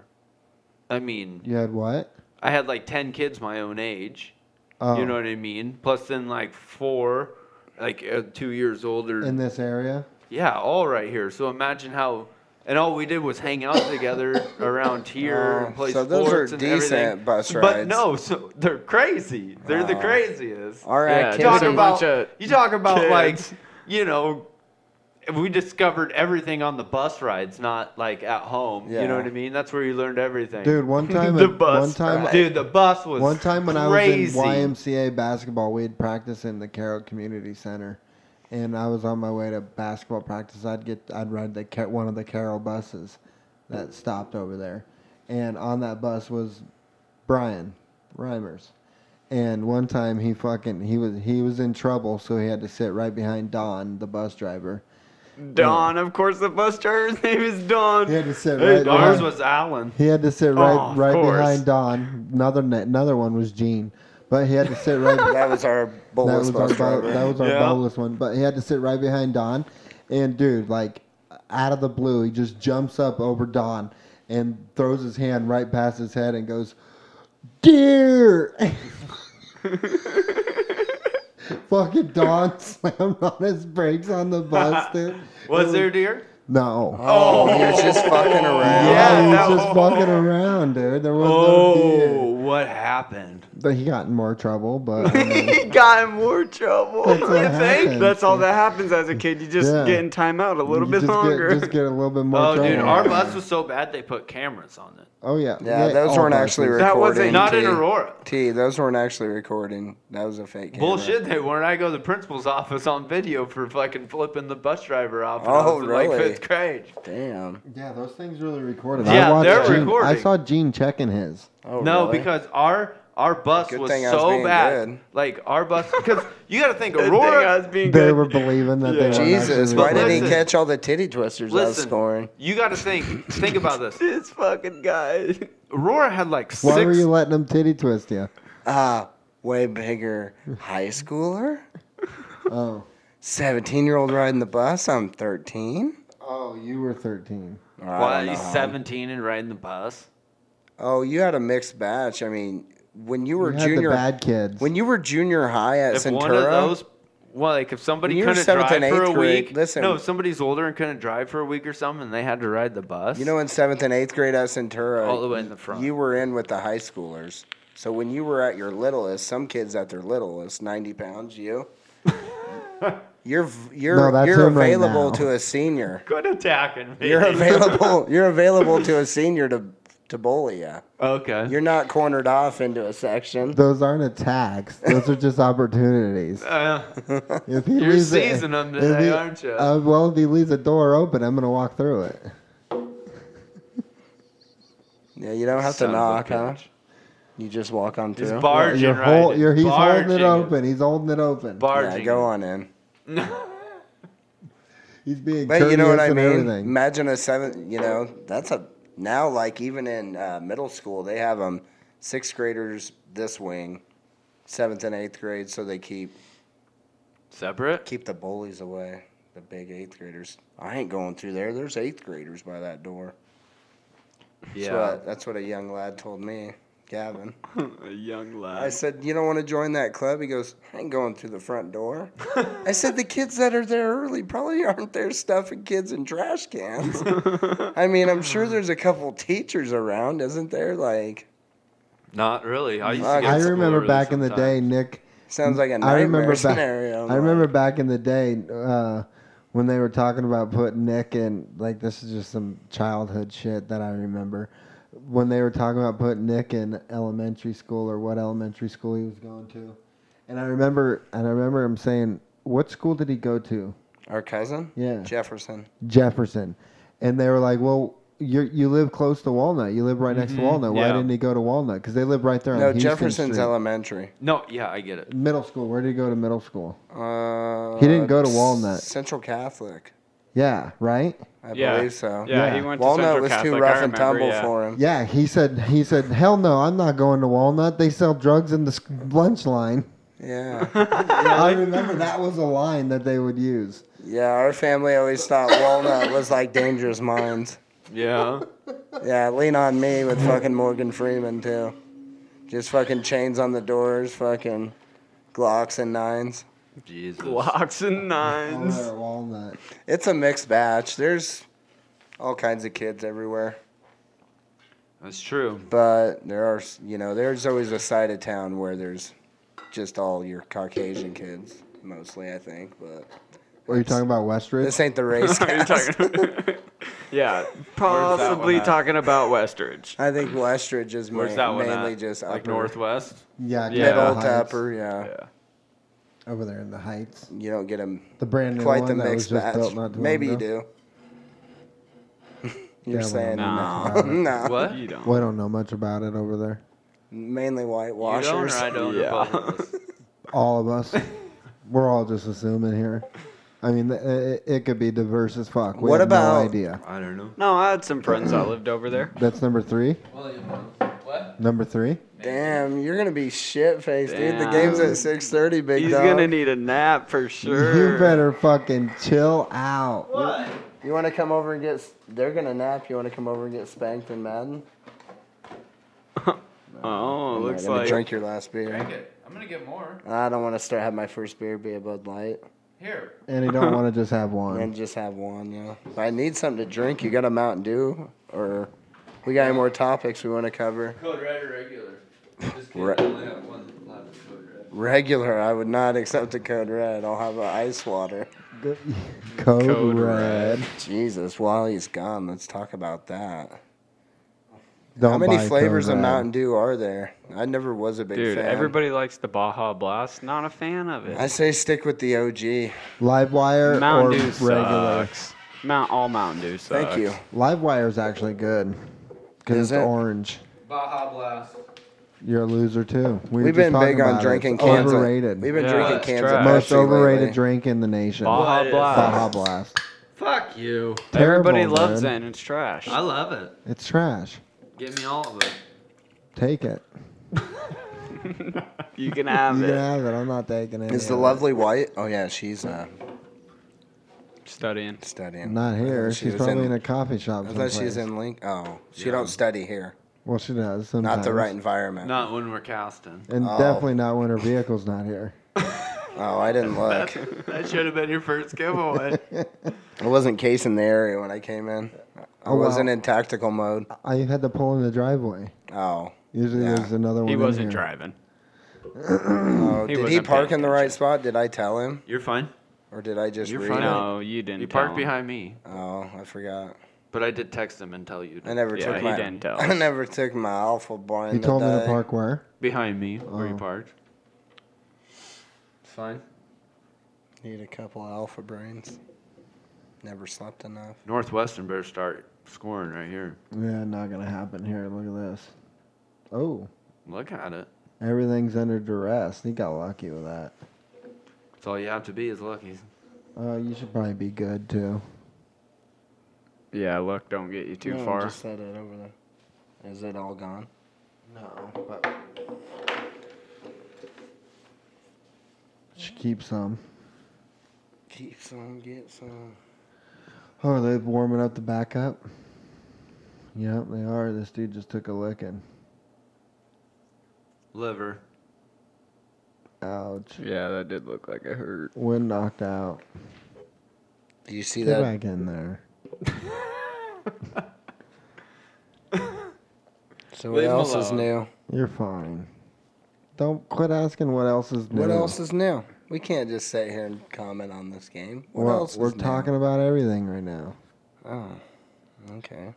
[SPEAKER 2] I mean,
[SPEAKER 1] You had what?
[SPEAKER 2] I had like ten kids my own age.
[SPEAKER 1] Oh,
[SPEAKER 2] You know what I mean? Plus, then like four, like uh, two years older.
[SPEAKER 1] in this area.
[SPEAKER 2] yeah, all right here. So imagine how. And all we did was hang out together around here
[SPEAKER 3] Oh,
[SPEAKER 2] and play
[SPEAKER 3] so those
[SPEAKER 2] sports
[SPEAKER 3] are
[SPEAKER 2] and
[SPEAKER 3] decent
[SPEAKER 2] everything.
[SPEAKER 3] bus
[SPEAKER 2] But
[SPEAKER 3] rides.
[SPEAKER 2] no, so they're crazy. They're the
[SPEAKER 3] Wow.
[SPEAKER 2] craziest.
[SPEAKER 3] Our
[SPEAKER 4] Yeah,
[SPEAKER 2] You
[SPEAKER 4] Kids
[SPEAKER 2] talk
[SPEAKER 4] are a
[SPEAKER 3] activity.
[SPEAKER 2] about
[SPEAKER 4] bunch of
[SPEAKER 2] you talk about
[SPEAKER 4] kids.
[SPEAKER 2] like you know we discovered everything on the bus rides, not like at home. You
[SPEAKER 3] Yeah.
[SPEAKER 2] know what I mean? That's where you learned everything.
[SPEAKER 1] Dude, one time,
[SPEAKER 2] the
[SPEAKER 1] at-
[SPEAKER 2] bus,
[SPEAKER 1] one time,
[SPEAKER 2] dude, the bus was
[SPEAKER 1] One time when
[SPEAKER 2] crazy.
[SPEAKER 1] I was in YMCA basketball, we'd practice in the Carroll Community Center, and I was on my way to basketball practice. I'd get, I'd ride the Ca- one of the Carroll buses that stopped over there, and on that bus was Brian Reimers. And one time he fucking he was he was in trouble, so he had to sit right behind Don, the bus driver.
[SPEAKER 4] Don, of course, the bus driver's name is Don.
[SPEAKER 1] He had to sit
[SPEAKER 2] Hey,
[SPEAKER 1] right.
[SPEAKER 2] ours
[SPEAKER 1] behind-
[SPEAKER 2] was Alan.
[SPEAKER 1] He had to sit right,
[SPEAKER 4] Oh, of
[SPEAKER 1] right
[SPEAKER 4] course.
[SPEAKER 1] behind Don. Another another one was Gene, but he had to sit right.
[SPEAKER 3] That was our
[SPEAKER 1] that
[SPEAKER 3] bolus
[SPEAKER 1] was our
[SPEAKER 3] bus
[SPEAKER 1] bo-
[SPEAKER 3] driver.
[SPEAKER 1] that was our
[SPEAKER 2] Yeah.
[SPEAKER 1] boneless one, but he had to sit right behind Don. And dude, like out of the blue, he just jumps up over Don and throws his hand right past his head and goes, "Deer!" Fucking Don slammed on his brakes on the bus, dude.
[SPEAKER 2] Was there deer?
[SPEAKER 1] No.
[SPEAKER 3] Oh, he was just fucking around.
[SPEAKER 1] Yeah, he
[SPEAKER 2] no.
[SPEAKER 1] was just fucking around, dude. There was no
[SPEAKER 2] Oh,
[SPEAKER 1] deer.
[SPEAKER 2] what happened?
[SPEAKER 1] But he got in more trouble, but I mean,
[SPEAKER 4] He got in more trouble.
[SPEAKER 1] That's what
[SPEAKER 4] I think
[SPEAKER 1] happens,
[SPEAKER 4] that's all
[SPEAKER 1] yeah.
[SPEAKER 4] that happens as a kid. You just
[SPEAKER 1] Yeah.
[SPEAKER 4] get in timeout a little
[SPEAKER 1] you
[SPEAKER 4] bit
[SPEAKER 1] just
[SPEAKER 4] longer.
[SPEAKER 1] Get, just get a little bit more
[SPEAKER 6] Oh,
[SPEAKER 1] trouble.
[SPEAKER 6] dude, our bus was so bad they put cameras on it.
[SPEAKER 1] oh, yeah.
[SPEAKER 3] Yeah, those
[SPEAKER 1] all
[SPEAKER 3] weren't
[SPEAKER 1] buses.
[SPEAKER 3] actually
[SPEAKER 4] That
[SPEAKER 3] recording.
[SPEAKER 4] wasn't-
[SPEAKER 6] Not in
[SPEAKER 3] T.
[SPEAKER 6] Aurora.
[SPEAKER 3] T, those weren't actually recording. That was a fake. camera.
[SPEAKER 6] Bullshit, they weren't. I go to the principal's office on video for fucking flipping the bus driver off. And I
[SPEAKER 3] Oh,
[SPEAKER 6] was in, like
[SPEAKER 3] really?
[SPEAKER 6] fifth grade.
[SPEAKER 3] Damn.
[SPEAKER 1] Yeah, those things really recorded.
[SPEAKER 6] Yeah,
[SPEAKER 1] watched
[SPEAKER 6] they're
[SPEAKER 1] Gene, I
[SPEAKER 6] recording.
[SPEAKER 1] saw Gene checking his.
[SPEAKER 3] Oh,
[SPEAKER 6] no,
[SPEAKER 3] really?
[SPEAKER 6] because our our bus
[SPEAKER 3] Good
[SPEAKER 6] was
[SPEAKER 3] thing I was
[SPEAKER 6] so
[SPEAKER 3] being
[SPEAKER 6] bad.
[SPEAKER 3] good.
[SPEAKER 6] Like our bus, because you got to think
[SPEAKER 4] Good thing I
[SPEAKER 6] Aurora.
[SPEAKER 4] was being
[SPEAKER 1] They
[SPEAKER 4] good.
[SPEAKER 1] were believing that they were
[SPEAKER 3] Jesus,
[SPEAKER 1] actually
[SPEAKER 3] why did he
[SPEAKER 6] Listen.
[SPEAKER 3] catch all the titty twisters I was
[SPEAKER 6] Listen,
[SPEAKER 3] scoring?
[SPEAKER 6] you got to think. Think about this.
[SPEAKER 4] this fucking guy.
[SPEAKER 6] Aurora had like six.
[SPEAKER 1] Why were you letting them titty twist you?
[SPEAKER 3] Ah, way bigger high schooler?
[SPEAKER 1] Oh.
[SPEAKER 3] 17 year old riding the bus? I'm 13?
[SPEAKER 1] Oh, you were 13.
[SPEAKER 3] Or I
[SPEAKER 6] Why
[SPEAKER 3] don't
[SPEAKER 6] he's
[SPEAKER 3] know.
[SPEAKER 6] seventeen and riding the bus?
[SPEAKER 3] Oh, you had a mixed batch. I mean, when you
[SPEAKER 1] You
[SPEAKER 3] were
[SPEAKER 1] had
[SPEAKER 3] junior
[SPEAKER 1] the bad kids.
[SPEAKER 3] when you were junior high at
[SPEAKER 6] If
[SPEAKER 3] Centura,
[SPEAKER 6] one of those, well, like if somebody
[SPEAKER 3] When you were
[SPEAKER 6] couldn't
[SPEAKER 3] seventh
[SPEAKER 6] drive
[SPEAKER 3] and
[SPEAKER 6] for a
[SPEAKER 3] eighth grade-
[SPEAKER 6] week,
[SPEAKER 3] listen.
[SPEAKER 6] no, if somebody's older and couldn't drive for a week or something, and they had to ride the bus.
[SPEAKER 3] you know, in seventh and eighth grade at Centura,
[SPEAKER 6] All the way in the front.
[SPEAKER 3] you were in with the high schoolers. So when you were at your littlest, some kids at their littlest, 90 pounds, you. You're v- you're
[SPEAKER 1] No, that's
[SPEAKER 3] you're
[SPEAKER 1] him right
[SPEAKER 3] available
[SPEAKER 1] now.
[SPEAKER 3] to a senior.
[SPEAKER 6] quit attacking me.
[SPEAKER 3] You're available. You're available to a senior to to bully you.
[SPEAKER 6] okay.
[SPEAKER 3] You're not cornered off into a section.
[SPEAKER 1] Those aren't attacks. Those are just opportunities.
[SPEAKER 6] Uh,
[SPEAKER 1] If he
[SPEAKER 6] You're
[SPEAKER 1] leaves it-
[SPEAKER 6] seizing 'em
[SPEAKER 1] if
[SPEAKER 6] today,
[SPEAKER 1] he-
[SPEAKER 6] aren't you?
[SPEAKER 1] Uh, well, if he leaves a door open, I'm gonna walk through it.
[SPEAKER 3] Yeah, you don't have to knock, huh? You just walk on through.
[SPEAKER 6] Just barging
[SPEAKER 1] Your
[SPEAKER 6] right
[SPEAKER 1] whole,
[SPEAKER 6] in.
[SPEAKER 1] you're, he's
[SPEAKER 6] barging
[SPEAKER 1] holding it open. He's holding it open.
[SPEAKER 3] yeah,
[SPEAKER 6] Barging.
[SPEAKER 3] go on in.
[SPEAKER 1] He's being
[SPEAKER 3] But
[SPEAKER 1] courteous
[SPEAKER 3] you know what I
[SPEAKER 1] and
[SPEAKER 3] mean.
[SPEAKER 1] everything.
[SPEAKER 3] Imagine a seven. You know, that's a now like even in uh, middle school they have them sixth graders this wing, seventh and eighth grade, so they keep
[SPEAKER 6] Separate.
[SPEAKER 3] keep the bullies away. The big eighth graders. I ain't going through there. There's eighth graders by that door.
[SPEAKER 6] Yeah.
[SPEAKER 3] That's what, that's what a young lad told me, Gavin.
[SPEAKER 4] a young
[SPEAKER 3] I
[SPEAKER 4] lad.
[SPEAKER 3] said, You don't want to join that club? He goes, I ain't going through the front door. I said, The kids that are there early probably aren't there stuffing kids in trash cans. I mean, I'm
[SPEAKER 1] Hmm.
[SPEAKER 3] sure there's a couple teachers around, isn't there? Like,
[SPEAKER 6] Not really. I, used to
[SPEAKER 3] Fuck.
[SPEAKER 6] get
[SPEAKER 1] I
[SPEAKER 6] school
[SPEAKER 1] remember
[SPEAKER 6] early
[SPEAKER 1] back in the day,
[SPEAKER 6] sometimes.
[SPEAKER 1] Nick.
[SPEAKER 3] sounds like a nightmare
[SPEAKER 1] I remember back.
[SPEAKER 3] scenario.
[SPEAKER 1] I remember back in the day uh, when they were talking about putting Nick in. Like this is just some childhood shit that I remember. When they were talking about putting Nick in elementary school or what elementary school he was going to, and I remember and I remember him saying, "What school did he go to?"
[SPEAKER 3] Our cousin?
[SPEAKER 1] Yeah.
[SPEAKER 3] Jefferson.
[SPEAKER 1] Jefferson, and they were like, "Well." You you live close to Walnut. You live right next to Walnut. Why
[SPEAKER 6] yeah.
[SPEAKER 1] didn't he go to Walnut? Because they live right there.
[SPEAKER 3] No,
[SPEAKER 1] on Houston
[SPEAKER 3] Jefferson's
[SPEAKER 1] Street.
[SPEAKER 3] elementary.
[SPEAKER 6] No. Yeah, I get it.
[SPEAKER 1] middle school. Where did he go to middle school?
[SPEAKER 3] Uh,
[SPEAKER 1] He didn't go to Walnut.
[SPEAKER 3] Central Catholic.
[SPEAKER 1] Yeah, right.
[SPEAKER 3] I
[SPEAKER 4] Yeah.
[SPEAKER 3] believe so.
[SPEAKER 4] Yeah,
[SPEAKER 1] Yeah.
[SPEAKER 4] he went to
[SPEAKER 3] Walnut
[SPEAKER 4] Central
[SPEAKER 3] was
[SPEAKER 4] Catholic.
[SPEAKER 3] too
[SPEAKER 4] I
[SPEAKER 3] rough and
[SPEAKER 4] remember,
[SPEAKER 3] tumble
[SPEAKER 4] yeah.
[SPEAKER 3] for him.
[SPEAKER 1] Yeah, he said. He said, "Hell no, I'm not going to Walnut. They sell drugs in the s- lunch line."
[SPEAKER 3] Yeah.
[SPEAKER 1] I remember that was a line that they would use.
[SPEAKER 3] Yeah, our family always thought Walnut was like Dangerous Minds.
[SPEAKER 6] Yeah.
[SPEAKER 3] Yeah, lean on me with fucking Morgan Freeman too. Just fucking chains on the doors, fucking Glocks and nines.
[SPEAKER 6] Jesus.
[SPEAKER 4] Blocks and nines.
[SPEAKER 1] Walnut, Walnut.
[SPEAKER 3] It's a mixed batch. There's all kinds of kids everywhere,
[SPEAKER 6] That's true.
[SPEAKER 3] but there are, s- you know, there's always a side of town where there's just all your Caucasian kids, mostly, I think. But
[SPEAKER 1] What are you talking about, Westridge?
[SPEAKER 3] this ain't the race.
[SPEAKER 4] Are you
[SPEAKER 3] cast.
[SPEAKER 4] talking? yeah, possibly
[SPEAKER 6] at?
[SPEAKER 4] talking about Westridge.
[SPEAKER 3] I think Westridge is ma-
[SPEAKER 6] Where's that one
[SPEAKER 3] mainly
[SPEAKER 6] at?
[SPEAKER 3] just upper,
[SPEAKER 6] like Northwest.
[SPEAKER 1] Yeah,
[SPEAKER 4] Yeah.
[SPEAKER 1] Capitol
[SPEAKER 3] middle to
[SPEAKER 1] Heights,
[SPEAKER 3] upper. Yeah.
[SPEAKER 4] Yeah.
[SPEAKER 1] over there in the Heights.
[SPEAKER 3] you don't get them
[SPEAKER 1] The brand new
[SPEAKER 3] quite
[SPEAKER 1] one
[SPEAKER 3] the
[SPEAKER 1] that was
[SPEAKER 3] mixed
[SPEAKER 1] just
[SPEAKER 3] batch.
[SPEAKER 1] built not too
[SPEAKER 3] Maybe you
[SPEAKER 1] long ago.
[SPEAKER 3] do.
[SPEAKER 1] Yeah,
[SPEAKER 3] You're
[SPEAKER 1] we
[SPEAKER 3] saying
[SPEAKER 1] don't know
[SPEAKER 3] no,
[SPEAKER 1] much
[SPEAKER 3] no.
[SPEAKER 6] What?
[SPEAKER 4] You don't.
[SPEAKER 1] Well, I don't know much about it over there.
[SPEAKER 3] Mainly
[SPEAKER 6] You
[SPEAKER 3] whitewashers.
[SPEAKER 6] don't or I don't.
[SPEAKER 4] Yeah.
[SPEAKER 6] Yeah. us.
[SPEAKER 1] All of us, we're all just assuming here. I mean, th- it, it could be diverse as fuck. We
[SPEAKER 3] What
[SPEAKER 1] have
[SPEAKER 3] about-
[SPEAKER 1] no idea?
[SPEAKER 6] I don't know.
[SPEAKER 4] No, I had some friends that lived over there.
[SPEAKER 1] That's number three. Number three.
[SPEAKER 3] Damn, you're gonna be shit faced, dude. The
[SPEAKER 4] Damn.
[SPEAKER 3] game's at six thirty, big
[SPEAKER 4] He's
[SPEAKER 3] dog.
[SPEAKER 4] gonna need a nap for sure. Oh,
[SPEAKER 1] You better fucking chill out.
[SPEAKER 3] You want to come over and get? s- They're gonna nap. You want to come over and get spanked and Madden? I'm
[SPEAKER 4] Oh, it
[SPEAKER 3] not
[SPEAKER 4] looks
[SPEAKER 3] gonna
[SPEAKER 4] like
[SPEAKER 3] drink your last beer.
[SPEAKER 6] Drink it. I'm gonna get more.
[SPEAKER 3] I don't want to start having my first beer be a Bud Light
[SPEAKER 6] Here.
[SPEAKER 1] And you don't want to just have one.
[SPEAKER 3] and just have one. You know, if I need something to drink. You got a Mountain Dew or we got any more topics we want to cover?
[SPEAKER 6] Code red or regular? Just kidding.
[SPEAKER 3] Re-
[SPEAKER 6] I only have one left of code red.
[SPEAKER 3] Regular, I would not accept a code red. I'll have a ice water.
[SPEAKER 1] Go- Code,
[SPEAKER 4] Code
[SPEAKER 1] red.
[SPEAKER 3] Jesus, while he's gone, let's talk about that.
[SPEAKER 1] Don't
[SPEAKER 3] How many
[SPEAKER 1] buy
[SPEAKER 3] flavors
[SPEAKER 1] Code
[SPEAKER 3] of
[SPEAKER 1] Red.
[SPEAKER 3] Mountain Dew are there? I never was a big
[SPEAKER 4] dude,
[SPEAKER 3] fan.
[SPEAKER 4] everybody likes the Baja Blast. Not a fan of
[SPEAKER 3] I
[SPEAKER 4] it.
[SPEAKER 3] say stick with the OG.
[SPEAKER 1] Livewire or
[SPEAKER 4] Mountain Dew
[SPEAKER 1] regular.
[SPEAKER 4] sucks. Mount all Mountain Dew sucks.
[SPEAKER 3] Thank you.
[SPEAKER 1] Livewire is actually good because
[SPEAKER 3] Is
[SPEAKER 1] it's
[SPEAKER 3] it?
[SPEAKER 1] orange.
[SPEAKER 6] Baja Blast.
[SPEAKER 1] You're a loser too. We were
[SPEAKER 3] We've
[SPEAKER 1] just
[SPEAKER 3] been
[SPEAKER 1] talking
[SPEAKER 3] big on
[SPEAKER 1] about it.
[SPEAKER 3] drinking
[SPEAKER 1] It's
[SPEAKER 3] cans. of-
[SPEAKER 1] Overrated.
[SPEAKER 3] We've been
[SPEAKER 4] Yeah,
[SPEAKER 3] drinking
[SPEAKER 4] it's
[SPEAKER 3] cans
[SPEAKER 4] trash.
[SPEAKER 3] of
[SPEAKER 1] Most
[SPEAKER 3] Pepsi
[SPEAKER 1] overrated
[SPEAKER 3] lately.
[SPEAKER 1] drink in the nation.
[SPEAKER 4] Baja
[SPEAKER 6] What is-
[SPEAKER 4] Blast.
[SPEAKER 1] Baja Blast.
[SPEAKER 6] Fuck you.
[SPEAKER 4] Everybody
[SPEAKER 1] Terrible,
[SPEAKER 4] loves
[SPEAKER 1] man.
[SPEAKER 4] it and it's trash.
[SPEAKER 6] I love it.
[SPEAKER 1] It's trash.
[SPEAKER 6] Give me all of it.
[SPEAKER 1] Take it.
[SPEAKER 4] You can have
[SPEAKER 1] You
[SPEAKER 4] it.
[SPEAKER 1] can have it. I'm not taking it.
[SPEAKER 3] Is the lovely white? Oh yeah, she's uh,
[SPEAKER 4] Studying.
[SPEAKER 3] studying.
[SPEAKER 1] Not
[SPEAKER 3] I
[SPEAKER 1] here.
[SPEAKER 3] thought she
[SPEAKER 1] She's
[SPEAKER 3] was
[SPEAKER 1] probably in,
[SPEAKER 3] in-
[SPEAKER 1] a coffee shop.
[SPEAKER 3] I thought she was
[SPEAKER 1] someplace.
[SPEAKER 3] in Link. Oh, she don't study here.
[SPEAKER 1] Well, she does.
[SPEAKER 3] Not
[SPEAKER 1] Sometimes.
[SPEAKER 3] the right environment.
[SPEAKER 2] Not when we're casting.
[SPEAKER 1] And
[SPEAKER 3] Oh.
[SPEAKER 1] definitely not when her vehicle's not here.
[SPEAKER 3] Oh, I didn't look.
[SPEAKER 2] That should have been your first giveaway.
[SPEAKER 3] I wasn't casing the area when I came in. I
[SPEAKER 1] Oh, wow.
[SPEAKER 3] wasn't in tactical mode.
[SPEAKER 1] I had to pull in the driveway.
[SPEAKER 3] Oh,
[SPEAKER 1] Usually
[SPEAKER 3] Yeah.
[SPEAKER 1] there's another one.
[SPEAKER 4] He
[SPEAKER 1] in
[SPEAKER 4] wasn't
[SPEAKER 1] here.
[SPEAKER 4] driving.
[SPEAKER 3] oh
[SPEAKER 4] He
[SPEAKER 3] did he
[SPEAKER 4] wasn't
[SPEAKER 3] park
[SPEAKER 4] paying
[SPEAKER 3] in the right spot? Did I tell him,
[SPEAKER 2] You're fine.
[SPEAKER 3] or did I just
[SPEAKER 2] You're
[SPEAKER 3] read
[SPEAKER 2] fine.
[SPEAKER 3] it?
[SPEAKER 4] No, you didn't.
[SPEAKER 2] You
[SPEAKER 4] tell
[SPEAKER 2] parked
[SPEAKER 4] him.
[SPEAKER 2] behind me,
[SPEAKER 3] Oh, I forgot.
[SPEAKER 2] but I did text him and tell you.
[SPEAKER 3] I never
[SPEAKER 4] Yeah,
[SPEAKER 3] took
[SPEAKER 4] he
[SPEAKER 3] my.
[SPEAKER 4] didn't tell
[SPEAKER 3] I
[SPEAKER 4] us.
[SPEAKER 3] never took my alpha blind.
[SPEAKER 1] He told me to
[SPEAKER 3] day.
[SPEAKER 1] park where?
[SPEAKER 2] Behind me, where you
[SPEAKER 1] Oh.
[SPEAKER 2] parked. It's fine.
[SPEAKER 3] Need a couple alpha brains. Never slept enough.
[SPEAKER 2] Northwestern better start scoring right here.
[SPEAKER 1] Yeah, not gonna happen here. Look at this. Oh,
[SPEAKER 2] Look at it.
[SPEAKER 1] everything's under duress. He got lucky with that.
[SPEAKER 2] It's all you have to be is lucky.
[SPEAKER 1] Uh, you should probably be good too.
[SPEAKER 4] Yeah, luck don't get you too
[SPEAKER 3] No,
[SPEAKER 4] far.
[SPEAKER 3] Just set it over there. Is it all gone?
[SPEAKER 1] No, but should keep some.
[SPEAKER 3] Keep some, get some.
[SPEAKER 1] Oh, they're warming up the backup. Yep, they are. This dude just took a licking.
[SPEAKER 2] Liver.
[SPEAKER 1] Ouch.
[SPEAKER 4] Yeah, that did look like it hurt.
[SPEAKER 1] Wind knocked out.
[SPEAKER 3] Do you see
[SPEAKER 1] Get
[SPEAKER 3] that?
[SPEAKER 1] back in there.
[SPEAKER 3] So what
[SPEAKER 2] Leave 'em
[SPEAKER 3] else is
[SPEAKER 2] alone.
[SPEAKER 3] new?
[SPEAKER 1] You're fine. Don't quit asking what else is new.
[SPEAKER 3] What else is new? We can't just sit here and comment on this game. What
[SPEAKER 1] we're,
[SPEAKER 3] else?
[SPEAKER 1] we're
[SPEAKER 3] is new?
[SPEAKER 1] talking about everything right now.
[SPEAKER 3] Oh, okay.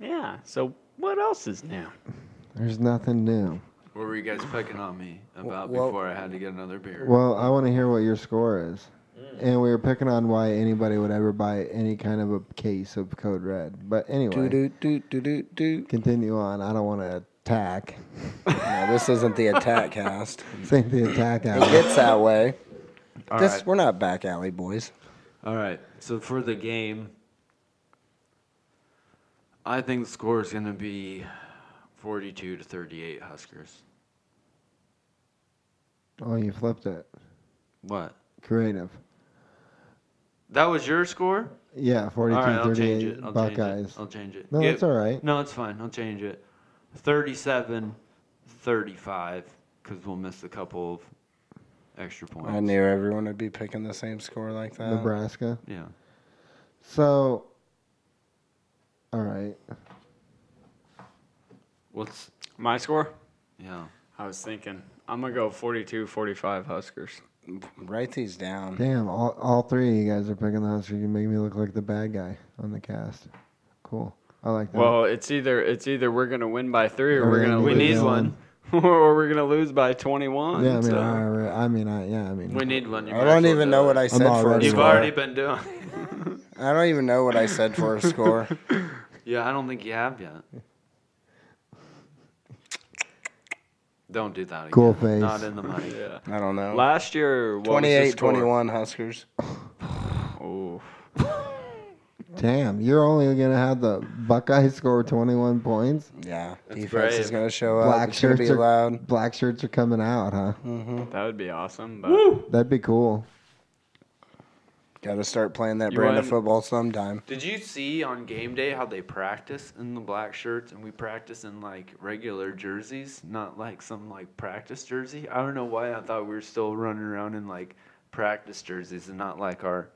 [SPEAKER 4] Yeah. So what else is new?
[SPEAKER 1] There's nothing new.
[SPEAKER 2] What were you guys picking on me about
[SPEAKER 3] well-
[SPEAKER 2] before I had to get another beer?
[SPEAKER 1] Well, I want to hear what your score is.
[SPEAKER 3] Mm.
[SPEAKER 1] And we were picking on why anybody would ever buy any kind of a case of Code Red. But
[SPEAKER 3] Do
[SPEAKER 1] anyway,
[SPEAKER 3] do do do do do.
[SPEAKER 1] continue on. I don't want to attack.
[SPEAKER 3] No, this isn't the attack cast.
[SPEAKER 1] Same the attack
[SPEAKER 3] It
[SPEAKER 1] out.
[SPEAKER 3] gets that way.
[SPEAKER 2] All
[SPEAKER 3] this
[SPEAKER 2] right.
[SPEAKER 3] we're not back alley boys.
[SPEAKER 2] All right. So for the game, I think the score is going to be 42 to 38 Huskers.
[SPEAKER 1] Oh, you flipped it.
[SPEAKER 2] What?
[SPEAKER 1] Creative.
[SPEAKER 2] That was your score?
[SPEAKER 1] Yeah,
[SPEAKER 2] All
[SPEAKER 1] 42
[SPEAKER 2] right, I'll change
[SPEAKER 1] 38
[SPEAKER 2] it. I'll change
[SPEAKER 1] Buckeyes.
[SPEAKER 2] it. I'll change it.
[SPEAKER 1] No,
[SPEAKER 2] Give-
[SPEAKER 1] that's all right.
[SPEAKER 2] No, it's fine. I'll change it. 37 35 because we'll miss a couple of extra points.
[SPEAKER 3] I knew everyone would be picking the same score like that.
[SPEAKER 1] Nebraska.
[SPEAKER 2] Yeah.
[SPEAKER 1] So, all right.
[SPEAKER 2] What's.
[SPEAKER 4] My score?
[SPEAKER 2] Yeah.
[SPEAKER 4] I was thinking I'm gonna go 42-45 Huskers.
[SPEAKER 3] Write these down.
[SPEAKER 1] Damn, all, all three of you guys are picking the Husker. You make me look like the bad guy on the cast. Cool. I like that.
[SPEAKER 4] Well, it's either it's either we're gonna win by three or we're gonna
[SPEAKER 1] We
[SPEAKER 4] lose
[SPEAKER 1] need
[SPEAKER 2] one.
[SPEAKER 4] or we're gonna lose by 21.
[SPEAKER 1] yeah, I mean,
[SPEAKER 4] so-
[SPEAKER 1] I, I- I mean, I, yeah, I mean,
[SPEAKER 2] We need one. You
[SPEAKER 3] I
[SPEAKER 2] might as
[SPEAKER 3] don't
[SPEAKER 2] well
[SPEAKER 3] even
[SPEAKER 2] do
[SPEAKER 3] know
[SPEAKER 2] it.
[SPEAKER 3] what I said for a
[SPEAKER 1] already-
[SPEAKER 2] You've
[SPEAKER 3] score.
[SPEAKER 2] already been doing
[SPEAKER 3] I don't even know what I said for a score.
[SPEAKER 2] Yeah, I don't think you have yet. Don't do that again.
[SPEAKER 1] Cool face.
[SPEAKER 2] Not in the money.
[SPEAKER 4] yeah.
[SPEAKER 3] I don't know.
[SPEAKER 4] Last year, what
[SPEAKER 3] 28
[SPEAKER 4] was
[SPEAKER 3] 21 Huskers.
[SPEAKER 4] the score?
[SPEAKER 1] damn, you're only gonna have the Buckeyes score 21 points.
[SPEAKER 3] Yeah. Defense
[SPEAKER 2] brave.
[SPEAKER 3] is going to show up.
[SPEAKER 1] Black
[SPEAKER 3] it's going to
[SPEAKER 1] shirts
[SPEAKER 3] be
[SPEAKER 1] are-
[SPEAKER 3] loud.
[SPEAKER 1] Black shirts are coming out, huh?
[SPEAKER 4] Oh, that would be awesome. But
[SPEAKER 1] That'd be cool.
[SPEAKER 3] Got to start playing that
[SPEAKER 2] You
[SPEAKER 3] brand of
[SPEAKER 2] want-
[SPEAKER 3] football sometime.
[SPEAKER 2] Did you see on game day how they practice in the black shirts and we practice in like regular jerseys, not like some like practice jersey? I don't know why I thought we were still running around in like practice jerseys and not like our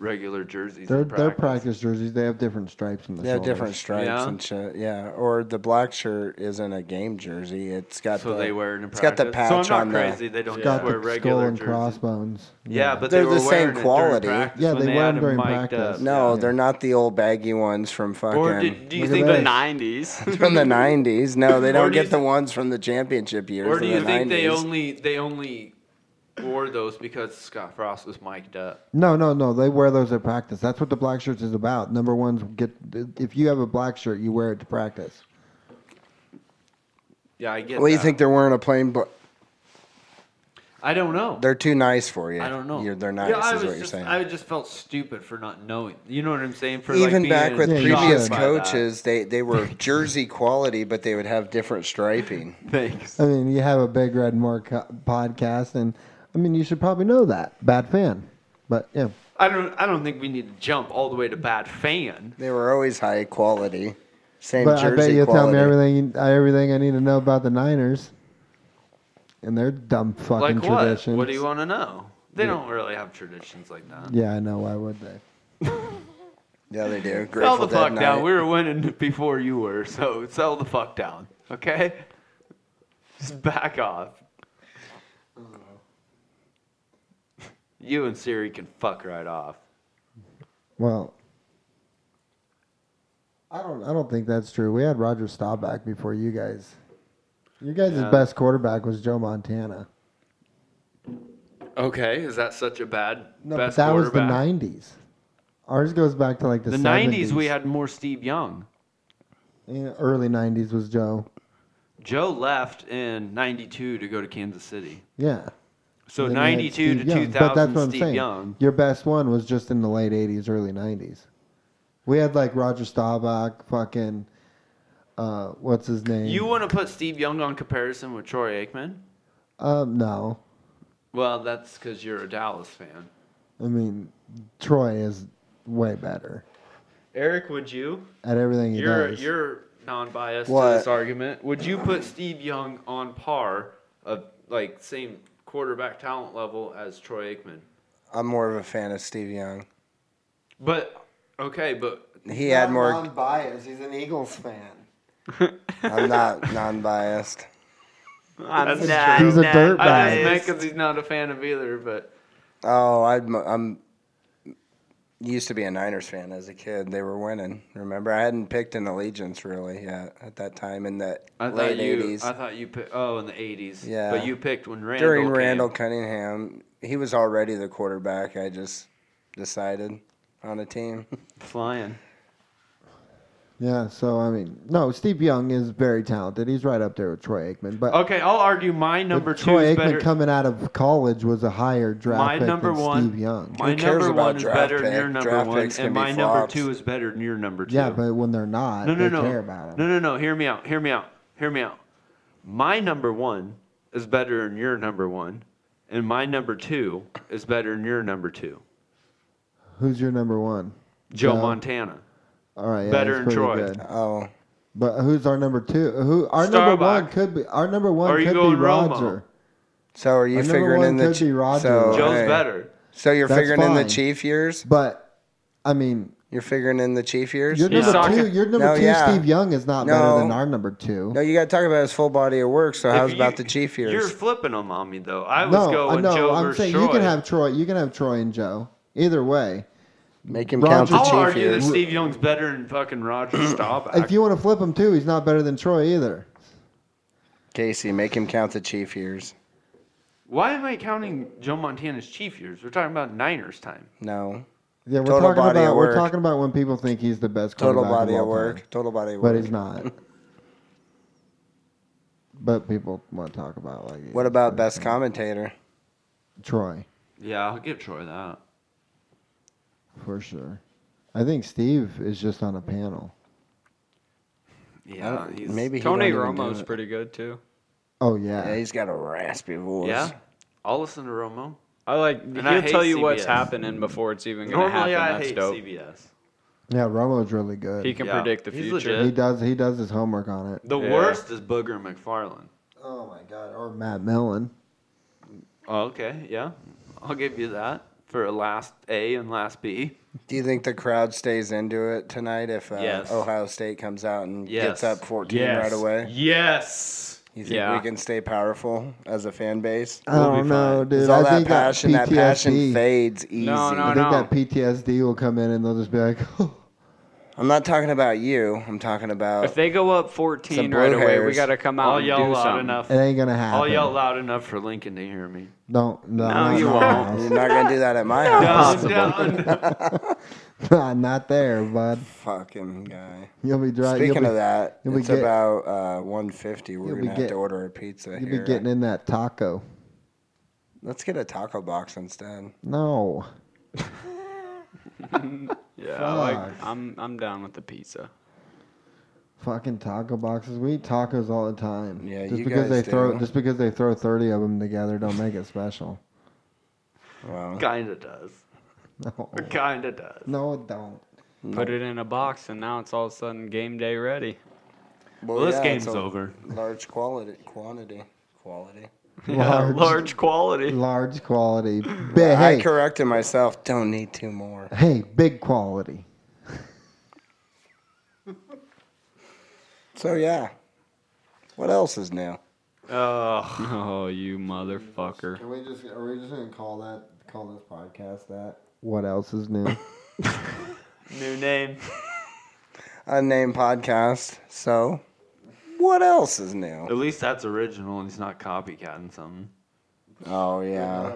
[SPEAKER 2] regular jerseys.
[SPEAKER 1] They're
[SPEAKER 2] in
[SPEAKER 1] they're practice jerseys. They have different stripes in the.
[SPEAKER 3] They have
[SPEAKER 1] shoulders.
[SPEAKER 3] different stripes
[SPEAKER 2] Yeah.
[SPEAKER 3] and shit. Yeah, or the black shirt isn't a game jersey. It's got
[SPEAKER 2] So
[SPEAKER 3] the,
[SPEAKER 2] they wear it in
[SPEAKER 3] It's
[SPEAKER 2] practice.
[SPEAKER 3] got the patch
[SPEAKER 2] so I'm not
[SPEAKER 3] on there.
[SPEAKER 2] crazy. They don't
[SPEAKER 1] Got
[SPEAKER 2] just wear
[SPEAKER 1] the skull
[SPEAKER 2] regular
[SPEAKER 1] and
[SPEAKER 2] jerseys.
[SPEAKER 1] crossbones.
[SPEAKER 2] Yeah, but
[SPEAKER 3] They're
[SPEAKER 2] they were
[SPEAKER 3] the same
[SPEAKER 2] wearing it during
[SPEAKER 3] quality.
[SPEAKER 2] practice
[SPEAKER 1] Yeah,
[SPEAKER 2] when
[SPEAKER 1] they wear
[SPEAKER 2] had
[SPEAKER 1] them during
[SPEAKER 2] mic'd up.
[SPEAKER 1] practice.
[SPEAKER 3] No,
[SPEAKER 1] Yeah.
[SPEAKER 3] they're not the old baggy ones from fucking
[SPEAKER 2] Or did, do you
[SPEAKER 1] Look at
[SPEAKER 2] think
[SPEAKER 1] that.
[SPEAKER 2] the
[SPEAKER 4] The
[SPEAKER 1] Yes.
[SPEAKER 4] nineties.
[SPEAKER 3] from the nineties. No, they don't
[SPEAKER 2] do you
[SPEAKER 3] get the ones from the championship years.
[SPEAKER 2] Or do
[SPEAKER 3] of
[SPEAKER 2] you
[SPEAKER 3] the
[SPEAKER 2] think they
[SPEAKER 3] 90s.
[SPEAKER 2] only they only wore those because Scott Frost was mic'd up?
[SPEAKER 1] No, no, no. They wear those at practice. That's what the black shirts is about. Number one's get. If you have a black shirt, you wear it to practice.
[SPEAKER 2] Yeah, I get.
[SPEAKER 3] Well, you
[SPEAKER 2] that.
[SPEAKER 3] think they're wearing a plain? Bl-
[SPEAKER 2] I don't know.
[SPEAKER 3] they're too nice for you.
[SPEAKER 2] I don't know.
[SPEAKER 3] You're, they're nice.
[SPEAKER 2] Yeah, I
[SPEAKER 3] is
[SPEAKER 2] was
[SPEAKER 3] what you're
[SPEAKER 2] just,
[SPEAKER 3] saying.
[SPEAKER 2] I just felt stupid for not knowing. You know what I'm saying? For like,
[SPEAKER 3] Even
[SPEAKER 2] being
[SPEAKER 3] back with
[SPEAKER 1] Yeah, you
[SPEAKER 3] previous
[SPEAKER 1] should.
[SPEAKER 2] shocked by that.
[SPEAKER 3] coaches, they, they were jersey quality, but they would have different striping.
[SPEAKER 2] Thanks.
[SPEAKER 1] I mean, you have a big red mark podcast, and I mean, you should probably know that. Bad fan, but yeah.
[SPEAKER 2] I don't. I don't think we need to jump all the way to bad fan.
[SPEAKER 3] They were always high quality. Same
[SPEAKER 1] But I
[SPEAKER 3] jersey
[SPEAKER 1] bet you'll
[SPEAKER 3] quality.
[SPEAKER 1] tell me everything everything I need to know about the Niners and their dumb fucking
[SPEAKER 2] Like what?
[SPEAKER 1] traditions.
[SPEAKER 2] What do you want to know? They don't really have traditions like that.
[SPEAKER 1] Yeah, I know. Why would they?
[SPEAKER 3] Yeah, they do.
[SPEAKER 2] Sell
[SPEAKER 3] Grateful
[SPEAKER 2] the
[SPEAKER 3] Dead
[SPEAKER 2] fuck down.
[SPEAKER 3] night.
[SPEAKER 2] We were winning before you were, so sell the fuck down. Okay. Just back off. Uh-huh. You and Siri can fuck right off.
[SPEAKER 1] Well, I don't. I don't think that's true. We had Roger Staubach before you guys. Your guys'
[SPEAKER 2] Yeah.
[SPEAKER 1] best quarterback was Joe Montana.
[SPEAKER 2] Okay, is that such a bad
[SPEAKER 1] No,
[SPEAKER 2] best
[SPEAKER 1] but that was the
[SPEAKER 2] quarterback?
[SPEAKER 1] '90s. Ours goes back to like the,
[SPEAKER 2] The
[SPEAKER 1] 70s.
[SPEAKER 2] nineties we had more Steve Young.
[SPEAKER 1] Yeah, early '90s was Joe.
[SPEAKER 2] Joe left in ninety two to go to Kansas City.
[SPEAKER 1] Yeah.
[SPEAKER 2] So
[SPEAKER 1] Then we had
[SPEAKER 2] ninety two to
[SPEAKER 1] Steve Young,
[SPEAKER 2] two
[SPEAKER 1] but that's what
[SPEAKER 2] thousand
[SPEAKER 1] I'm
[SPEAKER 2] Steve
[SPEAKER 1] saying.
[SPEAKER 2] Young.
[SPEAKER 1] Your best one was just in the late '80s, early '90s. We had like Roger Staubach, fucking, uh, what's his name?
[SPEAKER 2] You wanna put Steve Young on comparison with Troy Aikman?
[SPEAKER 1] um, no,
[SPEAKER 2] Well, that's because you're a Dallas fan.
[SPEAKER 1] I mean Troy is way better
[SPEAKER 2] Eric, would you?
[SPEAKER 1] at everything he
[SPEAKER 2] You're
[SPEAKER 1] does.
[SPEAKER 2] you're non-biased
[SPEAKER 3] What?
[SPEAKER 2] to this argument. Would you put Steve Young on par of like same quarterback talent level as Troy Aikman?
[SPEAKER 3] I'm more of a fan of Steve Young.
[SPEAKER 2] But okay, but
[SPEAKER 3] He had more.
[SPEAKER 1] non-biased. He's an Eagles fan.
[SPEAKER 3] I'm not non-biased.
[SPEAKER 4] I'm
[SPEAKER 1] That's true. He's a dirtbag.
[SPEAKER 2] I just
[SPEAKER 1] Biased.
[SPEAKER 2] because he's not a fan of either. But
[SPEAKER 3] Oh, I'm, I'm used to be a Niners fan as a kid. They were winning. Remember, I hadn't picked an allegiance really yet at that time in the
[SPEAKER 2] I
[SPEAKER 3] late
[SPEAKER 2] thought you,
[SPEAKER 3] '80s
[SPEAKER 2] I thought you picked. Oh, in the '80s.
[SPEAKER 3] Yeah.
[SPEAKER 2] But you picked when Randall.
[SPEAKER 3] during
[SPEAKER 2] came.
[SPEAKER 3] Randall Cunningham. He was already the quarterback. I just decided on a team.
[SPEAKER 2] flying.
[SPEAKER 1] Yeah, so I mean, no, Steve Young is very talented. He's right up there with Troy Aikman, but.
[SPEAKER 2] Okay, I'll argue my
[SPEAKER 1] but
[SPEAKER 2] number two
[SPEAKER 1] Troy
[SPEAKER 2] is
[SPEAKER 1] Aikman
[SPEAKER 2] better.
[SPEAKER 1] coming out of college was a higher draft
[SPEAKER 2] my
[SPEAKER 1] pick
[SPEAKER 2] number
[SPEAKER 1] than
[SPEAKER 2] one,
[SPEAKER 1] Steve Young.
[SPEAKER 2] my
[SPEAKER 3] Who cares
[SPEAKER 2] number
[SPEAKER 3] about
[SPEAKER 2] one is
[SPEAKER 3] draft
[SPEAKER 2] better than your
[SPEAKER 3] pick?
[SPEAKER 2] number
[SPEAKER 3] Draft
[SPEAKER 2] one,
[SPEAKER 3] picks can
[SPEAKER 2] and
[SPEAKER 3] be
[SPEAKER 2] my number
[SPEAKER 3] flops.
[SPEAKER 2] two is better than your number two.
[SPEAKER 1] Yeah, but when they're not,
[SPEAKER 2] no, no,
[SPEAKER 1] they
[SPEAKER 2] no.
[SPEAKER 1] care about him.
[SPEAKER 2] No, no, no. Hear me out. Hear me out. Hear me out. My number one is better than your number one, and my number two is better than your number two.
[SPEAKER 1] Who's your number one?
[SPEAKER 2] Joe
[SPEAKER 1] Joe.
[SPEAKER 2] Montana.
[SPEAKER 1] All right, yeah,
[SPEAKER 2] Better
[SPEAKER 1] that's
[SPEAKER 2] than
[SPEAKER 1] pretty
[SPEAKER 2] Troy.
[SPEAKER 1] good.
[SPEAKER 3] Oh,
[SPEAKER 1] But who's our number two? Who our
[SPEAKER 2] Starbuck.
[SPEAKER 1] number one could be? Our number one
[SPEAKER 2] Are you
[SPEAKER 1] could be
[SPEAKER 2] going Romo?
[SPEAKER 1] Roger.
[SPEAKER 3] so are you
[SPEAKER 1] Our number
[SPEAKER 3] figuring
[SPEAKER 1] one
[SPEAKER 3] in the
[SPEAKER 1] could be Rodgers.
[SPEAKER 3] so,
[SPEAKER 2] Joe's
[SPEAKER 3] hey,
[SPEAKER 2] better.
[SPEAKER 3] So you're
[SPEAKER 1] That's
[SPEAKER 3] figuring in the
[SPEAKER 1] fine.
[SPEAKER 3] Chief years?
[SPEAKER 1] But I mean,
[SPEAKER 3] You're figuring in the Chief years?
[SPEAKER 1] your number
[SPEAKER 2] talking-
[SPEAKER 1] two, your number
[SPEAKER 3] No,
[SPEAKER 1] two,
[SPEAKER 3] yeah.
[SPEAKER 1] Steve Young is not
[SPEAKER 3] No.
[SPEAKER 1] better than our number two.
[SPEAKER 3] No, you got to talk about his full body of work. So
[SPEAKER 2] If
[SPEAKER 3] how's
[SPEAKER 2] you-
[SPEAKER 3] about the Chief years?
[SPEAKER 2] You're flipping them on me though. I was
[SPEAKER 1] no, I
[SPEAKER 2] going
[SPEAKER 1] know.
[SPEAKER 2] Joe
[SPEAKER 1] I'm
[SPEAKER 2] versus
[SPEAKER 1] saying
[SPEAKER 2] Troy.
[SPEAKER 1] you can have Troy. You can have Troy and Joe. Either way,
[SPEAKER 3] Make him
[SPEAKER 1] Roger-
[SPEAKER 3] count the
[SPEAKER 1] I'll
[SPEAKER 2] I'll
[SPEAKER 3] Chief
[SPEAKER 2] argue that
[SPEAKER 3] years.
[SPEAKER 2] Steve Young's better than fucking Roger Staubach.
[SPEAKER 1] if you want to flip him too, he's not better than Troy either.
[SPEAKER 3] Casey, make him count the Chief years.
[SPEAKER 2] Why am I counting Joe Montana's Chief years? We're talking about Niners time.
[SPEAKER 3] No.
[SPEAKER 1] Yeah, we're
[SPEAKER 3] Total
[SPEAKER 1] talking
[SPEAKER 3] body of
[SPEAKER 1] about we're
[SPEAKER 3] work.
[SPEAKER 1] talking about when people think he's the best
[SPEAKER 3] Total
[SPEAKER 1] quarterback
[SPEAKER 3] body
[SPEAKER 1] of,
[SPEAKER 3] of
[SPEAKER 1] all
[SPEAKER 3] work.
[SPEAKER 1] time,
[SPEAKER 3] Total body of work.
[SPEAKER 1] but he's not. but people want to talk about like
[SPEAKER 3] What about best commentator?
[SPEAKER 1] Troy
[SPEAKER 2] Yeah, I'll give Troy
[SPEAKER 1] Uh,
[SPEAKER 2] that.
[SPEAKER 1] for sure. I think Steve is just on a panel.
[SPEAKER 2] Yeah, he's
[SPEAKER 3] Maybe he
[SPEAKER 4] Tony
[SPEAKER 3] don't even do
[SPEAKER 4] Romo's
[SPEAKER 3] it.
[SPEAKER 4] pretty good too.
[SPEAKER 1] Oh
[SPEAKER 3] Yeah,
[SPEAKER 1] yeah,
[SPEAKER 3] he's got a raspy voice.
[SPEAKER 2] Yeah, I'll listen to Romo.
[SPEAKER 4] I like.
[SPEAKER 2] I
[SPEAKER 4] he'll
[SPEAKER 2] hate
[SPEAKER 4] tell you what's
[SPEAKER 2] CBS.
[SPEAKER 4] happening before it's even gonna
[SPEAKER 2] Normally,
[SPEAKER 4] happen.
[SPEAKER 2] I
[SPEAKER 4] That's
[SPEAKER 2] hate
[SPEAKER 4] dope.
[SPEAKER 2] CBS.
[SPEAKER 1] Yeah, Romo's really good.
[SPEAKER 4] He can
[SPEAKER 2] Yeah.
[SPEAKER 4] predict the
[SPEAKER 2] He's
[SPEAKER 4] future.
[SPEAKER 2] legit.
[SPEAKER 1] He does. He does his homework on it.
[SPEAKER 2] The
[SPEAKER 4] Yeah.
[SPEAKER 2] worst is Booger McFarlane.
[SPEAKER 1] Oh my god! Or Matt Millen.
[SPEAKER 2] Oh, okay, yeah, I'll give you that for a last A and last B.
[SPEAKER 3] Do you think the crowd stays into it tonight if uh,
[SPEAKER 2] Yes.
[SPEAKER 3] Ohio State comes out and
[SPEAKER 2] Yes.
[SPEAKER 3] gets up 14 right away?
[SPEAKER 4] Yes.
[SPEAKER 3] You think
[SPEAKER 4] Yeah.
[SPEAKER 3] we can stay powerful as a fan base?
[SPEAKER 1] I don't know, Uh, dude.
[SPEAKER 3] Because all
[SPEAKER 1] I
[SPEAKER 3] that
[SPEAKER 1] think uh,
[SPEAKER 3] passion,
[SPEAKER 1] that
[SPEAKER 3] that
[SPEAKER 1] PTSD.
[SPEAKER 3] passion fades easy.
[SPEAKER 4] no.
[SPEAKER 1] I think that PTSD will come in and they'll just be like,
[SPEAKER 3] I'm not talking about you. I'm talking about
[SPEAKER 4] If they go up 14
[SPEAKER 3] Some
[SPEAKER 4] right away, we
[SPEAKER 3] blowhards.
[SPEAKER 4] gotta come out
[SPEAKER 2] I'll
[SPEAKER 4] and
[SPEAKER 2] yell
[SPEAKER 4] do
[SPEAKER 2] loud
[SPEAKER 4] something.
[SPEAKER 2] enough.
[SPEAKER 1] it ain't gonna happen.
[SPEAKER 2] Um, I'll yell loud enough for Lincoln to hear me.
[SPEAKER 1] Don't. No, not
[SPEAKER 2] you
[SPEAKER 1] my
[SPEAKER 2] won't.
[SPEAKER 1] house.
[SPEAKER 3] You're not gonna do that at my house.
[SPEAKER 2] Down, down.
[SPEAKER 1] I'm not there, bud.
[SPEAKER 3] Fucking guy.
[SPEAKER 1] You'll be driving.
[SPEAKER 3] Speaking
[SPEAKER 1] you'll
[SPEAKER 3] of
[SPEAKER 1] be,
[SPEAKER 3] that,
[SPEAKER 1] you'll be
[SPEAKER 3] it's
[SPEAKER 1] get-
[SPEAKER 3] about uh, 150. We're
[SPEAKER 1] you'll be
[SPEAKER 3] gonna have
[SPEAKER 1] get-
[SPEAKER 3] to order a pizza
[SPEAKER 1] you'll
[SPEAKER 3] here.
[SPEAKER 1] be getting in that taco.
[SPEAKER 3] Let's get a taco box instead.
[SPEAKER 1] No.
[SPEAKER 4] Yeah, I like,
[SPEAKER 1] Fuck.
[SPEAKER 4] I'm I'm down with the pizza.
[SPEAKER 1] Fucking taco boxes. We eat tacos all the time.
[SPEAKER 3] Yeah,
[SPEAKER 1] just
[SPEAKER 3] you
[SPEAKER 1] because
[SPEAKER 3] guys
[SPEAKER 1] they throw
[SPEAKER 3] do.
[SPEAKER 1] just because they throw thirty of them together don't make it special.
[SPEAKER 3] Well,
[SPEAKER 2] Kinda does.
[SPEAKER 1] No,
[SPEAKER 2] Kinda does.
[SPEAKER 1] no, it don't.
[SPEAKER 4] Put it in a box, and now it's all of a sudden game day ready.
[SPEAKER 3] well,
[SPEAKER 2] Well, this
[SPEAKER 3] yeah,
[SPEAKER 2] game's
[SPEAKER 3] it's a
[SPEAKER 2] over.
[SPEAKER 3] Large quality, quantity, quality.
[SPEAKER 1] Large,
[SPEAKER 4] Large quality.
[SPEAKER 1] large quality. Big,
[SPEAKER 3] I
[SPEAKER 1] hey,
[SPEAKER 3] corrected myself. Don't need two more.
[SPEAKER 1] hey, big quality.
[SPEAKER 3] So yeah, what else is new?
[SPEAKER 2] Ugh.
[SPEAKER 4] Oh, you motherfucker.
[SPEAKER 1] Can we just are we just gonna call that call this podcast that? What else is new?
[SPEAKER 2] new name.
[SPEAKER 3] Unnamed podcast. So, what else is new?
[SPEAKER 2] At least that's original and he's not copycatting something.
[SPEAKER 3] Oh yeah,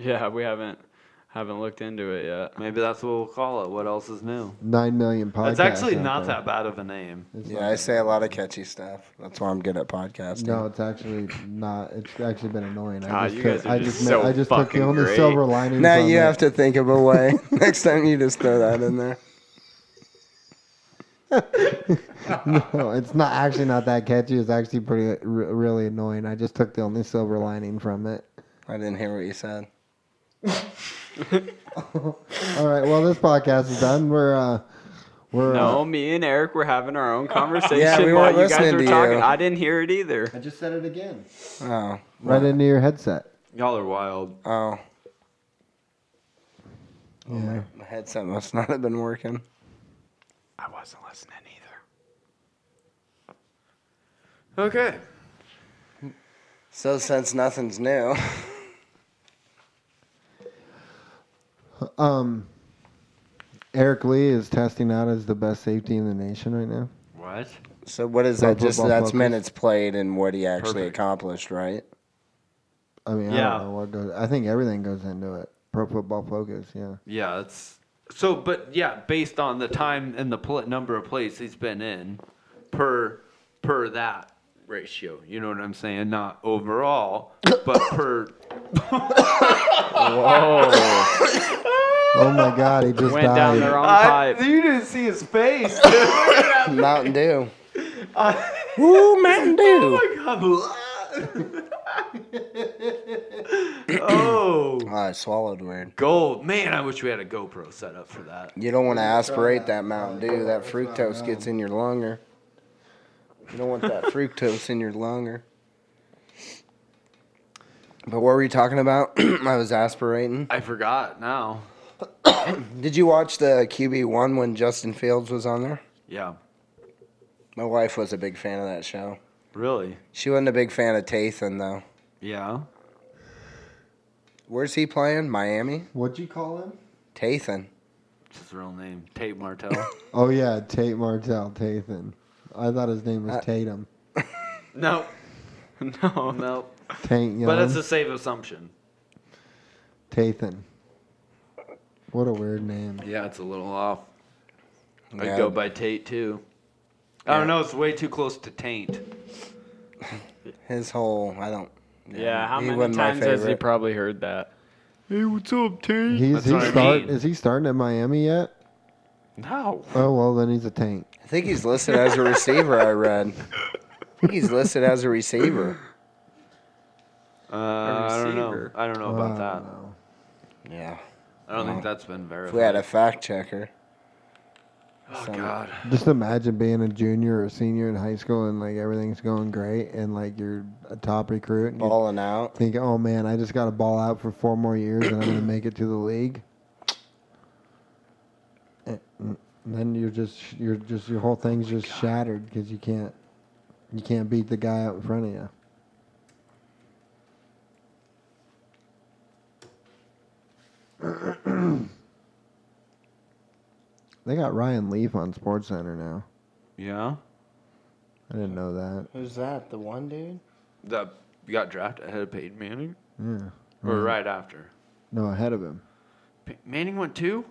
[SPEAKER 4] Yeah, we haven't haven't looked into it yet.
[SPEAKER 2] Maybe that's what we'll call it. What else is new?
[SPEAKER 1] Nine million podcasts.
[SPEAKER 2] It's actually
[SPEAKER 1] out
[SPEAKER 2] not
[SPEAKER 1] there.
[SPEAKER 2] that bad of a name.
[SPEAKER 1] It's
[SPEAKER 3] yeah.
[SPEAKER 1] not-
[SPEAKER 3] I say a lot of catchy stuff. That's why I'm good at podcasting.
[SPEAKER 1] No, it's actually not. It's actually been annoying.
[SPEAKER 4] Ah,
[SPEAKER 1] I just
[SPEAKER 4] you
[SPEAKER 1] took,
[SPEAKER 4] guys are
[SPEAKER 1] I
[SPEAKER 4] just
[SPEAKER 1] just,
[SPEAKER 4] so
[SPEAKER 1] ma- I just took
[SPEAKER 4] fucking
[SPEAKER 1] the only
[SPEAKER 4] great.
[SPEAKER 1] silver lining.
[SPEAKER 3] Now
[SPEAKER 1] from
[SPEAKER 3] you
[SPEAKER 1] it.
[SPEAKER 3] have to think of a way. Next time you just throw that in there.
[SPEAKER 1] No, it's not actually not that catchy. It's actually pretty r- really annoying. I just took the only silver lining from it.
[SPEAKER 3] I didn't hear what you said.
[SPEAKER 1] All right. Well, this podcast is done. We're uh, we're
[SPEAKER 4] No,
[SPEAKER 1] Uh,
[SPEAKER 4] me and Eric were having our own conversation
[SPEAKER 3] Yeah, we
[SPEAKER 4] while
[SPEAKER 3] weren't
[SPEAKER 4] you guys
[SPEAKER 3] listening
[SPEAKER 4] were
[SPEAKER 3] to
[SPEAKER 4] talking.
[SPEAKER 3] you.
[SPEAKER 4] I didn't hear it either.
[SPEAKER 1] I just said it again.
[SPEAKER 3] Oh,
[SPEAKER 1] Right into your headset.
[SPEAKER 2] Y'all are wild.
[SPEAKER 3] oh,
[SPEAKER 1] Yeah.
[SPEAKER 3] my headset must not have been working.
[SPEAKER 4] I wasn't listening either.
[SPEAKER 2] Okay.
[SPEAKER 3] So since nothing's new,
[SPEAKER 1] Um, Eric Lee is testing out as the best safety in the nation right now.
[SPEAKER 2] What?
[SPEAKER 3] so what is that?
[SPEAKER 1] Pro
[SPEAKER 3] Just
[SPEAKER 1] Football
[SPEAKER 3] that's
[SPEAKER 1] Focus.
[SPEAKER 3] minutes played and what he actually
[SPEAKER 2] Perfect.
[SPEAKER 3] accomplished, right?
[SPEAKER 1] I mean, I
[SPEAKER 2] Yeah.
[SPEAKER 1] don't know what goes. I think everything goes into it. Pro Football Focus. Yeah.
[SPEAKER 2] Yeah, it's so, but yeah, based on the time and the pl- number of plays he's been in, per per that ratio. You know what I'm saying? Not overall, but per.
[SPEAKER 1] Oh my God, he just
[SPEAKER 4] Went
[SPEAKER 1] died.
[SPEAKER 4] down the wrong pipe.
[SPEAKER 2] you didn't see his face.
[SPEAKER 3] Mountain Dew. Woo, Mountain Dew.
[SPEAKER 2] oh,
[SPEAKER 3] Oh, I swallowed weird.
[SPEAKER 2] gold! Man, I wish we had a GoPro set up for that.
[SPEAKER 3] You don't want to aspirate that Mountain Dew. That fructose gets in your lunger. You don't want that fructose in your lunger. But what were you talking about? I was aspirating.
[SPEAKER 2] I forgot now.
[SPEAKER 3] Did you watch the QB one when Justin Fields was on there?
[SPEAKER 2] Yeah,
[SPEAKER 3] My wife was a big fan of that show.
[SPEAKER 2] really.
[SPEAKER 3] She wasn't a big fan of Tathan though.
[SPEAKER 2] Yeah.
[SPEAKER 3] Where's he playing? Miami?
[SPEAKER 1] What'd you call him?
[SPEAKER 3] Tathan.
[SPEAKER 2] It's his real name, Tate Martell.
[SPEAKER 1] Oh yeah, Tate Martell, Tathan. I thought his name was
[SPEAKER 3] Uh,
[SPEAKER 1] Tatum.
[SPEAKER 2] no,
[SPEAKER 4] No,
[SPEAKER 2] no.
[SPEAKER 1] Tate Young.
[SPEAKER 2] But it's a safe assumption.
[SPEAKER 1] Tathan. What a weird name.
[SPEAKER 2] Yeah, it's a little off. I
[SPEAKER 3] Yeah.
[SPEAKER 2] go by Tate too. I don't know. It's way too close to taint.
[SPEAKER 3] His whole I don't
[SPEAKER 4] Yeah, how
[SPEAKER 3] he
[SPEAKER 4] many
[SPEAKER 3] wasn't my
[SPEAKER 4] times has he
[SPEAKER 3] favorite.
[SPEAKER 4] probably heard that? Hey, what's up, Tate?
[SPEAKER 1] He's
[SPEAKER 2] That's
[SPEAKER 1] he
[SPEAKER 2] what I
[SPEAKER 1] start
[SPEAKER 2] mean.
[SPEAKER 1] is he starting at Miami yet?
[SPEAKER 2] No.
[SPEAKER 1] Oh well, then he's a tank.
[SPEAKER 3] I think he's listed as a receiver, I read. I think he's listed as a receiver.
[SPEAKER 2] Uh, I don't know.
[SPEAKER 4] receiver.
[SPEAKER 2] I don't know
[SPEAKER 1] Well,
[SPEAKER 2] about
[SPEAKER 1] I
[SPEAKER 2] that.
[SPEAKER 1] don't know.
[SPEAKER 3] Yeah.
[SPEAKER 2] I don't think
[SPEAKER 3] Well,
[SPEAKER 2] that's been
[SPEAKER 3] If
[SPEAKER 2] verified.
[SPEAKER 3] we had a fact checker.
[SPEAKER 2] oh God.
[SPEAKER 1] Just imagine being a junior or a senior in high school and like everything's going great and like you're a top recruit and you
[SPEAKER 3] Balling out.
[SPEAKER 1] think, oh man, I just got to ball out for four more years and I'm going to make it to the league. And and then you're just you're just your whole thing's just shattered because you can't you can't beat the guy out in front of you. they got Ryan Leaf on Sports Center now.
[SPEAKER 2] Yeah.
[SPEAKER 1] I didn't know that.
[SPEAKER 3] Who's that? The one dude?
[SPEAKER 2] That you got drafted ahead of Peyton Manning,
[SPEAKER 1] Yeah.
[SPEAKER 2] or
[SPEAKER 3] Mm-hmm.
[SPEAKER 2] right after.
[SPEAKER 1] No, ahead of him.
[SPEAKER 2] Pey- Manning went two.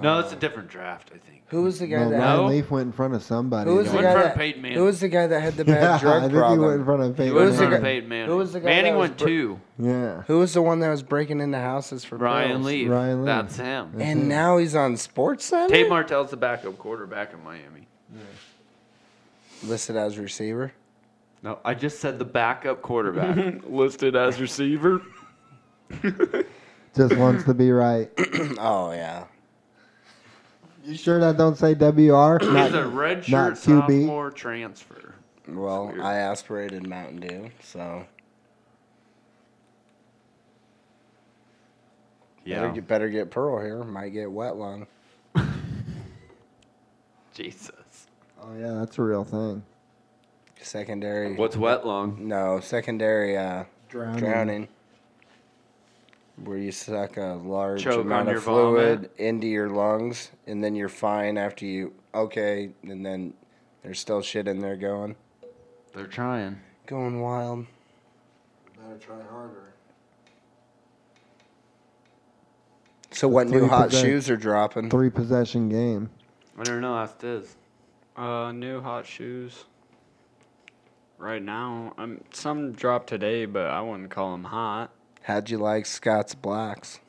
[SPEAKER 2] No,
[SPEAKER 3] Uh,
[SPEAKER 2] that's a different draft, I think.
[SPEAKER 3] Who was the guy
[SPEAKER 1] No,
[SPEAKER 3] that
[SPEAKER 1] Ryan
[SPEAKER 2] No.
[SPEAKER 1] Leaf went in front of somebody.
[SPEAKER 3] who was
[SPEAKER 1] though.
[SPEAKER 2] Went
[SPEAKER 3] the guy
[SPEAKER 2] in front
[SPEAKER 3] that,
[SPEAKER 2] of Peyton Manning.
[SPEAKER 3] who was the guy that had the bad
[SPEAKER 1] Yeah, I
[SPEAKER 3] drug
[SPEAKER 1] think
[SPEAKER 3] problem?
[SPEAKER 1] he went in front of
[SPEAKER 2] He
[SPEAKER 1] Peyton.
[SPEAKER 2] went in
[SPEAKER 3] was the
[SPEAKER 2] front of
[SPEAKER 3] guy-
[SPEAKER 2] Peyton Manning.
[SPEAKER 3] who was the guy
[SPEAKER 2] Manning
[SPEAKER 3] that was
[SPEAKER 2] went
[SPEAKER 3] br-
[SPEAKER 2] two.
[SPEAKER 1] Yeah.
[SPEAKER 3] Who was the one that was breaking into houses for
[SPEAKER 2] Ryan
[SPEAKER 3] pills?
[SPEAKER 2] Leaf.
[SPEAKER 1] Ryan Leaf.
[SPEAKER 2] That's him.
[SPEAKER 3] And now he's on Sports Center?
[SPEAKER 2] Tate Martell's the backup quarterback in Miami.
[SPEAKER 3] Listed as receiver.
[SPEAKER 2] No, I just said the backup quarterback.
[SPEAKER 4] Listed as receiver.
[SPEAKER 1] Just wants to be right.
[SPEAKER 3] oh yeah.
[SPEAKER 1] You sure that don't say WR?
[SPEAKER 2] He's a redshirt
[SPEAKER 1] not QB.
[SPEAKER 2] sophomore transfer.
[SPEAKER 3] Well, I aspirated Mountain Dew, so better, get, better get Pearl here. Might get wet lung.
[SPEAKER 2] Jesus.
[SPEAKER 1] Oh yeah, that's a real thing.
[SPEAKER 3] Secondary.
[SPEAKER 2] What's wet long?
[SPEAKER 3] No, secondary uh,
[SPEAKER 1] Drowning.
[SPEAKER 3] drowning. Where you suck a large
[SPEAKER 2] Choke
[SPEAKER 3] amount
[SPEAKER 2] on
[SPEAKER 3] of
[SPEAKER 2] your vomit.
[SPEAKER 3] fluid into your lungs, and then you're fine after you. Okay, and then there's still shit in there going,
[SPEAKER 2] They're trying.
[SPEAKER 3] going wild.
[SPEAKER 1] Better try harder.
[SPEAKER 3] So what
[SPEAKER 1] Three
[SPEAKER 3] new hot
[SPEAKER 1] percent.
[SPEAKER 3] shoes are dropping?
[SPEAKER 1] Three possession game.
[SPEAKER 2] I don't know. Ask this.
[SPEAKER 4] Uh, new hot shoes. Right now, I'm some dropped today, but I wouldn't call them hot.
[SPEAKER 3] How'd you like Scott's Blacks?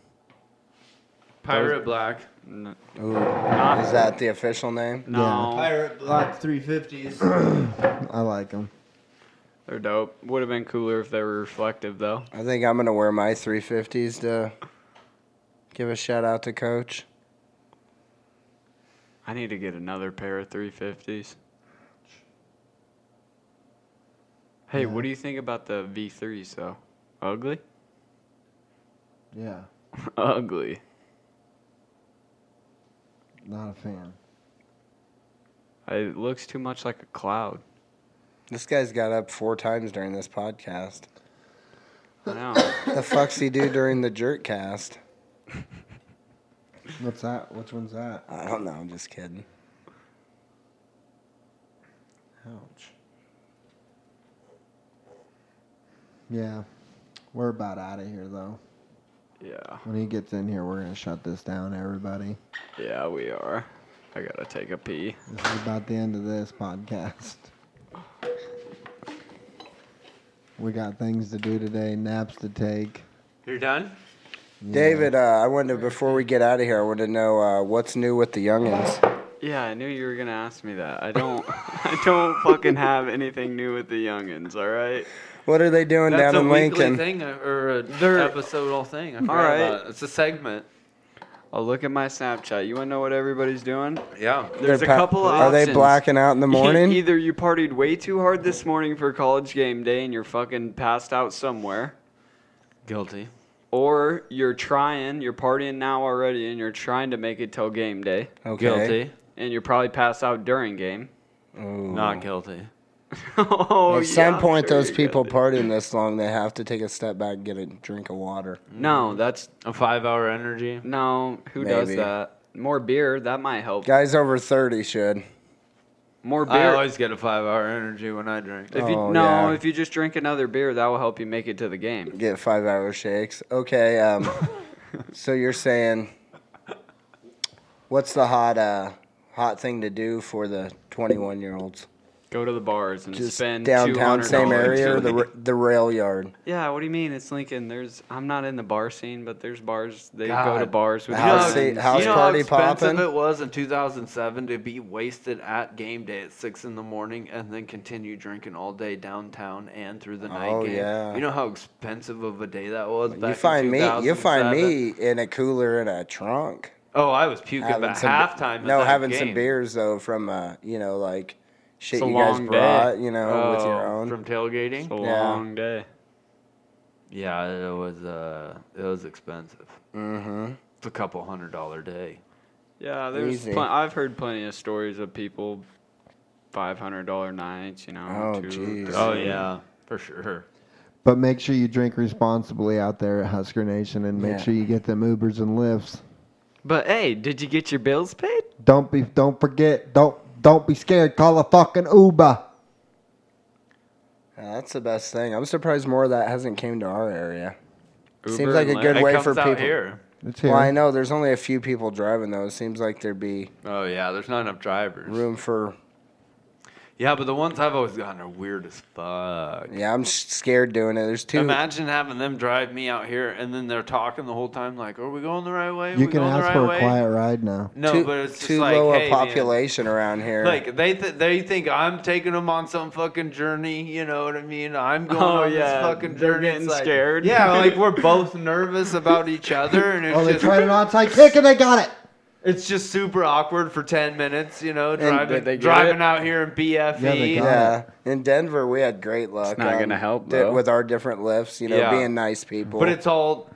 [SPEAKER 2] Pirate Black.
[SPEAKER 4] N-
[SPEAKER 3] Ooh, is that the official name?
[SPEAKER 4] no,
[SPEAKER 6] Pirate Black 350s.
[SPEAKER 1] I like them.
[SPEAKER 4] they're dope. Would have been cooler if they were reflective, though.
[SPEAKER 3] I think I'm gonna wear my 350s to give a shout out to Coach.
[SPEAKER 4] I need to get another pair of 350s. Hey, what do you think about the V3s, though? Ugly?
[SPEAKER 1] Yeah,
[SPEAKER 4] Ugly.
[SPEAKER 1] not a fan.
[SPEAKER 4] It looks too much like a cloud.
[SPEAKER 3] This guy's got up four times during this podcast.
[SPEAKER 4] I know.
[SPEAKER 3] The fuck's he do during the jerk cast?
[SPEAKER 1] What's that? Which one's that?
[SPEAKER 3] I don't know. I'm just kidding.
[SPEAKER 1] Ouch. Yeah, we're about out of here though.
[SPEAKER 4] yeah.
[SPEAKER 1] When he gets in here, we're gonna shut this down, everybody.
[SPEAKER 4] Yeah, we are. I gotta take a pee.
[SPEAKER 1] This is about the end of this podcast. We got things to do today, naps to take.
[SPEAKER 2] You're done?
[SPEAKER 3] David, uh, I wanted to, before we get out of here, I wanted to know uh, what's new with the youngins.
[SPEAKER 4] Yeah, I knew you were gonna ask me that. I don't, I don't fucking have anything new with the youngins. All right.
[SPEAKER 3] What are they doing
[SPEAKER 2] That's
[SPEAKER 3] down
[SPEAKER 2] a
[SPEAKER 3] in
[SPEAKER 2] weekly
[SPEAKER 3] Lincoln?
[SPEAKER 2] thing uh, or a
[SPEAKER 4] They're-
[SPEAKER 2] episodal thing. I forgot
[SPEAKER 4] right.
[SPEAKER 2] about it. It's a segment.
[SPEAKER 4] I'll look at my Snapchat. You wanna know what everybody's doing?
[SPEAKER 2] Yeah.
[SPEAKER 4] There's a
[SPEAKER 3] pa-
[SPEAKER 4] couple of
[SPEAKER 3] Are they
[SPEAKER 4] options.
[SPEAKER 3] blacking out in the morning?
[SPEAKER 4] Either you partied way too hard this morning for college game day and you're fucking passed out somewhere,
[SPEAKER 2] Guilty.
[SPEAKER 4] or you're trying, you're partying now already and you're trying to make it till game day,
[SPEAKER 3] okay.
[SPEAKER 2] Guilty.
[SPEAKER 4] and you're probably passed out during game.
[SPEAKER 3] Ooh.
[SPEAKER 2] Not guilty.
[SPEAKER 4] oh,
[SPEAKER 3] At some
[SPEAKER 4] yeah,
[SPEAKER 3] point,
[SPEAKER 4] sure
[SPEAKER 3] those
[SPEAKER 4] you're
[SPEAKER 3] people
[SPEAKER 4] guilty.
[SPEAKER 3] partying this long, they have to take a step back and get a drink of water.
[SPEAKER 4] No, that's
[SPEAKER 2] A five hour energy.
[SPEAKER 4] No, who does
[SPEAKER 3] Maybe.
[SPEAKER 4] that? More beer, that might help.
[SPEAKER 3] Guys over 30 should.
[SPEAKER 4] More
[SPEAKER 2] I
[SPEAKER 4] beer.
[SPEAKER 2] always get a five hour energy when I drink.
[SPEAKER 4] if you
[SPEAKER 3] Oh,
[SPEAKER 4] no,
[SPEAKER 3] yeah.
[SPEAKER 4] if you just drink another beer, that will help you make it to the game.
[SPEAKER 3] Get five hour shakes. Okay, um, so you're saying what's the hot uh, hot thing to do for the 21 year olds?
[SPEAKER 4] Go to the bars and
[SPEAKER 3] Just
[SPEAKER 4] spend
[SPEAKER 3] downtown, same
[SPEAKER 4] $200
[SPEAKER 3] area, or
[SPEAKER 4] on
[SPEAKER 3] the
[SPEAKER 4] it.
[SPEAKER 3] r- the rail yard.
[SPEAKER 4] Yeah, what do you mean? It's Lincoln. There's I'm not in the bar scene, but there's bars. They go to
[SPEAKER 2] God.
[SPEAKER 4] bars with
[SPEAKER 3] House
[SPEAKER 4] guns.
[SPEAKER 3] seat- house
[SPEAKER 2] you know
[SPEAKER 3] party
[SPEAKER 2] how expensive
[SPEAKER 3] poppin'?
[SPEAKER 2] it was in 2007 to be wasted at game day at six in the morning and then continue drinking all day downtown and through the night
[SPEAKER 3] Oh,
[SPEAKER 2] game.
[SPEAKER 3] yeah.
[SPEAKER 2] You know how expensive of a day that was. Back
[SPEAKER 3] You
[SPEAKER 2] in
[SPEAKER 3] find me, you find
[SPEAKER 2] 2007?
[SPEAKER 3] me in a cooler in a trunk.
[SPEAKER 2] Oh, I was puking at halftime. at
[SPEAKER 3] No,
[SPEAKER 2] that
[SPEAKER 3] having some
[SPEAKER 2] game.
[SPEAKER 3] beers though from uh, you know like shit
[SPEAKER 4] It's a
[SPEAKER 3] you guys
[SPEAKER 4] long day.
[SPEAKER 3] brought, you know, with your
[SPEAKER 2] Oh,
[SPEAKER 3] own.
[SPEAKER 2] from tailgating.
[SPEAKER 4] It's a
[SPEAKER 3] Yeah.
[SPEAKER 4] long day.
[SPEAKER 2] Yeah, it was uh, it was expensive. Mm-hmm. It's a couple hundred dollar day.
[SPEAKER 4] Yeah, there's.
[SPEAKER 3] Easy.
[SPEAKER 4] Pl- I've heard plenty of stories of people, five hundred dollar nights. You know.
[SPEAKER 3] Oh,
[SPEAKER 4] two-
[SPEAKER 3] jeez.
[SPEAKER 4] Oh
[SPEAKER 2] Oh
[SPEAKER 4] yeah.
[SPEAKER 2] yeah, for sure.
[SPEAKER 1] But make sure you drink responsibly out there at Husker Nation, and make
[SPEAKER 3] Yeah.
[SPEAKER 1] sure you get them Ubers and lifts.
[SPEAKER 4] But hey, did you get your bills paid?
[SPEAKER 1] Don't be, don't forget, don't don't be scared. Call a fucking Uber.
[SPEAKER 3] Yeah, that's the best thing. I'm surprised more of that hasn't came to our area. Seems
[SPEAKER 4] Uber
[SPEAKER 3] like a
[SPEAKER 4] and
[SPEAKER 3] good
[SPEAKER 4] Lyft.
[SPEAKER 2] It
[SPEAKER 3] way
[SPEAKER 2] comes
[SPEAKER 3] for
[SPEAKER 2] out
[SPEAKER 3] people.
[SPEAKER 2] here.
[SPEAKER 1] It's here.
[SPEAKER 3] Well, I know there's only a few people driving though. It seems like there'd be
[SPEAKER 2] Oh yeah, there's not enough drivers.
[SPEAKER 3] room for.
[SPEAKER 2] Yeah, but the ones I've always gotten are weird as fuck.
[SPEAKER 3] Yeah, I'm s- scared doing it. There's two.
[SPEAKER 2] Imagine having them drive me out here, and then they're talking the whole time, like, "Are we going the right way?
[SPEAKER 1] you
[SPEAKER 2] we
[SPEAKER 1] can
[SPEAKER 2] going the
[SPEAKER 1] ask
[SPEAKER 2] right
[SPEAKER 1] for a
[SPEAKER 2] way?"
[SPEAKER 1] quiet ride now.
[SPEAKER 2] No,
[SPEAKER 3] too,
[SPEAKER 2] but it's just
[SPEAKER 3] too
[SPEAKER 2] like,
[SPEAKER 3] low
[SPEAKER 2] hey,
[SPEAKER 3] a
[SPEAKER 2] man."
[SPEAKER 3] population around here.
[SPEAKER 2] Like they th- they think I'm taking them on some fucking journey. You know what I mean? I'm going
[SPEAKER 4] Oh,
[SPEAKER 2] on
[SPEAKER 4] yeah,
[SPEAKER 2] this fucking
[SPEAKER 4] they're
[SPEAKER 2] journey.
[SPEAKER 4] getting
[SPEAKER 2] It's like-
[SPEAKER 4] scared.
[SPEAKER 2] Yeah, like we're both nervous about each other, and it's
[SPEAKER 1] Oh, they
[SPEAKER 2] just
[SPEAKER 1] tried an onside kick and they got it.
[SPEAKER 2] it's just super awkward for ten minutes. You know, driving
[SPEAKER 4] did they get
[SPEAKER 2] driving
[SPEAKER 4] it?
[SPEAKER 2] out here in E, BFE.
[SPEAKER 1] Yeah, they got it.
[SPEAKER 3] yeah, in Denver we had great luck.
[SPEAKER 4] not
[SPEAKER 3] on
[SPEAKER 4] gonna help,
[SPEAKER 3] di-
[SPEAKER 4] though.
[SPEAKER 3] with our different lifts. You know,
[SPEAKER 2] Yeah.
[SPEAKER 3] being nice people.
[SPEAKER 2] But it's all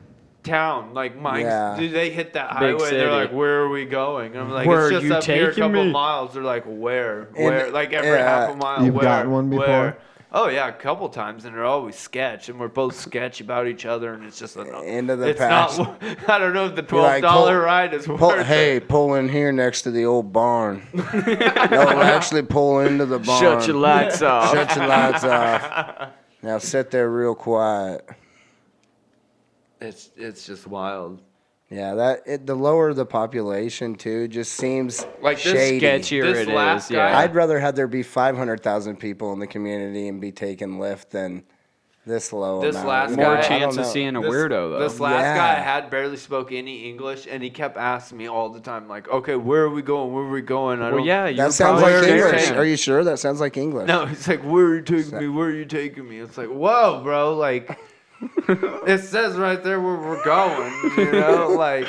[SPEAKER 2] town. Like Mike's,
[SPEAKER 3] Yeah.
[SPEAKER 2] do they hit that
[SPEAKER 4] Big
[SPEAKER 2] highway? and They're
[SPEAKER 4] city.
[SPEAKER 2] like, where are we going? And I'm like,
[SPEAKER 4] Where are
[SPEAKER 2] it's just
[SPEAKER 4] you
[SPEAKER 2] up here a
[SPEAKER 4] taking
[SPEAKER 2] couple
[SPEAKER 4] me?"
[SPEAKER 2] miles. They're like, where, where? like every
[SPEAKER 3] yeah.
[SPEAKER 2] half a mile.
[SPEAKER 1] You've
[SPEAKER 2] where,
[SPEAKER 1] gotten one before?
[SPEAKER 2] Where? Oh yeah, a couple times, and they're always sketch, and we're both sketch about each other, and it's just an
[SPEAKER 3] End of the
[SPEAKER 2] it's
[SPEAKER 3] past.
[SPEAKER 2] Not, I don't know if the
[SPEAKER 3] You're
[SPEAKER 2] twelve
[SPEAKER 3] like,
[SPEAKER 2] dollar
[SPEAKER 3] pull-
[SPEAKER 2] ride is
[SPEAKER 3] Pull,
[SPEAKER 2] worth it.
[SPEAKER 3] hey, pull in here next to the old barn. no, actually, pull into the barn.
[SPEAKER 4] Shut your lights off.
[SPEAKER 3] Shut
[SPEAKER 2] Uh,
[SPEAKER 3] your lights off. Now sit there real quiet.
[SPEAKER 2] It's it's just wild.
[SPEAKER 3] Yeah, that it, the lower the population too just seems
[SPEAKER 2] Like this
[SPEAKER 3] shady.
[SPEAKER 4] Sketchier
[SPEAKER 2] This
[SPEAKER 4] it is.
[SPEAKER 2] last guy-
[SPEAKER 4] yeah.
[SPEAKER 3] I'd rather have there be five hundred thousand people in the community and be taking Lyft than this low.
[SPEAKER 2] This
[SPEAKER 3] amount.
[SPEAKER 2] last
[SPEAKER 3] More
[SPEAKER 2] guy-
[SPEAKER 4] more
[SPEAKER 2] I
[SPEAKER 4] chance of seeing a
[SPEAKER 2] This-
[SPEAKER 4] weirdo though.
[SPEAKER 2] This last
[SPEAKER 3] Yeah.
[SPEAKER 2] guy had barely spoke any English, and he kept asking me all the time, like, "Okay, where are we going? Where are we going?" I
[SPEAKER 4] well,
[SPEAKER 2] don't-
[SPEAKER 4] yeah, you were
[SPEAKER 3] That sounds
[SPEAKER 4] probably
[SPEAKER 3] like
[SPEAKER 2] where
[SPEAKER 4] there.
[SPEAKER 2] you're
[SPEAKER 3] English.
[SPEAKER 2] taking-
[SPEAKER 3] Are you sure that sounds like English?
[SPEAKER 2] No, he's like, "Where are you taking me? Where are you taking me?" It's like, "Whoa, bro! Like, it says right there where we're going. You know, like,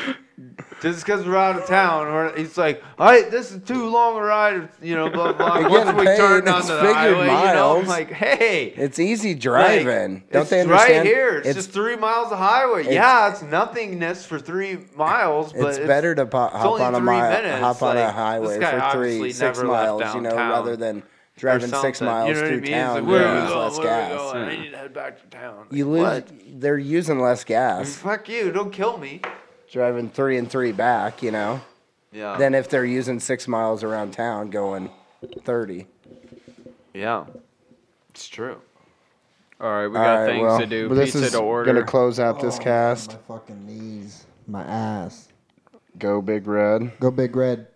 [SPEAKER 2] just because we're out of town, we're, he's like, "All right, this is too long a ride." You know, blah blah.
[SPEAKER 3] You're
[SPEAKER 2] Once
[SPEAKER 3] getting
[SPEAKER 2] we
[SPEAKER 3] paid,
[SPEAKER 2] turned
[SPEAKER 3] it's
[SPEAKER 2] onto the
[SPEAKER 3] figured
[SPEAKER 2] highway, you know, I'm
[SPEAKER 3] miles.
[SPEAKER 2] like, "Hey."
[SPEAKER 3] It's easy
[SPEAKER 2] like,
[SPEAKER 3] driving. Don't
[SPEAKER 2] it's
[SPEAKER 3] they understand?
[SPEAKER 2] Right here, it's,
[SPEAKER 3] it's
[SPEAKER 2] just three miles of highway.
[SPEAKER 3] it's-
[SPEAKER 2] yeah, it's nothingness for three miles, but
[SPEAKER 3] it's, better to po- hop
[SPEAKER 2] only
[SPEAKER 3] on a
[SPEAKER 2] three
[SPEAKER 3] mile,
[SPEAKER 2] minutes,
[SPEAKER 3] hop on a
[SPEAKER 2] like, this
[SPEAKER 3] highway
[SPEAKER 2] guy
[SPEAKER 3] for
[SPEAKER 2] obviously
[SPEAKER 3] three six
[SPEAKER 2] never left
[SPEAKER 3] miles, you know,
[SPEAKER 2] downtown
[SPEAKER 3] rather than
[SPEAKER 2] or
[SPEAKER 3] driving six
[SPEAKER 2] something. You
[SPEAKER 3] miles
[SPEAKER 2] know what I
[SPEAKER 3] through
[SPEAKER 2] mean? It's
[SPEAKER 3] town.
[SPEAKER 2] like,
[SPEAKER 3] where
[SPEAKER 2] where are we
[SPEAKER 3] there's
[SPEAKER 2] going?
[SPEAKER 3] less
[SPEAKER 2] Where are we
[SPEAKER 3] gas.
[SPEAKER 2] going? I need to head back to town.
[SPEAKER 3] You lose.
[SPEAKER 2] Like,
[SPEAKER 3] They're using less gas
[SPEAKER 2] Fuck you! Don't kill me.
[SPEAKER 3] driving three and three back, you know,
[SPEAKER 2] Yeah.
[SPEAKER 3] than if they're using six miles around town going thirty.
[SPEAKER 2] yeah. It's true.
[SPEAKER 4] All right, we got
[SPEAKER 3] All right,
[SPEAKER 4] things
[SPEAKER 3] well,
[SPEAKER 4] to do.
[SPEAKER 3] well, this
[SPEAKER 4] Pizza
[SPEAKER 3] is
[SPEAKER 4] to order.
[SPEAKER 3] Gonna close out this
[SPEAKER 2] Oh,
[SPEAKER 3] cast.
[SPEAKER 1] My fucking knees, my ass.
[SPEAKER 3] Go big red.
[SPEAKER 1] Go big red.